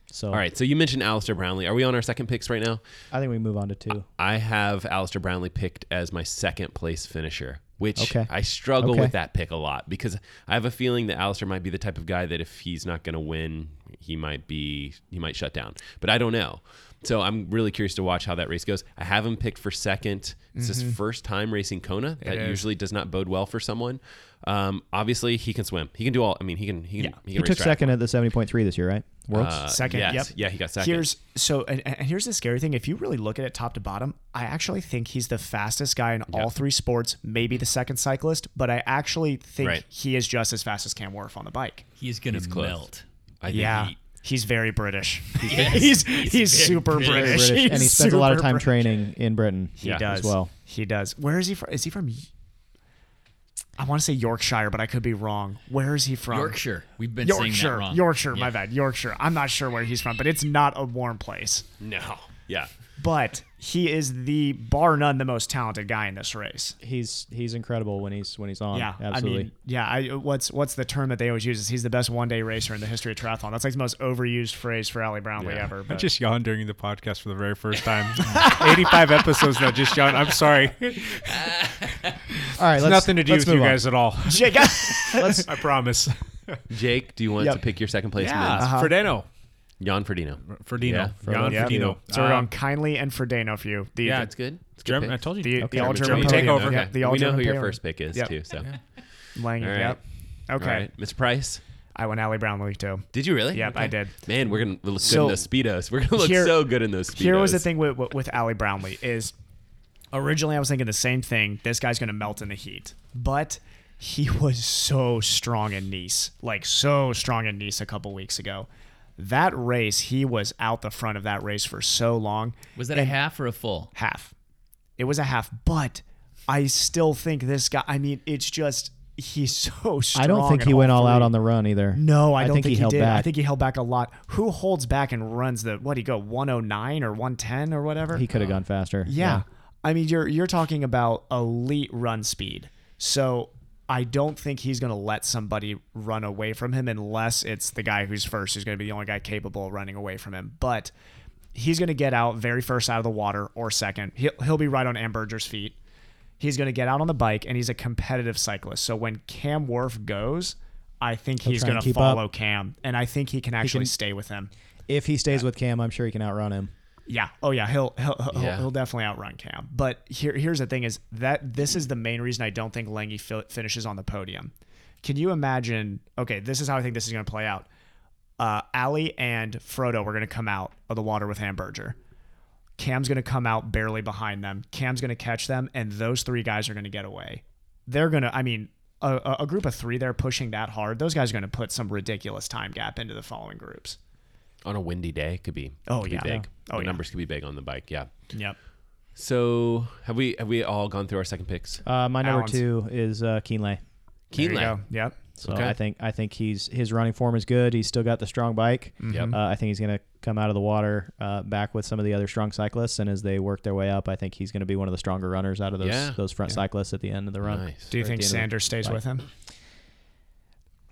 Speaker 9: So
Speaker 3: All right. So you mentioned Alistair Brownlee. Are we on our second picks right now?
Speaker 9: I think we move on to two.
Speaker 3: I have Alistair Brownlee picked as my second place finisher, which
Speaker 9: Okay.
Speaker 3: I struggle
Speaker 9: Okay.
Speaker 3: with that pick a lot because I have a feeling that Alistair might be the type of guy that if he's not going to win, he might be he might shut down. But I don't know. So I'm really curious to watch how that race goes. I have him picked for second. It's
Speaker 9: Mm-hmm.
Speaker 3: his first time racing Kona. That
Speaker 1: is.
Speaker 3: usually does not bode well for someone. Um, obviously, he can swim. He can do all. I mean, he can. He can. He,
Speaker 9: He
Speaker 3: can race
Speaker 9: took
Speaker 3: track.
Speaker 9: second at the 70.3 this year, right? Worlds.
Speaker 3: Uh,
Speaker 1: Second,
Speaker 3: yes.
Speaker 1: yep.
Speaker 3: Yeah, he got second.
Speaker 1: Here's so, and, and here's the scary thing: if you really look at it top to bottom, I actually think he's the fastest guy in all three sports. Maybe the second cyclist, but I actually think
Speaker 3: Right.
Speaker 1: he is just as fast as Cam Worf on the bike.
Speaker 2: He's gonna
Speaker 3: close.
Speaker 2: melt.
Speaker 3: I think
Speaker 1: Yeah.
Speaker 3: he-
Speaker 1: He's very British. he's he's,
Speaker 2: very
Speaker 1: super
Speaker 2: British.
Speaker 1: British.
Speaker 2: Very
Speaker 9: British,
Speaker 1: He's
Speaker 9: and he spends a lot of
Speaker 1: super
Speaker 9: time
Speaker 1: British.
Speaker 9: training in Britain.
Speaker 1: He does
Speaker 9: as well.
Speaker 1: He does. Where is he from? Is he from? I want to say Yorkshire, but I could be wrong. Where is he from?
Speaker 2: Yorkshire. We've been saying that
Speaker 1: Yorkshire.
Speaker 2: wrong.
Speaker 1: Yorkshire.
Speaker 2: Yeah.
Speaker 1: My bad. Yorkshire. I'm not sure where he's from, but it's not a warm place.
Speaker 3: no. Yeah.
Speaker 1: But he is the bar none the most talented guy in this race.
Speaker 9: He's he's incredible when he's when he's on.
Speaker 1: Yeah,
Speaker 9: absolutely.
Speaker 1: I mean, yeah. I, what's what's the term that they always use? Is he's the best one day racer in the history of triathlon? That's like the most overused phrase for Ali Brownlee
Speaker 3: Yeah.
Speaker 1: ever.
Speaker 8: I
Speaker 1: But
Speaker 8: just yawned during the podcast for the very first time. 85 episodes now, just yawned. I'm sorry.
Speaker 9: All right, let's,
Speaker 8: Nothing to do
Speaker 9: let's
Speaker 8: with you
Speaker 9: move on.
Speaker 8: guys at all.
Speaker 1: Jake,
Speaker 8: Let's, I promise.
Speaker 3: Uh-huh. Jake, do you want
Speaker 1: Yep.
Speaker 3: to pick your second place?
Speaker 8: Yeah, Uh-huh.
Speaker 3: man?
Speaker 8: Ferdinand.
Speaker 3: Jan Ferdino.
Speaker 8: Ferdinand.
Speaker 3: Yeah,
Speaker 8: Jan
Speaker 1: Yeah.
Speaker 8: Ferdinand.
Speaker 1: So we're
Speaker 8: Uh,
Speaker 1: on kindly and Ferdano for you. The, the,
Speaker 8: yeah,
Speaker 3: That's good. It's good
Speaker 8: German. I
Speaker 3: pick.
Speaker 8: told you.
Speaker 1: the, the all German
Speaker 3: German
Speaker 8: Take
Speaker 1: podium.
Speaker 8: over.
Speaker 1: Yeah,
Speaker 3: Okay.
Speaker 1: the all
Speaker 3: we know
Speaker 1: German
Speaker 3: who your
Speaker 1: podium.
Speaker 3: first pick is
Speaker 1: Yep.
Speaker 3: too. So,
Speaker 1: Lange,
Speaker 3: All right.
Speaker 1: Yep. Okay.
Speaker 3: all right, Mr. Price,
Speaker 1: I went Allie Brownlee too.
Speaker 3: did you really?
Speaker 1: Yep, I did.
Speaker 3: Man, we're gonna look
Speaker 1: So-
Speaker 3: good in those speedos. We're gonna look
Speaker 1: Here-
Speaker 3: so good in those speedos.
Speaker 1: Here was the thing with with, with Allie Brownlee is originally I was thinking the same thing. This guy's gonna melt in the heat, but he was so strong in Nice, like so strong in Nice a couple weeks ago. That race, he was out the front of that race for so long.
Speaker 2: Was that a half or a full?
Speaker 1: Half. It was a half, but I still think this guy. I mean, it's just he's so strong.
Speaker 9: I don't think
Speaker 1: in
Speaker 9: he went all out
Speaker 1: three.
Speaker 9: on the run either.
Speaker 1: No, I, don't think, he,
Speaker 9: held
Speaker 1: did.
Speaker 9: back.
Speaker 1: I think he held back a lot. Who holds back and runs the what? He go 109 or 110 or whatever.
Speaker 9: he could have gone faster.
Speaker 1: Yeah. I mean, you're you're talking about elite run speed. So I don't think he's going to let somebody run away from him unless it's the guy who's first who's going to be the only guy capable of running away from him. But he's going to get out very first out of the water or second. He'll, he'll be right on Amberger's feet. He's going to get out on the bike and he's a competitive cyclist. So when Cam Worf goes, I think he's
Speaker 9: try and
Speaker 1: going to
Speaker 9: keep
Speaker 1: follow
Speaker 9: up.
Speaker 1: Cam and I think he can actually stay with him.
Speaker 9: If he stays with Cam, I'm sure he can outrun him.
Speaker 1: Yeah. Oh yeah. He'll he'll he'll,
Speaker 3: Yeah.
Speaker 1: he'll definitely outrun Cam. But here here's the thing: is that this is the main reason I don't think Lange fi- finishes on the podium. Can you imagine? Okay, this is how I think this is going to play out. Uh, Ali and Frodo were going to come out of the water with Hamburger. Cam's going to come out barely behind them. Cam's going to catch them, and those three guys are going to get away. They're going to. I mean, a, a- a group of three there pushing that hard. Those guys are going to put some ridiculous time gap into the following groups.
Speaker 3: on a windy day could be.
Speaker 1: Oh,
Speaker 3: could
Speaker 1: yeah.
Speaker 3: Be big.
Speaker 1: Oh,
Speaker 3: the
Speaker 1: yeah.
Speaker 3: numbers could be big on the bike. Yeah.
Speaker 1: Yep.
Speaker 3: So have we have we all gone through our second picks?
Speaker 9: Uh, my number
Speaker 1: Allen's-
Speaker 9: two is uh, Keenlay.
Speaker 1: There you
Speaker 3: Keeneland.
Speaker 1: go. Yep.
Speaker 9: So
Speaker 3: Okay.
Speaker 9: I think I think he's his running form is good. He's still got the strong bike.
Speaker 3: Yep.
Speaker 9: Uh, I think he's going to come out of the water uh, back with some of the other strong cyclists, and as they work their way up, I think he's going to be one of the stronger runners out of those
Speaker 3: Yeah.
Speaker 9: those front cyclists at the end of the run.
Speaker 3: Nice.
Speaker 1: Do you
Speaker 9: Or at
Speaker 1: think
Speaker 9: the end of the
Speaker 1: Sanders stays
Speaker 9: bike.
Speaker 1: with him?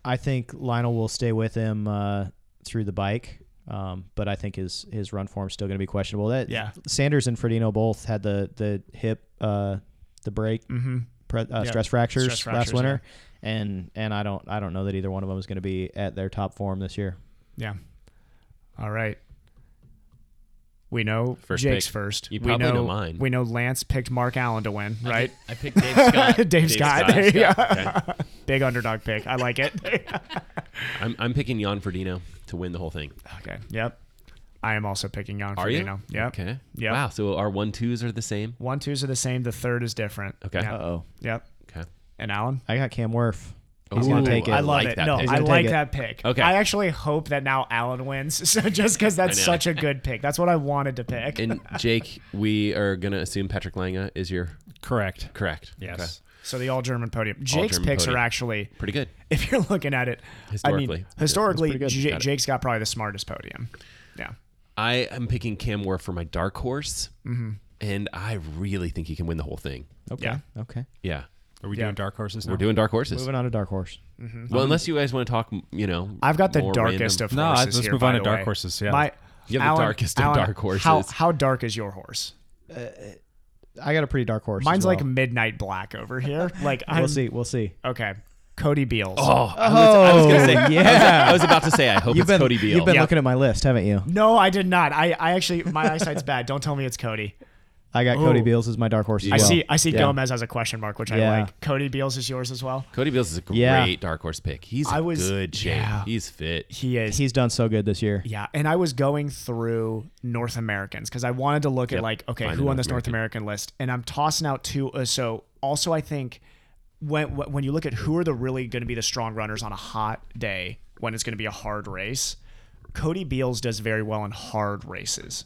Speaker 9: I think Lionel will stay with him uh, through the bike, um, but I think his his run form's still going to be questionable. That
Speaker 1: Yeah.
Speaker 3: Mm-hmm.
Speaker 1: Mm-hmm.
Speaker 9: Sanders and Ferdino both had the the hip uh, the brake pre- uh,
Speaker 1: Yep.
Speaker 9: stress fractures
Speaker 1: Stress
Speaker 9: last
Speaker 1: fractures,
Speaker 9: winter, and and I don't I don't know that either one of them is going to be at their top form this year.
Speaker 1: Yeah. All right. We know
Speaker 3: First
Speaker 1: Jake's
Speaker 3: pick.
Speaker 1: first.
Speaker 3: You
Speaker 1: we
Speaker 3: probably
Speaker 1: know,
Speaker 3: know mine.
Speaker 1: We know Lance picked Mark Allen to win, right?
Speaker 2: I picked Dave Scott.
Speaker 1: Dave,
Speaker 3: Dave
Speaker 1: Scott.
Speaker 3: Scott.
Speaker 1: There you go.
Speaker 3: Scott,
Speaker 1: Big underdog pick. I like it.
Speaker 3: I'm, I'm picking Jan Ferdino to win the whole thing.
Speaker 1: okay. Yep. I am also picking on
Speaker 3: Are you?
Speaker 1: Ferdino. Yep.
Speaker 3: Okay.
Speaker 1: Yep.
Speaker 3: Wow. So our one twos are the same.
Speaker 1: One twos are the same. The third is different.
Speaker 3: Okay.
Speaker 1: Yep.
Speaker 9: Oh,
Speaker 1: Yep.
Speaker 3: Okay.
Speaker 1: And Alan.
Speaker 9: I got Cam Worth.
Speaker 3: Ooh,
Speaker 9: He's going to take it.
Speaker 1: I love
Speaker 3: like
Speaker 1: it.
Speaker 3: that
Speaker 1: No,
Speaker 3: pick.
Speaker 1: I
Speaker 9: He's gonna
Speaker 1: like
Speaker 9: take it.
Speaker 1: that pick.
Speaker 3: Okay.
Speaker 1: I actually hope that now Alan wins. So just because that's
Speaker 3: I know.
Speaker 1: such a good pick. That's what I wanted to pick.
Speaker 3: And Jake, we are gonna assume Patrick Lange is your
Speaker 8: Correct.
Speaker 3: correct. Okay.
Speaker 8: Yes.
Speaker 1: so the all German podium. Jake's
Speaker 3: German
Speaker 1: picks are
Speaker 3: podium.
Speaker 1: actually
Speaker 3: Pretty good.
Speaker 1: if you're looking at it I mean,
Speaker 3: Historically.
Speaker 1: historically, J-
Speaker 3: Got it.
Speaker 1: Jake's got probably the smartest podium. Yeah,
Speaker 3: I am picking Cam Worth for my dark horse,
Speaker 1: Mm-hmm.
Speaker 3: and I really think he can win the whole thing.
Speaker 9: Okay.
Speaker 1: Yeah.
Speaker 9: Okay.
Speaker 3: Yeah,
Speaker 8: Are we
Speaker 1: Yeah.
Speaker 8: doing dark horses? Now?
Speaker 3: we're doing dark horses.
Speaker 9: Moving on to dark horse.
Speaker 3: Well, unless you guys want to talk, m- you know,
Speaker 1: I've got the
Speaker 3: more
Speaker 1: darkest
Speaker 3: random-
Speaker 1: of
Speaker 8: No,
Speaker 1: horses.
Speaker 8: let's
Speaker 1: here,
Speaker 8: move
Speaker 1: by
Speaker 8: on to
Speaker 1: the
Speaker 8: dark
Speaker 1: way.
Speaker 8: horses, yeah.
Speaker 1: My,
Speaker 3: You have the darkest of dark
Speaker 1: How,
Speaker 3: horses.
Speaker 1: how dark is your horse?
Speaker 9: I got a pretty dark horse. as
Speaker 1: Mine's like
Speaker 9: well.
Speaker 1: midnight black over here. Like I'm,
Speaker 9: we'll see. We'll see.
Speaker 1: Okay, Cody Beals.
Speaker 3: Oh, I was, I was gonna say. I was-
Speaker 9: yeah.
Speaker 3: I was about to say. I hope
Speaker 9: You've
Speaker 3: it's
Speaker 9: been
Speaker 3: Cody Beal.
Speaker 9: you've been
Speaker 1: Yeah.
Speaker 9: looking at my list, haven't you?
Speaker 1: No, I did not. I, I actually my eyesight's bad. Don't tell me it's Cody.
Speaker 9: I got Cody
Speaker 1: Ooh.
Speaker 9: Beals as my dark horse. As
Speaker 1: Oh. I
Speaker 9: well.
Speaker 1: see I see
Speaker 9: Yeah.
Speaker 1: Gomez as a question mark, which I
Speaker 9: Yeah.
Speaker 1: like. Cody Beals is yours as well.
Speaker 3: Cody Beals is a great
Speaker 9: Yeah.
Speaker 3: dark horse pick. He's
Speaker 1: I
Speaker 3: in
Speaker 1: was-
Speaker 3: good shape.
Speaker 1: yeah.
Speaker 3: He's fit.
Speaker 1: He is.
Speaker 9: He's done so good this year.
Speaker 1: Yeah, and I was going through North Americans because I wanted to look at like, okay,
Speaker 3: find
Speaker 1: who
Speaker 3: the
Speaker 1: on
Speaker 3: North
Speaker 1: this North American list? And I'm tossing out two. Uh, so also, I think when wh- when you look at who are the really going to be the strong runners on a hot day when it's going to be a hard race, Cody Beals does very well in hard races.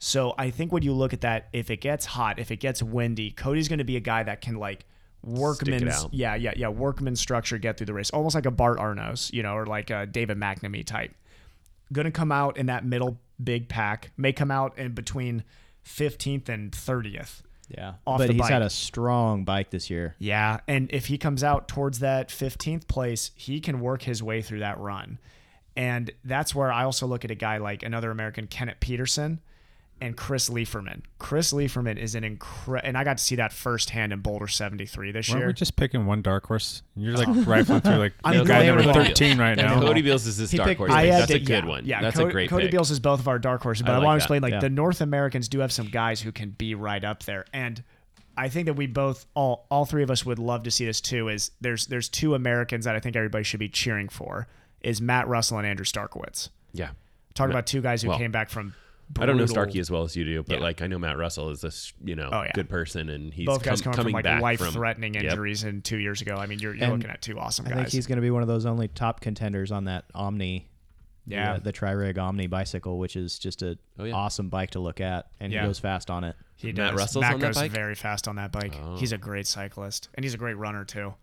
Speaker 1: So I think when you look at that, if it gets hot, if it gets windy, Cody's going to be a guy that can like workman's
Speaker 3: out.
Speaker 1: yeah yeah yeah workman structure get through the race, almost like a Bart Arnos, you know, or like a David McNamee type gonna come out in that middle big pack may come out in between 15th and 30th
Speaker 9: Yeah.
Speaker 1: Off
Speaker 9: but
Speaker 1: the
Speaker 9: he's had
Speaker 1: bike.
Speaker 9: a strong bike this year.
Speaker 1: yeah and if he comes out towards that 15th place he can work his way through that run and that's where i also look at a guy like another american kenneth peterson and chris lieferman chris lieferman is an incredible and i got to see that firsthand in boulder 73 this
Speaker 8: Weren't
Speaker 1: year
Speaker 8: we just picking one dark horse? And You're like rifling through like
Speaker 1: I'm
Speaker 8: guy
Speaker 1: going
Speaker 8: number
Speaker 1: with
Speaker 3: Cody Beals.
Speaker 8: thirteen right now.
Speaker 3: Cody Beals is his
Speaker 9: He
Speaker 3: dark
Speaker 9: picked-
Speaker 3: horse.
Speaker 9: I
Speaker 3: pick.
Speaker 1: had
Speaker 3: That's
Speaker 1: to-
Speaker 3: a good
Speaker 1: yeah,
Speaker 3: one.
Speaker 1: Yeah,
Speaker 3: That's
Speaker 1: Cody,
Speaker 3: a great
Speaker 1: Cody
Speaker 3: pick.
Speaker 1: Beals is both of our dark horses, but I,
Speaker 3: like
Speaker 1: want
Speaker 3: that.
Speaker 1: to explain like
Speaker 9: Yeah.
Speaker 1: the North Americans do have some guys who can be right up there, and I think that we both all all three of us would love to see this too. Is there's there's two Americans that I think everybody should be cheering for is Matt Russell and Andrew Starkowitz.
Speaker 3: Yeah.
Speaker 1: Talk about two guys who
Speaker 3: well,
Speaker 1: came back from.
Speaker 3: I don't know
Speaker 1: brutal-
Speaker 3: Starkey as well as you do, but like I know Matt Russell is this you know
Speaker 1: Oh, yeah.
Speaker 3: good person, and he's
Speaker 1: Both guys
Speaker 3: com-
Speaker 1: coming from
Speaker 3: coming
Speaker 1: like
Speaker 3: back from
Speaker 1: life-threatening
Speaker 3: Yep.
Speaker 1: injuries and two years ago. I mean, you're, you're
Speaker 9: And
Speaker 1: looking at two awesome
Speaker 9: I
Speaker 1: guys.
Speaker 9: think he's going to be one of those only top contenders on that Omni,
Speaker 1: Yeah.
Speaker 9: the, the tri-rig Omni bicycle, which is just a
Speaker 3: yeah.
Speaker 9: awesome bike to look at, and
Speaker 1: Yeah.
Speaker 9: he goes fast on it.
Speaker 1: He
Speaker 3: Matt
Speaker 1: does.
Speaker 3: Russell's
Speaker 1: Matt
Speaker 3: on that
Speaker 1: goes
Speaker 3: bike? Oh.
Speaker 1: very fast on that bike. He's a great cyclist and he's a great runner too.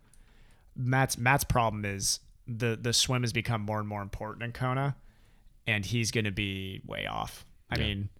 Speaker 1: Matt's Matt's problem is the the swim has become more and more important in Kona, and he's going to be way off. I mean,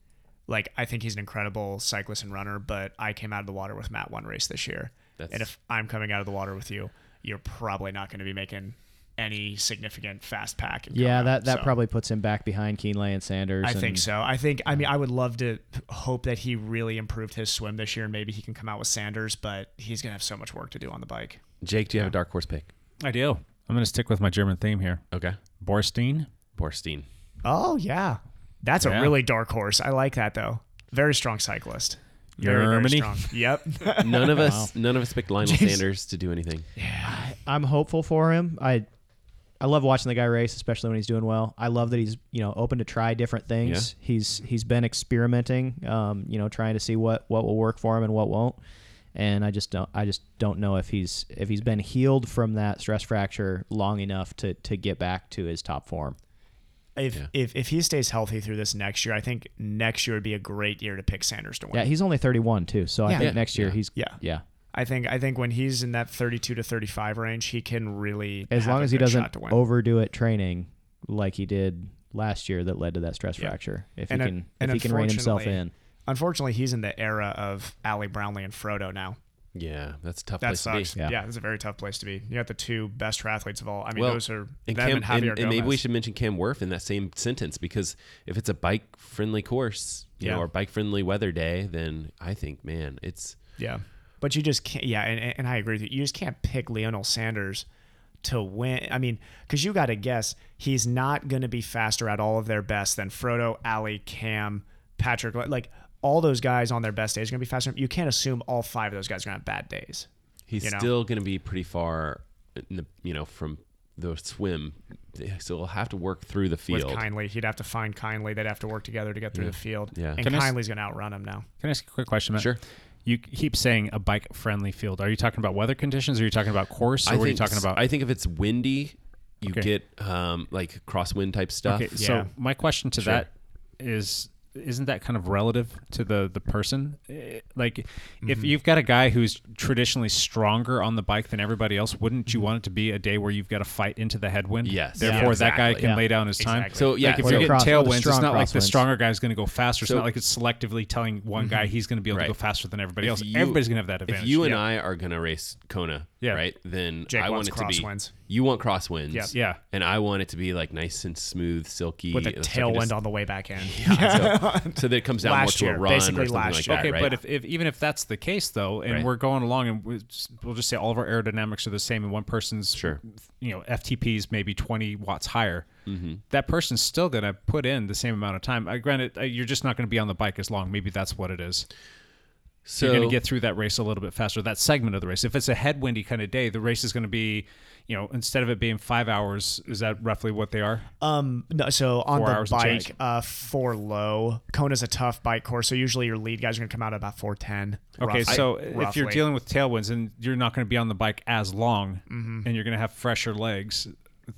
Speaker 1: like I think he's an incredible cyclist and runner, but I came out of the water with Matt one race this year, and
Speaker 3: That's-
Speaker 1: if I'm coming out of the water with you, you're probably not going to be making any significant fast pack. in
Speaker 9: Yeah,
Speaker 1: Kona,
Speaker 9: that that
Speaker 1: so.
Speaker 9: probably puts him back behind Keenlay and Sanders.
Speaker 1: I
Speaker 9: and-
Speaker 1: think so. I think. I mean, I would love to hope that he really improved his swim this year, and maybe he can come out with Sanders. But he's gonna have so much work to do on the bike.
Speaker 3: Jake, do you have a dark horse pick?
Speaker 8: I do. I'm going to stick with my German theme here.
Speaker 3: Okay,
Speaker 8: Borstein.
Speaker 3: Borstein.
Speaker 1: Oh yeah, that's a
Speaker 8: Yeah.
Speaker 1: really dark horse. I like that though. Very strong cyclist. Very,
Speaker 8: Germany.
Speaker 1: very strong. Yep.
Speaker 3: None of us, none of us picked Lionel
Speaker 1: James-
Speaker 3: Sanders to do anything.
Speaker 9: I'm hopeful for him. I I love watching the guy race, especially when he's doing well. I love that he's you know open to try different things. He's he's been experimenting, um, you know, trying to see what what will work for him and what won't. And I just don't I just don't know if he's if he's been healed from that stress fracture long enough to to get back to his top form.
Speaker 1: if, if if he stays healthy through this next year, I think next year would be a great year to pick Sanders to win.
Speaker 9: Yeah, he's only 31 too, so I
Speaker 1: Yeah.
Speaker 9: think
Speaker 1: Yeah.
Speaker 9: next year he's
Speaker 1: Yeah.
Speaker 9: yeah.
Speaker 1: I think I think when he's in that 32 to 35 range, he can really
Speaker 9: As
Speaker 1: have
Speaker 9: long
Speaker 1: a
Speaker 9: as he
Speaker 1: good shot
Speaker 9: doesn't
Speaker 1: to win.
Speaker 9: overdo it training like he did last year that led to that stress fracture. If
Speaker 1: And
Speaker 9: he
Speaker 1: un-
Speaker 9: can
Speaker 1: and
Speaker 9: if he can rein himself
Speaker 1: unfortunately-
Speaker 9: in.
Speaker 1: Unfortunately, he's in the era of Allie Brownlee and Frodo now.
Speaker 3: Yeah, that's a tough
Speaker 1: That
Speaker 3: place
Speaker 1: sucks.
Speaker 3: to be.
Speaker 1: Yeah.
Speaker 9: Yeah.
Speaker 1: it's a very tough place to be. You got the two best triathletes of all. I mean,
Speaker 3: Well,
Speaker 1: those are them
Speaker 3: and, Cam,
Speaker 1: and Javier
Speaker 3: and, and
Speaker 1: Gomez.
Speaker 3: maybe we should mention Cam Worth in that same sentence because if it's a bike-friendly course, you
Speaker 1: Yeah.
Speaker 3: know, or bike-friendly weather day, then I think, man, it's
Speaker 1: Yeah, but But you just can't. Yeah, and, and I agree with you. You just can't pick Lionel Sanders to win. I mean, because you got to guess he's not going to be faster at all of their best than Frodo, Ali, Cam, Patrick. Like all those guys on their best days are going to be faster. You can't assume all five of those guys are going to have bad days.
Speaker 3: He's
Speaker 1: you know?
Speaker 3: still going to be pretty far, in the, you know, from the swim. So he'll have to work through the
Speaker 1: with
Speaker 3: field.
Speaker 1: Kindly. He'd have to find Kindly. They'd have to work together to get through
Speaker 3: Yeah.
Speaker 1: the field.
Speaker 3: Yeah.
Speaker 1: And
Speaker 8: Can I s-
Speaker 1: Kindly's going to outrun him now.
Speaker 8: Can I ask a quick question? Matt?
Speaker 3: Sure.
Speaker 8: You keep saying a bike-friendly field. Are you talking about weather conditions? Or are you talking about course? Or what are you
Speaker 3: think
Speaker 8: talking
Speaker 3: s-
Speaker 8: about?
Speaker 3: I think if it's windy, you
Speaker 8: Okay.
Speaker 3: get um, like crosswind type stuff.
Speaker 8: Okay, so
Speaker 1: Yeah.
Speaker 8: my question to
Speaker 3: Sure.
Speaker 8: that is isn't that kind of relative to the the person Eh, like
Speaker 3: Mm-hmm.
Speaker 8: if you've got a guy who's traditionally stronger on the bike than everybody else wouldn't you want it to be a day where you've got to fight into the headwind
Speaker 3: Mm-hmm. Yes. Yeah,
Speaker 8: therefore that guy
Speaker 3: exactly.
Speaker 8: can
Speaker 9: Yeah.
Speaker 8: lay down his time
Speaker 1: Exactly.
Speaker 3: So yeah,
Speaker 8: like if
Speaker 9: Or
Speaker 8: you're
Speaker 3: so,
Speaker 9: the
Speaker 8: getting
Speaker 9: cross- with the
Speaker 8: tailwinds it's
Speaker 9: strong
Speaker 8: not like the
Speaker 9: crosswinds.
Speaker 8: stronger guy's going to go faster it's
Speaker 3: So- Mm-hmm.
Speaker 8: not like it's selectively telling one guy he's going to be able
Speaker 3: Right.
Speaker 8: to go faster than everybody
Speaker 3: if
Speaker 8: else
Speaker 3: you-
Speaker 8: everybody's going to have that advantage
Speaker 3: If you and
Speaker 8: yeah.
Speaker 3: I are gonna race Kona,
Speaker 8: Yeah.
Speaker 3: right? Then
Speaker 1: Jake
Speaker 3: I want
Speaker 1: wants
Speaker 3: it to be
Speaker 1: crosswinds.
Speaker 3: you want crosswinds,
Speaker 1: Yeah.
Speaker 8: Yeah.
Speaker 3: and I want it to be like nice and smooth, silky,
Speaker 1: With a
Speaker 3: and so I can
Speaker 1: tailwind
Speaker 3: just-
Speaker 1: on the way back in.
Speaker 3: so, so that it comes down
Speaker 1: Last
Speaker 3: more to
Speaker 1: year,
Speaker 3: a run
Speaker 1: basically
Speaker 3: or something
Speaker 1: last
Speaker 3: like
Speaker 1: year.
Speaker 3: that,
Speaker 8: Okay,
Speaker 3: right?
Speaker 8: but if, if even if that's the case though, and
Speaker 3: Right.
Speaker 8: we're going along, and we'll just, we'll just say all of our aerodynamics are the same, and one person's
Speaker 3: Sure.
Speaker 8: you know FTPs maybe twenty watts higher,
Speaker 3: Mm-hmm.
Speaker 8: that person's still gonna put in the same amount of time. Uh, granted, uh, you're just not gonna be on the bike as long. Maybe that's what it is.
Speaker 3: so
Speaker 8: you're gonna get through that race a little bit faster. That segment of the race. If it's a headwindy kind of day, the race is gonna be, you know, instead of it being five hours, is that roughly what they are?
Speaker 1: Um, no, so on
Speaker 8: Four
Speaker 1: the
Speaker 8: hours and change.
Speaker 1: bike, uh, for low, Kona's a tough bike course. So usually your lead guys are gonna come out at about four ten.
Speaker 8: Okay, so if you're dealing with tailwinds and you're not going to be on the bike as long,
Speaker 1: Mm-hmm.
Speaker 8: and you're going to have fresher legs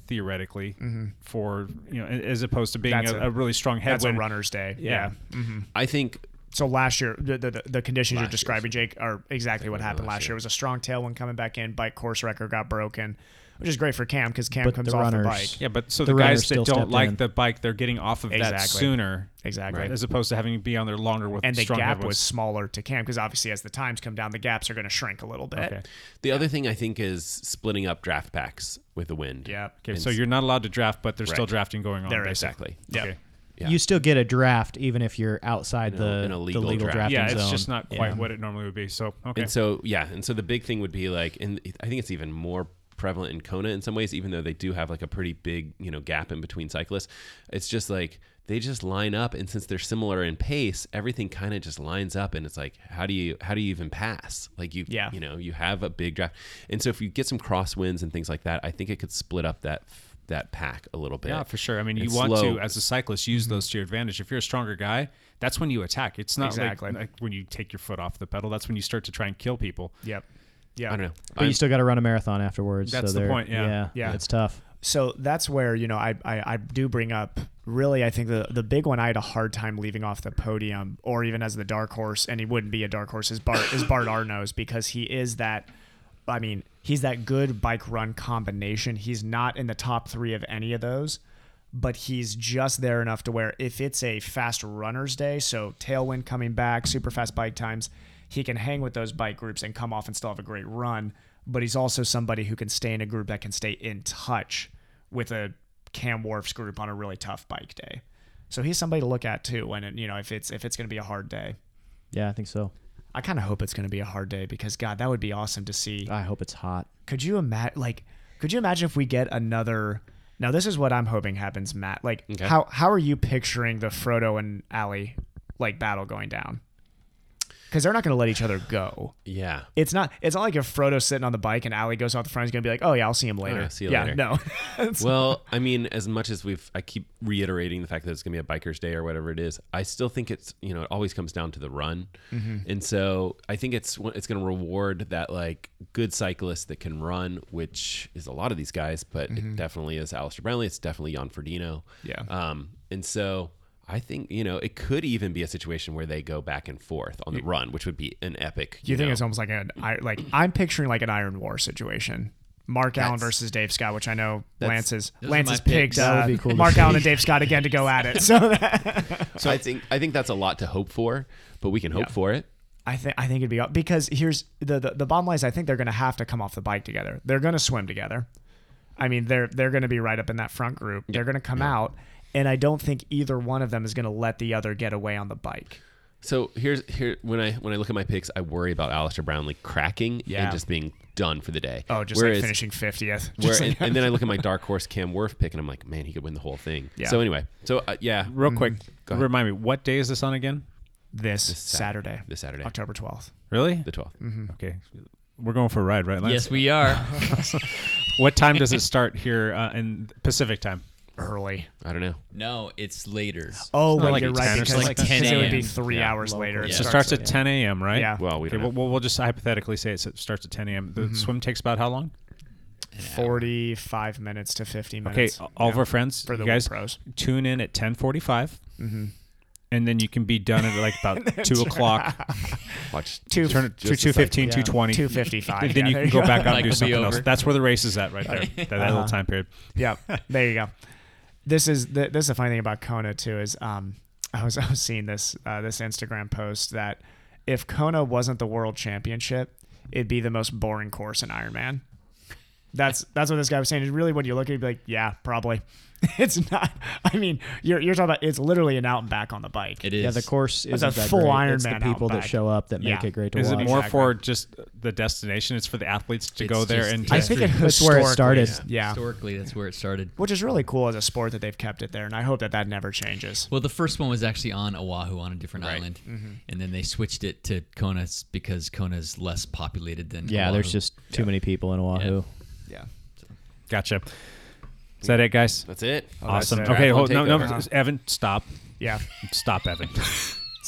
Speaker 8: theoretically for you know a- as opposed to being
Speaker 1: Mm-hmm. That's
Speaker 8: a,
Speaker 1: a-
Speaker 8: a really strong
Speaker 1: that's a
Speaker 8: headwind.
Speaker 1: runner's day.
Speaker 8: Yeah.
Speaker 1: Yeah.
Speaker 3: I think
Speaker 1: So last year, the the, the conditions
Speaker 3: Last
Speaker 1: you're describing, Jake, are exactly what happened last year. It was a strong tailwind coming back in. Bike course record got broken, which is great for Cam because Cam
Speaker 9: But
Speaker 1: comes
Speaker 9: the
Speaker 1: off the
Speaker 9: runners-
Speaker 1: bike.
Speaker 8: Yeah, but so the,
Speaker 9: The runner
Speaker 8: guys that
Speaker 9: still
Speaker 8: don't
Speaker 9: stepped
Speaker 8: like
Speaker 9: in.
Speaker 8: the bike, they're getting off of that
Speaker 1: Exactly.
Speaker 8: sooner,
Speaker 1: Exactly.
Speaker 8: as opposed to having to be on their longer with
Speaker 1: And the
Speaker 8: strong
Speaker 1: gap
Speaker 8: headwinds.
Speaker 1: was smaller to Cam because obviously as the times come down, the gaps are going to shrink a little bit.
Speaker 8: Okay.
Speaker 3: the other thing I think is splitting up draft packs with the wind.
Speaker 1: Yep.
Speaker 8: Okay, so you're not allowed to draft, but there's still
Speaker 3: Right.
Speaker 8: drafting going on.
Speaker 1: There is.
Speaker 8: basically.
Speaker 3: exactly.
Speaker 1: Yep.
Speaker 8: Okay.
Speaker 3: Yeah.
Speaker 9: You still get a draft even if you're outside the,
Speaker 3: an
Speaker 9: the
Speaker 3: illegal
Speaker 9: legal
Speaker 3: draft.
Speaker 9: drafting
Speaker 8: Yeah, it's
Speaker 9: zone.
Speaker 8: just not quite
Speaker 9: Yeah.
Speaker 8: what it normally would be. So okay,
Speaker 3: And so yeah, and so the big thing would be like, and I think it's even more prevalent in Kona in some ways, even though they do have like a pretty big you know gap in between cyclists. It's just like they just line up, and since they're similar in pace, everything kind of just lines up, and it's like how do you how do you even pass? Like you
Speaker 1: Yeah.
Speaker 3: you know you have a big draft, and so if you get some crosswinds and things like that, I think it could split up that that pack a little bit.
Speaker 8: Yeah, for sure. I mean, you
Speaker 3: It's
Speaker 8: want
Speaker 3: slow.
Speaker 8: to, as a cyclist, use those to your advantage. If you're a stronger guy, that's when you attack. It's not
Speaker 1: Exactly.
Speaker 8: like, like when you take your foot off the pedal. That's when you start to try and kill people.
Speaker 1: Yep. Yeah.
Speaker 3: I don't know.
Speaker 9: But you still got to run a marathon afterwards.
Speaker 8: That's
Speaker 9: so
Speaker 8: the
Speaker 9: they're-
Speaker 8: point, yeah.
Speaker 9: yeah,
Speaker 1: Yeah.
Speaker 9: it's tough.
Speaker 1: so that's where you know I, I I do bring up really I think the the big one I had a hard time leaving off the podium or even as the dark horse and he wouldn't be a dark horse is Bart is Bart Arnose because he is that I mean he's that good bike run combination he's not in the top three of any of those but he's just there enough to where if it's a fast runner's day so tailwind coming back super fast bike times he can hang with those bike groups and come off and still have a great run but he's also somebody who can stay in a group that can stay in touch with a Cam Wharf's group on a really tough bike day. So he's somebody to look at too when it, you know if it's if it's going to be a hard day.
Speaker 9: Yeah, I think so.
Speaker 1: I kind of hope it's going to be a hard day because God, that would be awesome to see.
Speaker 9: I hope it's hot.
Speaker 1: Could you imagine like could you imagine if we get another Now this is what I'm hoping happens, Matt. Like how how are you picturing the Frodo and Ali like battle going down? Cuz they're not going to let each other go.
Speaker 3: yeah.
Speaker 1: It's not it's not like if Frodo's sitting on the bike and Ali goes off the front he's going to be like, "Oh yeah, I'll see him later."
Speaker 3: yeah, see you
Speaker 1: yeah,
Speaker 3: later.
Speaker 1: no. It's-
Speaker 3: Well, I mean, as much as we've, I keep reiterating the fact that it's going to be a biker's day or whatever it is. I still think it's, you know, it always comes down to the run,
Speaker 1: Mm-hmm.
Speaker 3: and so I think it's it's going to reward that like good cyclist that can run, which is a lot of these guys, but it definitely is Alistair Brownlee. It's definitely Jan Frodeno.
Speaker 1: Mm-hmm. Yeah.
Speaker 3: Um, and so. I think you know it could even be a situation where they go back and forth on the run, which would be an epic.
Speaker 1: Do you, think
Speaker 3: know.
Speaker 1: it's almost like an I like I'm picturing like an Iron War situation. Mark Allen versus Dave Scott, which I know Lance is
Speaker 2: are
Speaker 1: Lance
Speaker 2: my
Speaker 1: has
Speaker 2: picks.
Speaker 1: picked uh,
Speaker 9: would be cool to
Speaker 1: Mark
Speaker 9: see.
Speaker 1: Allen and Dave Scott again to go at it. So that,
Speaker 3: So I think I think that's a lot to hope for, but we can hope for it.
Speaker 1: I think I think it'd be because here's the, the the bottom line is I think they're going to have to come off the bike together. They're going to swim together. I mean, they're they're going to be right up in that front group. They're going to come out, and I don't think either one of them is going to let the other get away on the bike.
Speaker 3: So here's here when I when I look at my picks, I worry about Alistair Brownlee cracking
Speaker 1: Yeah.
Speaker 3: and just being done for the day.
Speaker 1: Oh, just like
Speaker 3: Whereas-
Speaker 1: finishing 50th.
Speaker 3: Where,
Speaker 1: Just
Speaker 3: and,
Speaker 1: like-
Speaker 3: and then I look at my dark horse Cam Worth pick, and I'm like, man, he could win the whole thing.
Speaker 1: Yeah.
Speaker 3: So anyway, so uh, yeah,
Speaker 8: Real quick,
Speaker 3: Go ahead.
Speaker 8: remind me, what day is this on again?
Speaker 1: this,
Speaker 3: Sat-
Speaker 1: Saturday,
Speaker 3: this Saturday,
Speaker 1: October Mm-hmm. 12th.
Speaker 8: Really?
Speaker 3: the 12th.
Speaker 8: Okay. We're going for a ride, right, Lance?
Speaker 2: Yes, we are.
Speaker 8: What time does it start here uh, in Pacific time?
Speaker 1: Early.
Speaker 3: I don't know.
Speaker 2: no, it's later.
Speaker 1: Oh,
Speaker 8: not
Speaker 1: well,
Speaker 8: like
Speaker 1: you're
Speaker 8: 10
Speaker 1: right.
Speaker 8: or
Speaker 1: Because
Speaker 2: something. It's like
Speaker 1: because it would be
Speaker 2: 10
Speaker 1: three
Speaker 3: Yeah.
Speaker 1: hours later.
Speaker 2: Yeah.
Speaker 8: So it starts at 10 a.m., right?
Speaker 1: Yeah.
Speaker 3: Well, we
Speaker 8: Okay,
Speaker 3: don't
Speaker 8: we'll,
Speaker 3: know.
Speaker 8: we'll we'll just hypothetically say it's- it starts at 10 a.m. The swim takes about how long?
Speaker 1: 45 minutes to 50
Speaker 8: Okay,
Speaker 1: minutes.
Speaker 8: all of our friends,
Speaker 1: For the
Speaker 8: you guys,
Speaker 1: pros.
Speaker 8: tune in at 10:45, and then you can be done at like about two o'clock,
Speaker 3: Watch
Speaker 1: Two,
Speaker 8: turn it to 2:15, 2:20,
Speaker 1: 255.
Speaker 8: Then
Speaker 1: yeah,
Speaker 8: you
Speaker 1: there
Speaker 8: can go back out
Speaker 2: Like
Speaker 8: and do
Speaker 2: the
Speaker 8: something
Speaker 2: be
Speaker 8: else.
Speaker 2: over.
Speaker 8: That's where the race is at, right there. that, that little time period.
Speaker 1: Yeah, there you go. This is th- this is the funny thing about Kona too is um I was I was seeing this uh, this Instagram post that if Kona wasn't the world championship, it'd be the most boring course in Ironman. That's that's what this guy was saying. And really, when you look at it, you'd be like, yeah, probably. It's not. I mean, you're you're talking about it's literally an out and back on the bike.
Speaker 2: It is.
Speaker 9: Yeah, the course
Speaker 1: That's
Speaker 9: is
Speaker 1: a
Speaker 9: that
Speaker 1: full
Speaker 9: great.
Speaker 1: Iron
Speaker 9: it's
Speaker 1: Man
Speaker 9: the people that
Speaker 1: outback.
Speaker 9: show up that make
Speaker 1: Yeah.
Speaker 9: it great to
Speaker 8: Is it
Speaker 9: watch.
Speaker 8: more
Speaker 1: Exactly.
Speaker 8: for just the destination? It's for the athletes to
Speaker 2: It's
Speaker 8: go there
Speaker 2: just-
Speaker 8: and
Speaker 2: I
Speaker 1: I
Speaker 8: test
Speaker 1: think it
Speaker 9: That's where it
Speaker 1: historically-
Speaker 9: started.
Speaker 1: Yeah.
Speaker 2: Historically, that's where it started.
Speaker 1: Which is really cool as a sport that they've kept it there, and I hope that that never changes.
Speaker 2: Well, the first one was actually on Oahu on a different island,
Speaker 1: Mm-hmm.
Speaker 2: and then they switched it to Kona s- because Kona's less populated than
Speaker 9: Yeah,
Speaker 2: Oahu.
Speaker 9: there's just too many people in Oahu.
Speaker 1: Yeah.
Speaker 8: Gotcha. Is that it, guys?
Speaker 3: Oh, That's it.
Speaker 8: awesome.
Speaker 1: Oh, that's it.
Speaker 8: Okay,
Speaker 3: Triathlon
Speaker 8: hold no, no,
Speaker 3: takeover.
Speaker 8: just- Evan, stop,
Speaker 1: Yeah.
Speaker 8: stop, Evan.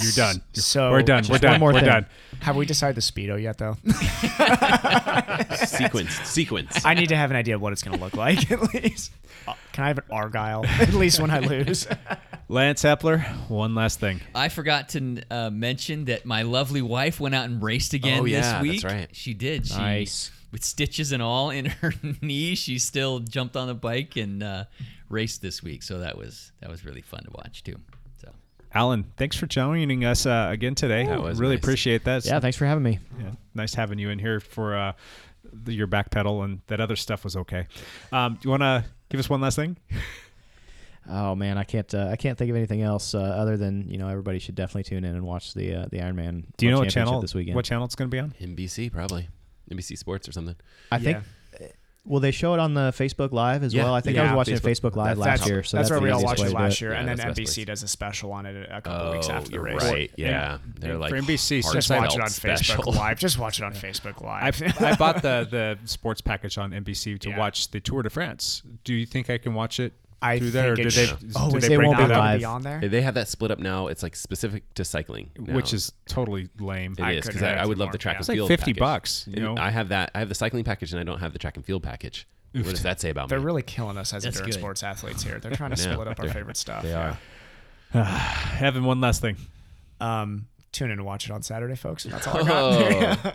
Speaker 8: You're done.
Speaker 1: So
Speaker 8: We're done. We're
Speaker 9: one
Speaker 8: done.
Speaker 9: more
Speaker 8: We're
Speaker 9: thing.
Speaker 8: done.
Speaker 1: Have we decided the speedo yet, though?
Speaker 3: Sequence. Sequence.
Speaker 1: I need to have an idea of what it's going to look like at least. Uh, Can I have an argyle at least when I lose?
Speaker 8: Lance Epler, one last thing.
Speaker 2: I forgot to n- uh, mention that my lovely wife went out and raced again
Speaker 3: Oh, yeah,
Speaker 2: this
Speaker 3: that's
Speaker 2: week.
Speaker 3: right.
Speaker 2: She did. She,
Speaker 9: Nice.
Speaker 2: With stitches and all in her knee, she still jumped on the bike and uh, raced this week. So that was that was really fun to watch too. So
Speaker 8: Alan, thanks for joining us uh, again today.
Speaker 3: That was
Speaker 8: really
Speaker 3: nice.
Speaker 8: appreciate that. It's
Speaker 9: Yeah, thanks for having me.
Speaker 8: yeah, nice having you in here for uh, the, your back pedal and that other stuff was okay. Um, do you want to give us one last thing?
Speaker 9: Oh man, I can't uh, I can't think of anything else uh, other than you know everybody should definitely tune in and watch the uh, the Ironman.
Speaker 8: Do you know
Speaker 9: World
Speaker 8: what channel
Speaker 9: Championship this weekend?
Speaker 8: What channel it's going to be on?
Speaker 3: NBC probably. NBC Sports or something.
Speaker 9: I think. Will they show it on the Facebook Live as
Speaker 3: Yeah.
Speaker 9: well? I think I
Speaker 1: Yeah.
Speaker 9: was watching
Speaker 3: Facebook.
Speaker 9: Facebook, Live
Speaker 3: That's-
Speaker 9: last
Speaker 1: That's,
Speaker 9: year, so
Speaker 1: that's,
Speaker 9: that's,
Speaker 1: where
Speaker 9: the
Speaker 1: we all
Speaker 9: easiest
Speaker 1: watched
Speaker 9: way
Speaker 1: it
Speaker 9: to do
Speaker 1: last year,
Speaker 3: Yeah,
Speaker 1: and then
Speaker 3: that's the best
Speaker 1: NBC
Speaker 3: place.
Speaker 1: does a special on it a couple
Speaker 3: Oh,
Speaker 1: weeks after the
Speaker 3: you're
Speaker 1: race.
Speaker 3: right. Yeah,
Speaker 8: And-
Speaker 3: they're
Speaker 8: and
Speaker 3: like
Speaker 8: for NBC,
Speaker 3: hard
Speaker 8: since
Speaker 1: Just watch it
Speaker 3: felt
Speaker 1: on
Speaker 3: special.
Speaker 1: Facebook Live. Just watch it on Facebook
Speaker 8: I,
Speaker 1: Live.
Speaker 8: I bought the, the sports package on NBC to
Speaker 1: Yeah.
Speaker 8: watch the Tour de France. Do you think I can watch it
Speaker 1: I
Speaker 8: through there? Or
Speaker 1: think
Speaker 8: did
Speaker 1: it
Speaker 8: they,
Speaker 1: should-
Speaker 8: did
Speaker 1: Oh, is
Speaker 8: they
Speaker 1: it
Speaker 8: break
Speaker 1: not
Speaker 8: that
Speaker 9: it
Speaker 1: gonna
Speaker 8: up?
Speaker 1: be
Speaker 9: Live.
Speaker 1: on there?
Speaker 3: They- They have that split up now. It's like specific to cycling, now.
Speaker 8: Which is totally lame.
Speaker 3: It
Speaker 1: I
Speaker 3: is because
Speaker 1: couldn't
Speaker 3: I, I
Speaker 1: imagine
Speaker 3: would love
Speaker 1: more.
Speaker 3: the track
Speaker 1: Yeah.
Speaker 3: and
Speaker 1: It's
Speaker 8: like
Speaker 3: field.
Speaker 8: 50
Speaker 3: package.
Speaker 8: bucks, you
Speaker 3: And
Speaker 8: know?
Speaker 3: I have that. I have the cycling package, and I don't have the track and field package. What does that say about
Speaker 1: They're
Speaker 3: me?
Speaker 1: really killing us as
Speaker 2: That's
Speaker 1: endurance
Speaker 2: good.
Speaker 1: sports athletes here. They're trying to
Speaker 3: know.
Speaker 1: split up our
Speaker 3: They're-
Speaker 1: favorite stuff.
Speaker 3: they are.
Speaker 8: Evan, one last thing.
Speaker 1: Um, tune in and watch it on Saturday, folks. and That's all I got.
Speaker 3: Oh,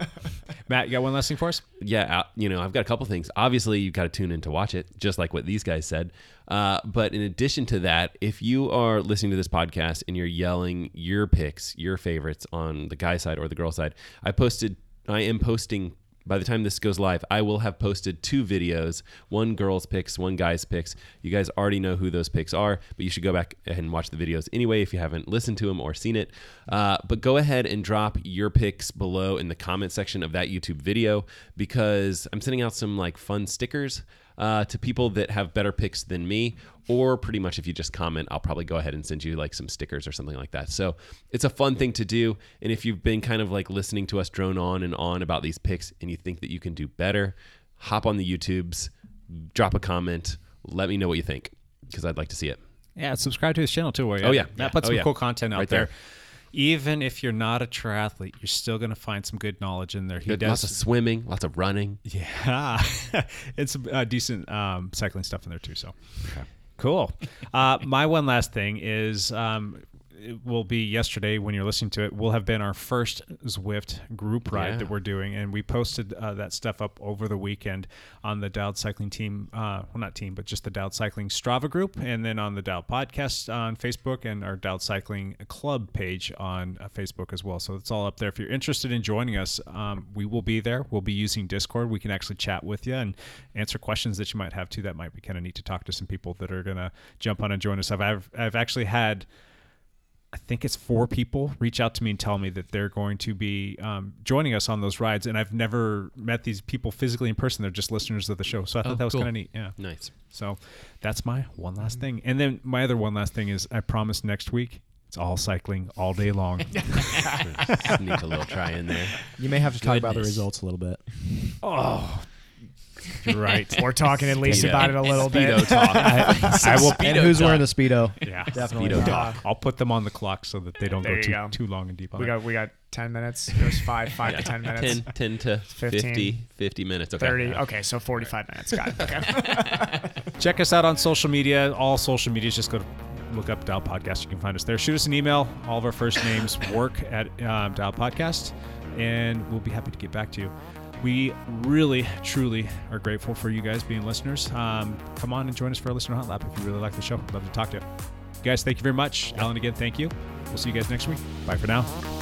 Speaker 8: Matt, you got one last thing for us?
Speaker 3: yeah. uh, You know, I've got a couple things. Obviously, you've got to tune in to watch it, just like what these guys said. Uh, but in addition to that, if you are listening to this podcast and you're yelling your picks, your favorites on the guy side or the girl side, I posted. I am posting. By the time this goes live, I will have posted two videos: one girls' picks, one guys' picks. You guys already know who those picks are, but you should go back and watch the videos anyway if you haven't listened to them or seen it. Uh, but go ahead and drop your picks below in the comment section of that YouTube video because I'm sending out some like fun stickers uh, to people that have better picks than me. Or pretty much if you just comment, I'll probably go ahead and send you like some stickers or something like that. So it's a fun thing to do. And if you've been kind of like listening to us drone on and on about these picks and you think that you can do better, hop on the YouTubes, drop a comment, let me know what you think because I'd like to see it.
Speaker 8: Yeah, subscribe to his channel too. Will ya?
Speaker 3: Oh, yeah.
Speaker 8: Matt puts
Speaker 3: Oh,
Speaker 8: some
Speaker 3: yeah.
Speaker 8: cool content out
Speaker 3: Right
Speaker 8: there.
Speaker 3: there.
Speaker 8: Even if you're not a triathlete, you're still gonna find some good knowledge in there. He
Speaker 3: Lots of
Speaker 8: does,
Speaker 3: swimming, lots of running.
Speaker 8: yeah, and some uh, decent um, cycling stuff in there too. So, cool. Uh, my one last thing is. Um, it will be yesterday when you're listening to it. Will have been our first Zwift group ride
Speaker 3: Yeah.
Speaker 8: that we're doing, and we posted uh, that stuff up over the weekend on the Dialed Cycling team. Uh, well, not team, but just the Dialed Cycling Strava group, and then on the Dialed podcast on Facebook and our Dialed Cycling Club page on uh, Facebook as well. So it's all up there. If you're interested in joining us, um, we will be there. We'll be using Discord. We can actually chat with you and answer questions that you might have too. That might be kind of neat to talk to some people that are gonna jump on and join us. I've I've, I've actually had. I think it's four people reach out to me and tell me that they're going to be um, joining us on those rides, and I've never met these people physically in person. They're just listeners of the show, so I
Speaker 3: Oh,
Speaker 8: thought that was
Speaker 3: cool.
Speaker 8: kind of neat. Yeah,
Speaker 3: Nice.
Speaker 8: So that's my one last thing, and then my other one last thing is I promise next week it's all cycling all day long.
Speaker 3: Sneak a little try in there.
Speaker 9: You may have to talk about the
Speaker 3: Goodness.
Speaker 9: results a little bit.
Speaker 8: Oh, you're right.
Speaker 1: We're talking at least about it a little bit.
Speaker 3: Speedo talk.
Speaker 8: I, I will.
Speaker 9: and who's wearing the speedo?
Speaker 8: Yeah,
Speaker 9: definitely.
Speaker 3: Speedo
Speaker 9: not.
Speaker 3: talk.
Speaker 8: I'll put them on the clock so that they don't
Speaker 1: There
Speaker 8: go
Speaker 1: you
Speaker 8: too,
Speaker 1: go.
Speaker 8: too long and deep on
Speaker 1: We
Speaker 8: it.
Speaker 1: got we got ten minutes. There's five five to ten minutes.
Speaker 3: 10, 10 to
Speaker 1: 15.
Speaker 3: 50, 50 minutes. Okay.
Speaker 1: 30. Okay, so 45 minutes. Got it. Okay.
Speaker 8: Check us out on social media. All social medias, just go to look up Dial Podcast. You can find us there. Shoot us an email. All of our first names work at um, Dial Podcast, and we'll be happy to get back to you. We really, truly are grateful for you guys being listeners. Um, come on and join us for a listener hot lap if you really like the show. Love to talk to you. Guys, thank you very much. Alan, again, thank you. We'll see you guys next week. Bye for now.